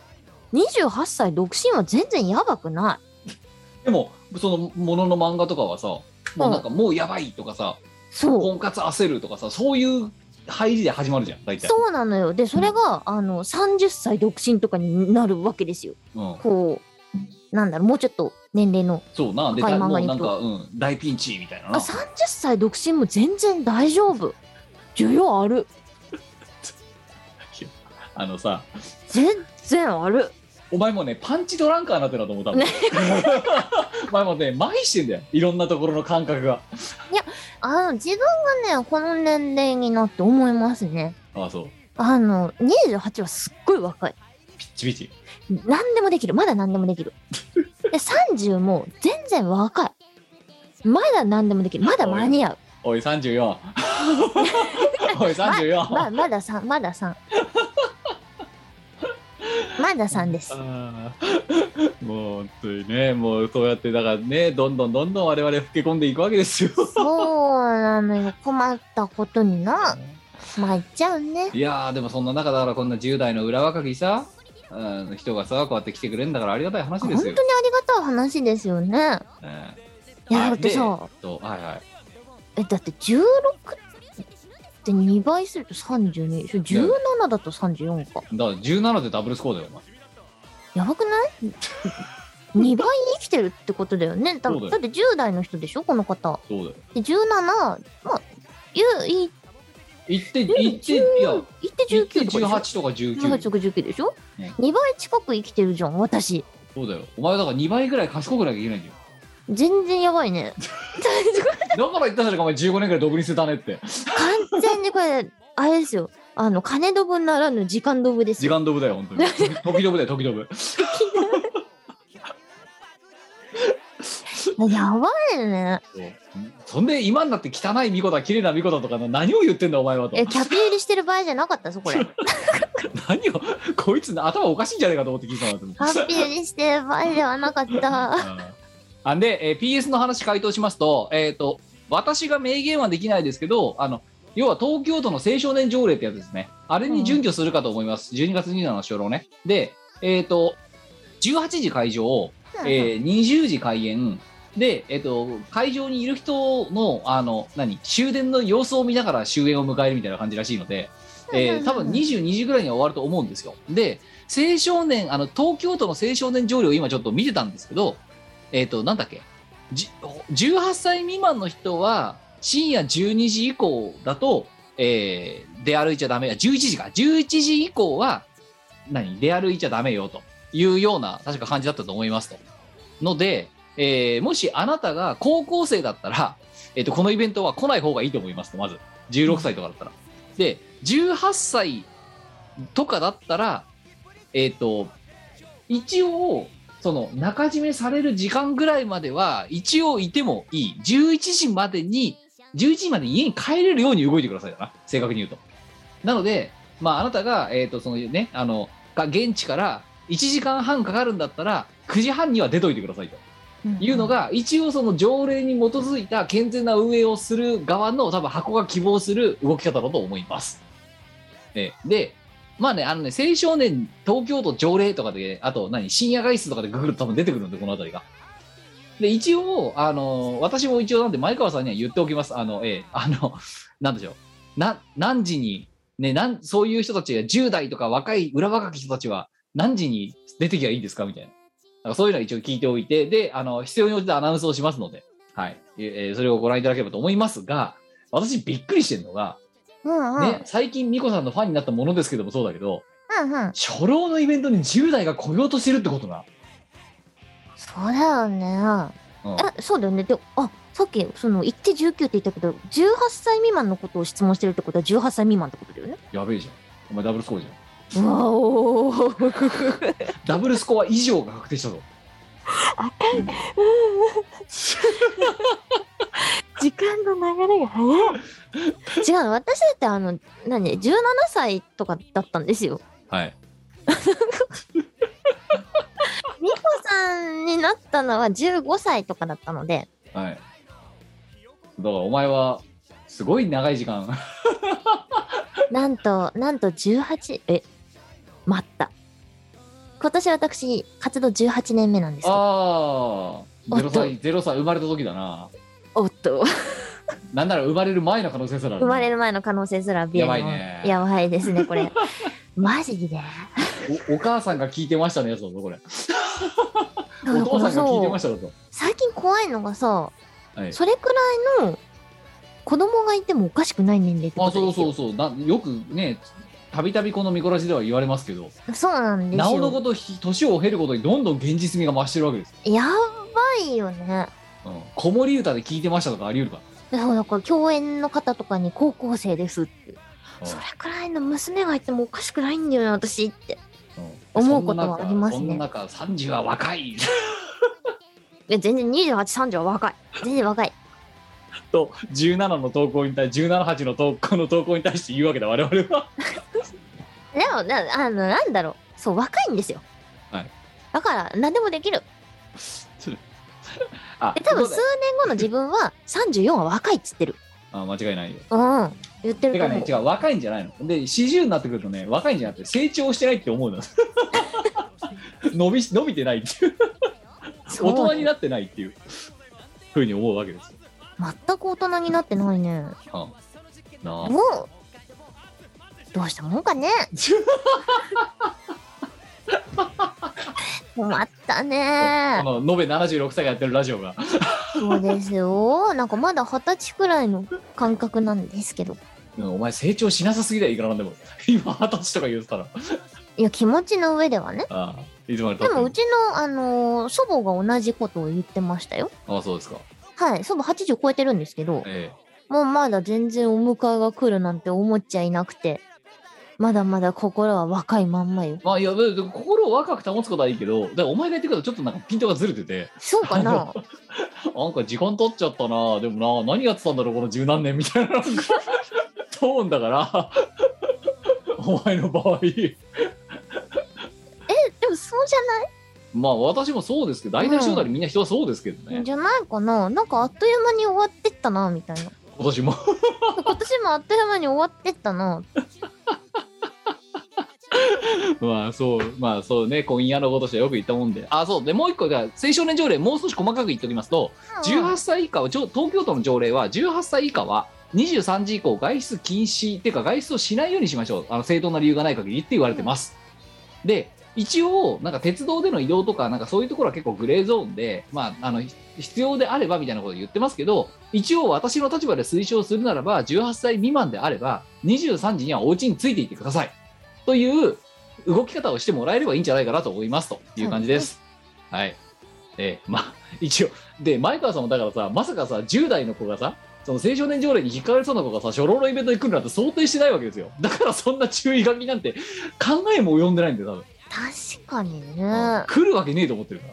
S6: 28歳独身は全然やばくない。
S3: でも、そのものの漫画とかはさ、もうなんかもうやばいとかさ、
S6: そう。
S3: 婚活焦るとかさ、そういう入りで始まるじゃん、大体。
S6: そうなのよ。で、それが、あの、30歳独身とかになるわけですよ。
S3: うん。
S6: こう、なんだろう、もうちょっと年齢の。
S3: そうな。で、
S6: 赤い漫
S3: も
S6: 画
S3: う
S6: に
S3: な
S6: 行
S3: ん
S6: く
S3: か、うん、大ピンチみたいな
S6: あ、
S3: な。
S6: 30歳独身も全然大丈夫。需要ある。
S3: あのさ、
S6: 全然ある。
S3: お前もね、パンチドランカーになってるなと思ったもん。
S6: ね
S3: お前もね、麻痺してんだよ。いろんなところの感覚が。
S6: あの、自分がね、この年齢になって思いますね。
S3: ああ、そう。
S6: あの、28はすっごい若い。
S3: ピッチピチ。
S6: 何でもできる。まだ何でもできる。で、30も全然若い。まだ何でもできる。まだ間に合う。
S3: おい、34。おい、34。
S6: まあ、まだ3、まだ3。まだ3です。
S3: あーもう本当にね、もうそうやって、だからね、どんどんどんどん我々老け込んでいくわけですよ。
S6: そうなのよ。困ったことにな。参っちゃうね。
S3: いやー、でもそんな中、だからこんな10代の裏若きさ、うん、人がさ、こうやって来てくれるんだからありがたい話
S6: 本
S3: で
S6: 当
S3: す
S6: にあ
S3: よ
S6: り。がたい話ですよね。
S3: え
S6: いや、
S3: あ
S6: だってさ、
S3: えとはいはい。
S6: え、だって16って2倍すると32。それ17だと34
S3: だ
S6: か。
S3: から17でダブルスコアだよ、お前
S6: やばくない ?2 倍生きてるってことだよね。だ
S3: そうだよ
S6: だって10代の人でしょこの方。
S3: そうだよ。
S6: で、17、まあ、言う、い
S3: 行って、
S6: うん
S3: 行って、いや、
S6: 言って
S3: 行って
S6: 19とかでし
S3: 18とか
S6: ょ18
S3: 19。
S6: とか19でしょ
S3: ね
S6: ?2 倍近く生きてるじゃん、私。
S3: そうだよ。お前はだから2倍ぐらい賢くなきゃいけないんだよ。
S6: 全然やば いね。
S3: だから言ったじゃんか、お前15年ぐらい独立してたねって。
S6: 完全にこれ、あれですよ。あの、金ドブならぬ時間ドブです
S3: 時
S6: よ。
S3: 間飛ぶだよ、本当 に。時飛ぶだよ、時飛ぶ。
S6: やばいね。
S3: そうそんで今になって汚い巫女だ綺麗な巫女だとかの何を言ってんだお前はと
S6: え、キャピ入りしてる場合じゃなかったぞ、 これ。キ
S3: 何をこいつ頭おかしいんじゃないかと思って聞いたなと思って
S6: ャピ入りしてる場合ではなかった。
S3: あんで、えー PS の話回答しますと,、えー、と私が明言はできないですけどあの要は東京都の青少年条例ってやつですねあれに準拠するかと思います、12月27日の初老ねでえっ、と18時会場、えー20時開演で、えっと会場にいる人のあの何終電の様子を見ながら終演を迎えるみたいな感じらしいので、えー多分22時ぐらいには終わると思うんですよ。で青少年あの東京都の青少年条例を今ちょっと見てたんですけど、えっとなんだっけじ18歳未満の人は深夜12時以降だと、えー出歩いちゃダメや11時か11時以降は何出歩いちゃダメよというような確か感じだったと思いますと。ので、えーもしあなたが高校生だったら、えっとこのイベントは来ない方がいいと思いますとまず16歳とかだったら。で18歳とかだったらえっ、と一応その中締めされる時間ぐらいまでは一応いてもいい11時までに11時までに家に帰れるように動いてくださいだな正確に言うとなのでまああなたがえっ、とそのねあのが現地から1時間半かかるんだったら9時半には出といてくださいというのが一応その条例に基づいた健全な運営をする側の多分箱が希望する動き方だと思います。ねで、まあね、あのね、青少年東京都条例とかで、あと何、深夜外出とかでググると多分出てくるんで、この辺りが。で、一応、あの、私も一応なんで前川さんには言っておきます。あの、ええ、あの、なんでしょう。な、何時に、ね、なん、そういう人たちが10代とか若い、裏若き人たちは何時に出てきゃいいですかみたいな。なんかそういうのは一応聞いておいて、で、あの、必要に応じてアナウンスをしますので、はい。ええそれをご覧いただければと思いますが、私びっくりしてるのが、
S6: うんうん。
S3: ね、最近ミコさんのファンになったものですけどもそうだけど、
S6: うんうん。
S3: 初老のイベントに10代が来ようとしてるってことな。
S6: そうだよね。
S3: うん
S6: え、そうだよね。で、あ、さっき、その、言って19って言ったけど、18歳未満のことを質問してるってことは18歳未満ってことだよね。
S3: やべえじゃん。お前ダブルスコアじゃん
S6: うわお
S3: ダブルスコア以上が確定したぞ
S7: 時間の流れが早い。
S6: 違うの私だってあの何17歳とかだったんですよ
S3: はい
S6: 美子さんになったのは15歳とかだったので
S3: はいだからお前はすごい長い時 間
S6: なんとなんと18え待った今年私活動18年目なんですけど
S3: ああゼ
S6: おっと
S3: ロ歳ゼロ歳生まれた時だな
S6: おっと
S3: なんなら生まれる前の可能性すらある
S6: 生
S3: な
S6: まれる前の可能性すらビ
S3: や
S6: ア
S3: ばい
S6: の
S3: ね
S6: やばいですね これマジで
S3: おお母さんが聞いてましたねやつだぞこれ
S6: なん
S3: お
S6: かこ
S3: 父さ
S6: の
S3: んが聞いてま
S6: そ
S3: しただと
S6: う最近怖いのがさ
S3: はい
S6: それくらいの子供がいてもおかしくない年齢って
S3: あ
S6: こと
S3: そう
S6: ですよ
S3: そうそうなよくねたびたびこの見こらしでは言われますけど
S6: そうなんですよ
S3: なおのことひ年を経ることにどんどん現実味が増してるわけですよ、
S6: やばいよね。
S3: うん、子守歌で聞いてましたとかあり得るか
S6: そうなんか共演の方とかに高校生ですって、
S3: ら、
S6: それくらいの娘がいてもおかしくないんだよね私って
S3: うん
S6: 思うことはありますね
S3: そんな中そんな中30は若い
S6: いや全然2830は若い全然若い
S3: と17の投稿に対178の投稿の投稿に対して言うわけだ我々は
S6: でもなあのなんだろうそう若いんですよ
S3: はい
S6: だから何でもできる
S3: あ
S6: で多分
S3: そ
S6: 数
S3: う
S6: 年
S3: だよ
S6: 後の自 分は34は若いっつってる
S3: あ間違いないよ
S6: うん言って
S3: て
S6: ると
S3: か
S6: 思う、
S3: ね違う若いんじゃないので40になってくるとね若いんじゃなくて成長してないって思うの 伸びし伸びてないっていう
S6: そう
S3: 大人になってないっていうふうに思うわけですよ、
S6: 全く大人になってないね
S3: うんなあ
S6: もうどうしたもんか ね困ったね
S3: この延べ76歳がやってるラジオが
S6: そうですよ。なんかまだ二十歳くらいの感覚なんですけど。
S3: うんお前成長しなさすぎだよいくらなんでも 今二十歳とか言ってたら
S6: いや、気持ちの上ではね。
S3: ああいつまでた
S6: で
S3: って
S6: も
S3: も
S6: うちの、あのー祖母が同じことを言ってましたよ。
S3: ああそうですか
S6: はい。祖母80超えてるんですけど、
S3: え
S6: もうまだ全然お迎えが来るなんて思っちゃいなくて、まだまだ心は若いまんまよ
S3: え。まあいやでも心を若く保つことはいいけどだからお前が言ってくるとちょっとなんかピントがずれてて
S6: そうか な
S3: なんか時間経っちゃったなでもな何やってたんだろうこの十何年みたいななんかトーンだからお前の場合
S6: でもそうじゃな
S3: まあ私もそうですけど大体将来みんな人はそうですけどね、
S6: いじゃないかななんかあっという間に終わってったな、みたいな。
S3: 今年も
S6: 今年もあっという間に終わってったな。
S3: まあそうまあそうね今夜のことしてよく言ったもんであそうでもう一個が青少年条例もう少し細かく言っておきますと18歳以下はちょ東京都の条例は18歳以下は23時以降外出禁止っていうか外出をしないようにしましょうあの正当な理由がない限りって言われてます、で一応なんか鉄道での移動とかなんかそういうところは結構グレーゾーンで、まあ、あのひ必要であればみたいなことを言ってますけど一応私の立場で推奨するならば18歳未満であれば23時にはお家についていってくださいという動き方をしてもらえればいいんじゃないかなと思いますという感じです。はい、えーまあ一応で前川さんもだからさまさかさ10代の子がさその青少年条例に引っかかりそうな子がさ初老のイベントに来るなんて想定してないわけですよだからそんな注意書きなんて考えも及んでないんだよ
S6: 確かに
S3: 多分、
S6: ね。
S3: 来るわけねえと思ってるから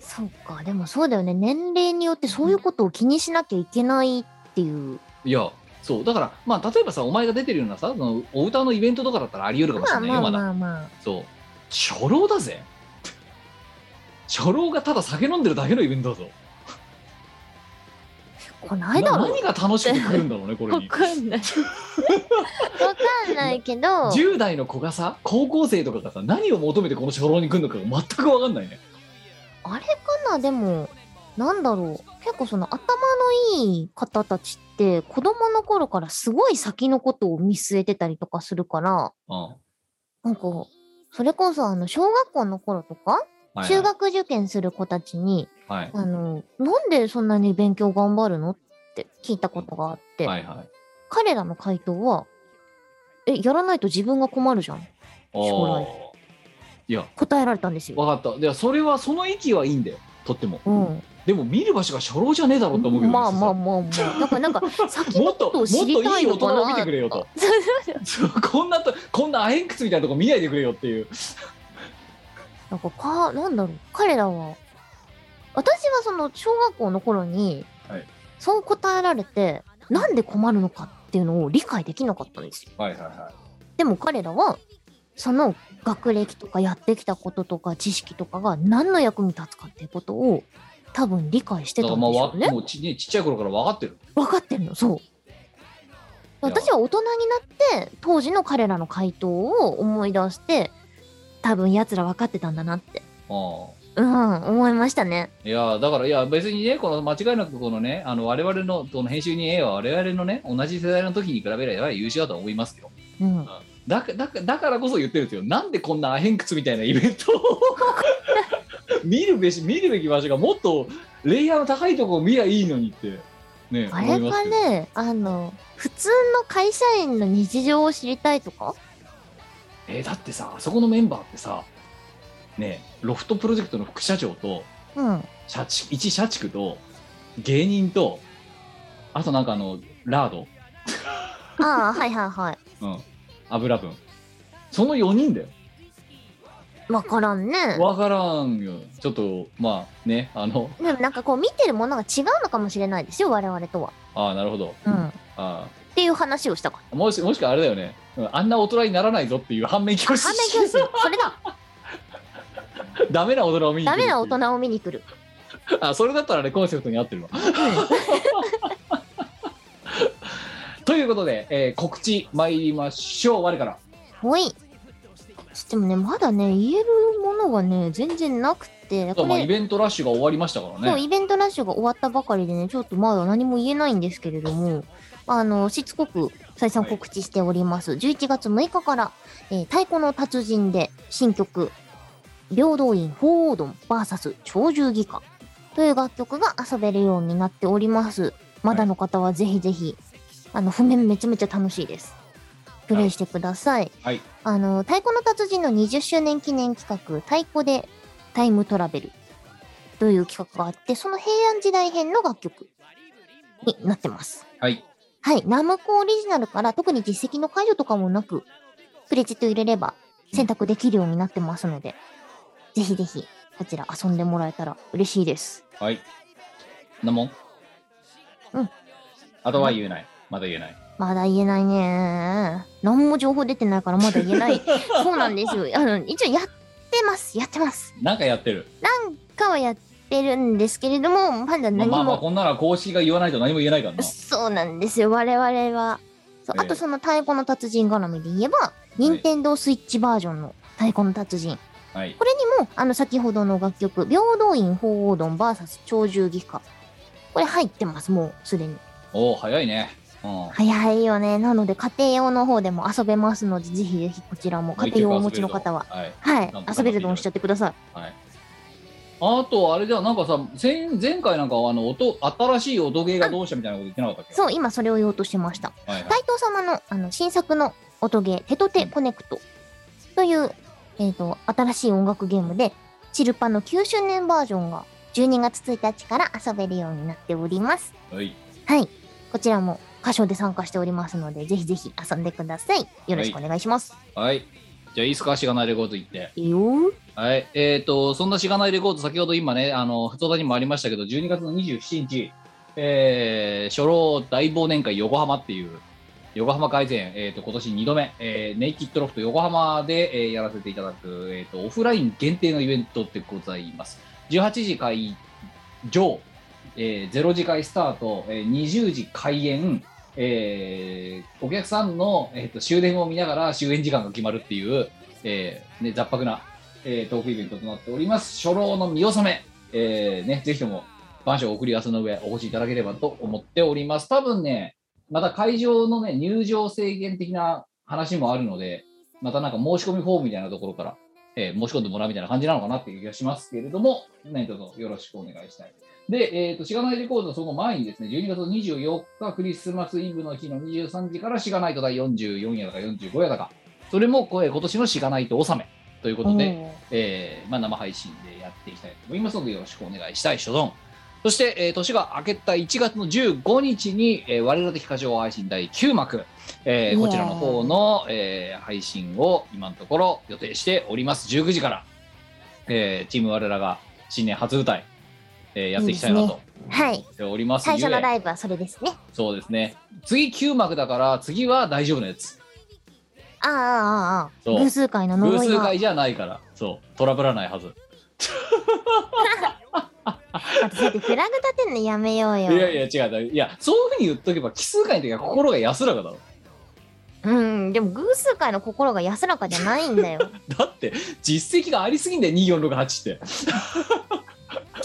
S6: そうか、でもそうだよね。年齢によってそういうことを気にしなきゃいけないっていう。
S3: いやそうだからまあ例えばさお前が出てるようなさそのお歌のイベントとかだったらあり得るかもし
S6: ま
S3: れ
S6: あ
S3: ないよ
S6: ま
S3: ま
S6: あ
S3: だ、
S6: まあまあ。
S3: そう初老だぜ初老がただ酒飲んでるだけのイベントだぞ
S6: こな
S3: ない
S6: だろ。
S3: 何が楽しくて来るんだろうねこれ
S6: わ
S3: に
S6: かんない。わかんないけど、
S3: 10代の子がさ高校生とかがさ何を求めてこの初老に来るのかが全く分かんないね
S6: あれかな、でも、なんだろう。結構その頭のいい方たちって、子供の頃からすごい先のことを見据えてたりとかするから、
S3: うん
S6: なんか、それこそあの、小学校の頃とか、
S3: はい
S6: 中学受験する子たちに、
S3: はい
S6: あの、なんでそんなに勉強頑張るのって聞いたことがあって、
S3: はいはい
S6: 彼らの回答は、え、やらないと自分が困るじゃん。将来
S3: あーいや
S6: 答えられたんですよ。
S3: 分かったではそれはその域はいいんだよとっても、
S6: うん。
S3: でも見る場所が初老じゃねえだろうと思うけどね
S6: まあまあ
S3: 実
S6: まあまあだからなんか 先
S3: も
S6: の
S3: っと
S6: こと
S3: も
S6: を
S3: っと
S6: 知りた
S3: いい大
S6: いのか
S3: 人を見
S6: な
S3: てくれよとそ
S6: そう
S3: うこんなとこんなアヘンクツみたいなとこ見ないでくれよっていう
S6: なんかかなんだろう彼らは私はその小学校の頃に、
S3: はい
S6: そう答えられてなんで困るのかっていうのを理解できなかったんですよ
S3: はいはいは
S6: でも彼らはその学歴とかやってきたこととか知識とかが何の役に立つかっていうことを多分理解して
S3: いだか
S6: た
S3: ら
S6: ん
S3: まあ
S6: でしょ
S3: わ
S6: うね
S3: もうち,、ね、ちっちゃい頃から分かってる
S6: 分かってるのそう私は大人になって当時の彼らの回答を思い出して多分奴ら分かってたんだなって
S3: ああ
S6: うん思いましたね
S3: いやだからいや別にねこの間違いなくこのねあの我々のこの編集に A は我々のね同じ世代の時に比べれば優秀だと思いますよ
S6: うん
S3: だかだかだからこそ言ってるんですよなんでこんなアヘンクツみたいなイベントを 見るべし見るべき場所がもっとレイヤーの高いとこを見りゃいいのにってね
S6: あ
S3: 思
S6: れ
S3: いま
S6: は
S3: すけど
S6: ねあの普通の会社員の日常を知りたいとか
S3: えだってさあそこのメンバーってさねロフトプロジェクトの副社長と
S6: うん
S3: 社畜一社畜と芸人とあとなんかあのラード
S6: ああはいはいはい
S3: うん、油分その4人だよ
S6: 分からんね
S3: わからんよちょっとまあねあの
S6: でもなんかこう見てるものが違うのかもしれないですよ我々とは、
S3: ああなるほど、
S6: うん、っ
S3: あ
S6: ていう話をしたから
S3: あもしもしくはあれだよねうんあんな大人にならないぞっていう反面教師
S6: 反面教師 それだ
S3: ダメな大人を見に
S6: ダ
S3: 来る
S6: メ
S3: っ
S6: な大
S3: ていう
S6: 人を見に来る
S3: あそれだったらねコンセプトに合ってるわ ということで、えー告知参りましょう我から
S6: ほいでもねまだね言えるものがね全然なくて
S3: あと
S6: こ
S3: はまあ
S6: れ
S3: イベントラッシュが終わりましたか
S6: そ
S3: ら
S6: う
S3: ね
S6: イベントラッシュが終わったばかりでねちょっとまだ何も言えないんですけれどもあのしつこく再三告知しております、11月6日から、えー太鼓の達人」で新曲「平等院鳳凰丼 VS 鳥獣技官」という楽曲が遊べるようになっておりますまだの方はぜひぜひあの譜面めちゃめちゃ楽しいですプレイしてください、
S3: はい
S6: あの太鼓の達人の20周年記念企画「太鼓でタイムトラベル」という企画があってその平安時代編の楽曲になってます
S3: はい
S6: はいナムコオリジナルから特に実績の解除とかもなくクレジット入れれば選択できるようになってますのでぜひぜひこちら遊んでもらえたら嬉しいです
S3: はいなもん
S6: うん
S3: あとは言えないまだ言えない
S6: まだ言えないね何も情報出てないからまだ言えないそうなんですよあの一応やってますやってます
S3: なんかやってる
S6: なんかはやってるんですけれどもまだ
S3: まあ
S6: 何も、
S3: まあまあこんなのは公式が言わないと何も言えないからな
S6: そうなんですよ、我々は。そう
S3: ええ
S6: あとその太鼓の達人絡みで言えば、任天堂スイッチバージョンの太鼓の達人。
S3: はい
S6: これにも、あの先ほどの楽曲、平等院鳳凰丼 VS 鳥獣技科。これ入ってます、もうすでに。
S3: おお早いねうん
S6: 早いよね。なので家庭用の方でも遊べますので、ぜひぜひこちらも家庭用をお持ちの方は。
S3: はい、
S6: はい
S3: なん、か
S6: 遊べるのをしちゃってください。
S3: はい、あとあれじゃなんかさ前前回なんかあの音新しい音芸がどうしたみたいなこと言ってなかったっけ
S6: そう、今それを言おうとしてました。
S3: う、はいはい
S6: 斉藤様のあの新作の音ゲー、テトテコネクトという、えー、と新しい音楽ゲームで、チルパの9周年バージョンが12月1日から遊べるようになっております。
S3: はい、
S6: はい。こちらも歌唱で参加しておりますので、ぜひぜひ遊んでください。よろしくお願いします。
S3: はい、じゃあいいっすかしがないレコード行って
S6: いいよー
S3: はいえー、とそんなしがないレコード先ほど今ねあの普通にもありましたけど12月の27日えー、初老大忘年会横浜っていう横浜改善、えー、と今年2度目、えーネイキッドロフト横浜で、えーやらせていただく、えー、とオフライン限定のイベントでございます18時会場、えー0時会スタート、えー20時開演、えーお客さんの、えー、と終電を見ながら終演時間が決まるっていう、えーね、雑白な、えートークイベントとなっております初老の見納め、えーね、ぜひとも番所を送り合わせの上お越しいただければと思っております多分ねまた会場のね入場制限的な話もあるのでまたなんか申し込みフォームみたいなところから、えー申し込んでもらうみたいな感じなのかなっていう気がしますけれども何卒よろしくお願いしたいで、えー、としがないレコードのその前にですね12月24日クリスマスイブの日の23時からしがないと第44夜だか45夜だかそれもこれ今年のしがないと納めということで、えーまあ、生配信でやっていきたいと思いますのでよろしくお願いしたい所存そして、えー年が明けた1月の15日に、えー我ら的歌唱配信第9幕、えーこちらの方の、えー配信を今のところ予定しております。19時から、えーチーム我らが新年初舞台、えーやっていきたいなと
S4: はい。
S3: 思っております
S4: 最初の
S3: ゆえ
S4: ライブはそれですね。
S3: そうですね。次9幕だから、次は大丈夫なやつ。
S4: ああああああ。
S3: そう
S4: 偶数回の
S3: 偶
S4: 呪い
S3: 数
S4: が。
S3: 回じゃないから、そう、トラブらないはず。
S4: だってそうやってフラグ立てんのやめよう
S3: い
S4: よ。
S3: やいや、違うだ。いや、そういうふうに言っとけば、奇数回の時は心が安らかだろ。
S4: うん、でも偶数回の心が安らかじゃないんだ よ。
S3: だって、実績がありすぎんだよ、2468って。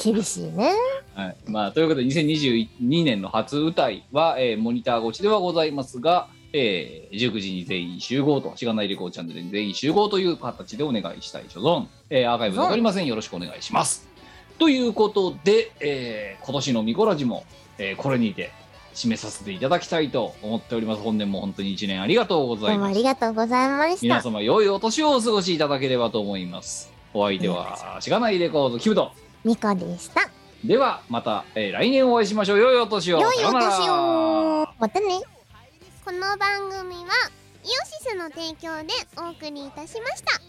S4: 厳しいね。
S3: はいまあ、ということで2022年の初舞台は、えーモニター越しではございますが、えー19時に全員集合としがないレコーチャンネルに全員集合という形でお願いしたい所存、えーアーカイブ残りませんよろしくお願いしますということで、えー今年のミコラジも、えーこれにて締めさせていただきたいと思っております本年も本当に1年ありがとうござ
S4: ど
S3: いう
S4: もあ
S3: ま
S4: り
S3: す
S4: がとうございまし
S3: 皆
S4: た。
S3: 様良いお年をお過ごしいただければと思いますお相手はしがないレコードキムト
S4: ミカでした。
S3: ではまた、えー来年お会いしましょう良いお年を
S4: 良い
S3: さ
S4: お
S3: よなら
S4: 年を。またね。
S1: この番組はイオシスの提供でお送りいたしました。